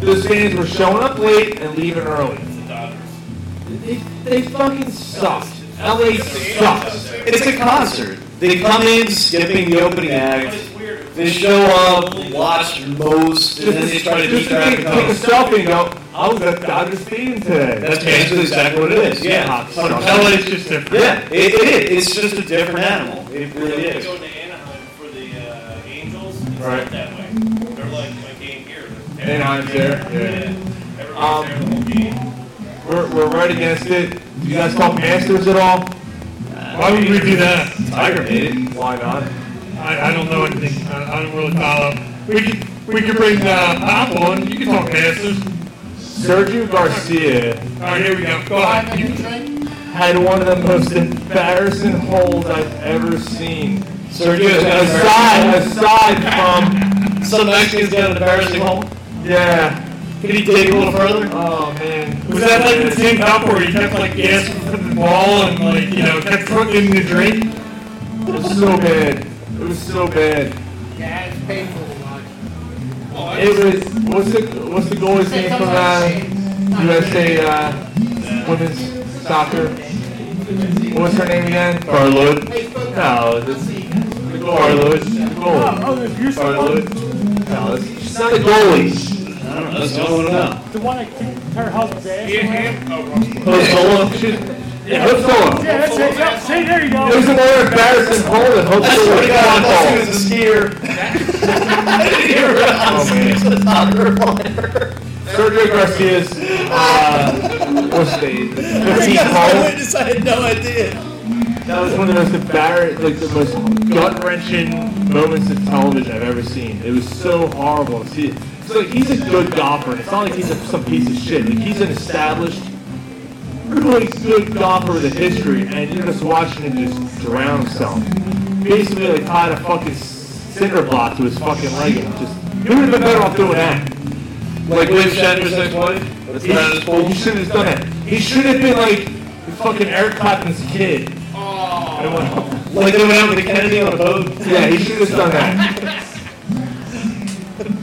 S5: those fans were showing up late and leaving early. They, they fucking sucked. LA sucks.
S10: It's a concert. They come in skipping the opening act. They show up, watch most, and then they try to beat
S5: Just
S10: traffic.
S5: take, take a selfie and go, I was at Dodgers Stadium today.
S10: That's basically exactly what it is. Yeah.
S5: LA's just different.
S10: Yeah, it, it is. It's just a different animal. It really is.
S12: Going to Anaheim for the uh, Angels. It's
S10: Right.
S12: not that way. They're like my game here.
S5: Anaheim's there, yeah. Um,
S12: Everybody's there the whole game.
S5: We're, we're right against it. Do you guys talk Masters at all?
S7: Why would we do that?
S5: Tiger made it. Why not?
S7: I, I don't know anything. I, I don't really follow. We could we could bring uh, Pop on. You can talk Masters.
S5: Sergio Garcia
S7: All right, here we go. Go ahead. You-
S5: had one of the most embarrassing holes I've ever seen.
S10: Sergio has got an
S5: aside,
S10: embarrassing-
S5: aside from
S10: Some Mexicans got an embarrassing hole.
S5: yeah.
S10: Can you take it a little further?
S5: Oh man,
S7: Was that like the same cup where he kept like gasping for the ball and like you know kept putting the drink?
S5: It was so bad. It was so bad.
S27: Yeah, it's painful to watch.
S5: It was what's the what's the goalie's name from uh, USA uh, women's soccer? What's her name again?
S10: Carload.
S5: No, this the goal. Carload. The goal. Oh, there's your Carload. No, it's she's not the goalie. I don't know. That's all I know.
S24: The one that kicked her husband's ass. Yeah,
S5: Hope Solo. Yeah, Hope Solo.
S24: Yeah, that's it. Yep, See, there you go.
S5: It was a more embarrassing hole than Hope
S10: I
S5: Solo.
S10: swear to God, I thought she was a skier. I didn't even realize she was a soccer player.
S5: Sergio Garcia's uh, what's his name? Fifteen
S28: I
S5: hole.
S28: witnessed, I had no idea.
S5: That was one of the most embarrassing, like the most gut wrenching moments of television I've ever seen. It was so horrible to see. it. It's like he's a good golfer. It's not like he's a, some piece of shit. Like he's an established, really good golfer with a history, and you're just watching him just drown himself. Basically, like tied a fucking cinder block to his fucking leg and just. He would have been better off doing that.
S10: Like Liv Shatner's ex-wife? That's
S5: He,
S10: not his fault.
S5: he should have done that. He should have been like fucking Eric Clapton's kid. I don't want to.
S10: Like they went out with the Kennedy on a boat.
S5: Yeah, he should have done that.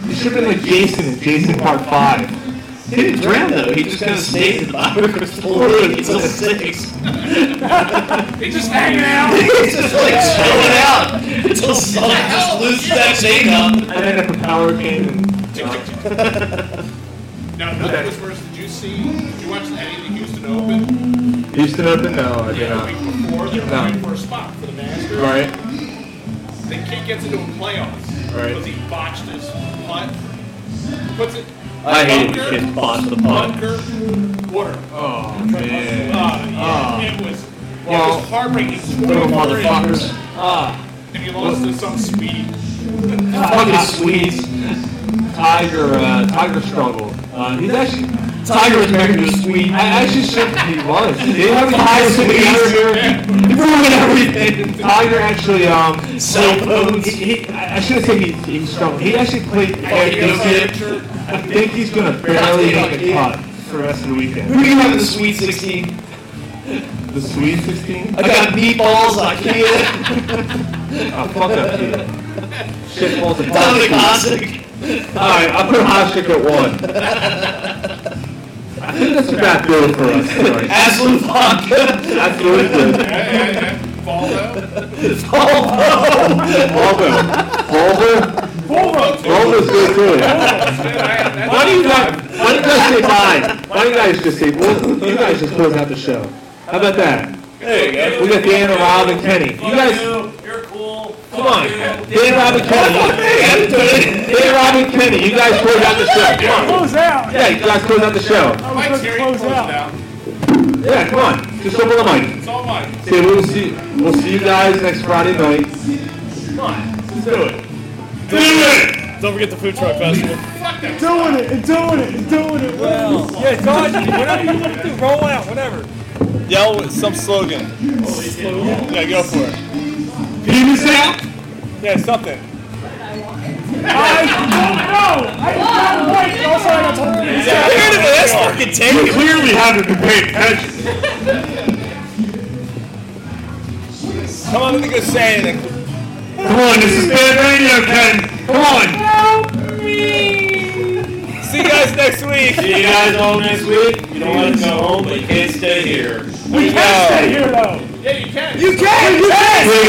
S5: He should have been like Jason in Jason Part 5.
S10: He didn't drown though. He just kind of stayed in the bottom of Crystal Lake until six.
S12: They just hanging out.
S10: He's just like chilling out until someone just loses that chain up.
S5: And then the propeller came and.
S12: Now, that was first. Did you see? Did you watch any of the Houston Open?
S5: Houston Open? No, I did
S12: Yeah, the
S5: not.
S12: week before they were
S5: No.
S12: playing for a spot for the Masters.
S5: Right.
S12: The kid gets into a playoffs
S5: Right.
S12: because he botched his putt. Puts it.
S10: I hated
S12: bunker,
S10: the kid botched the putt.
S12: Bunker, water.
S5: Oh, man.
S12: Uh, yeah,
S5: Oh.
S12: It was. it
S5: Well,
S12: was heartbreaking.
S10: little motherfuckers.
S5: Ah,
S12: And he lost to some speedy.
S5: fucking Swedes. Tiger, uh, Tiger struggled. Uh, he's actually. Tiger was married to a Swede. I actually should. He was. He didn't have a Tiger Swede. He ruined everything. Tiger actually, um.
S10: Cell phones.
S5: He, he, I I shouldn't say he, he struggled. He actually played
S10: you
S5: half
S10: got
S5: decent. I think he's gonna barely make a cut for the rest of the weekend.
S10: Who do you have in the Sweet 16?
S5: The Swede 16?
S10: I got meatballs, IKEA,
S5: Oh, fuck up, kid. Shit balls and
S10: Dominic
S5: boxes.
S10: Hasek.
S5: Alright, I'll put Hasek at one. I think that's about good for us tonight.
S10: Absolute vodka.
S5: Absolutely. Volvo. Volvo? Volvo's good too. Why do you guys, why do you guys say mine? Why do you guys just say, well, you guys just close out the show?
S4: How about that?
S29: There you go.
S4: We got Dan, Rob, and Kenny. You guys,
S29: You're cool.
S4: come on. Dan, Rob, and Kenny. Dan, Rob, and Kenny. You guys close out the show. Come on.
S12: Close out.
S4: Yeah, you guys close out the show.
S7: Mike's here. Close out.
S4: Yeah, come on. Just open the mic.
S7: It's all Mike.
S4: Say we'll see. We'll see you guys next Friday night.
S29: Come on. Let's do it.
S5: Do it! Don't forget the food truck festival.
S12: Doing it and doing it and doing it. Well,
S5: yeah,
S12: Dodge, whatever you want to do, roll out, whatever.
S5: Yell with some slogan. Yeah, go for it.
S4: Penis out?
S5: Yeah, something.
S12: I don't know. Oh, I didn't have a mic. Also, I got told to do this.
S5: Yeah, wait a minute, that's fucking taken.
S4: You clearly haven't been paying attention.
S5: Come on, let me go say anything.
S4: Come on, this is bad radio, Ken. Come on.
S5: See you guys next week.
S15: See you guys all next week. You don't want to go home, but you can't stay here.
S12: We can stay here, though.
S7: Yeah, you can.
S5: You can! You can!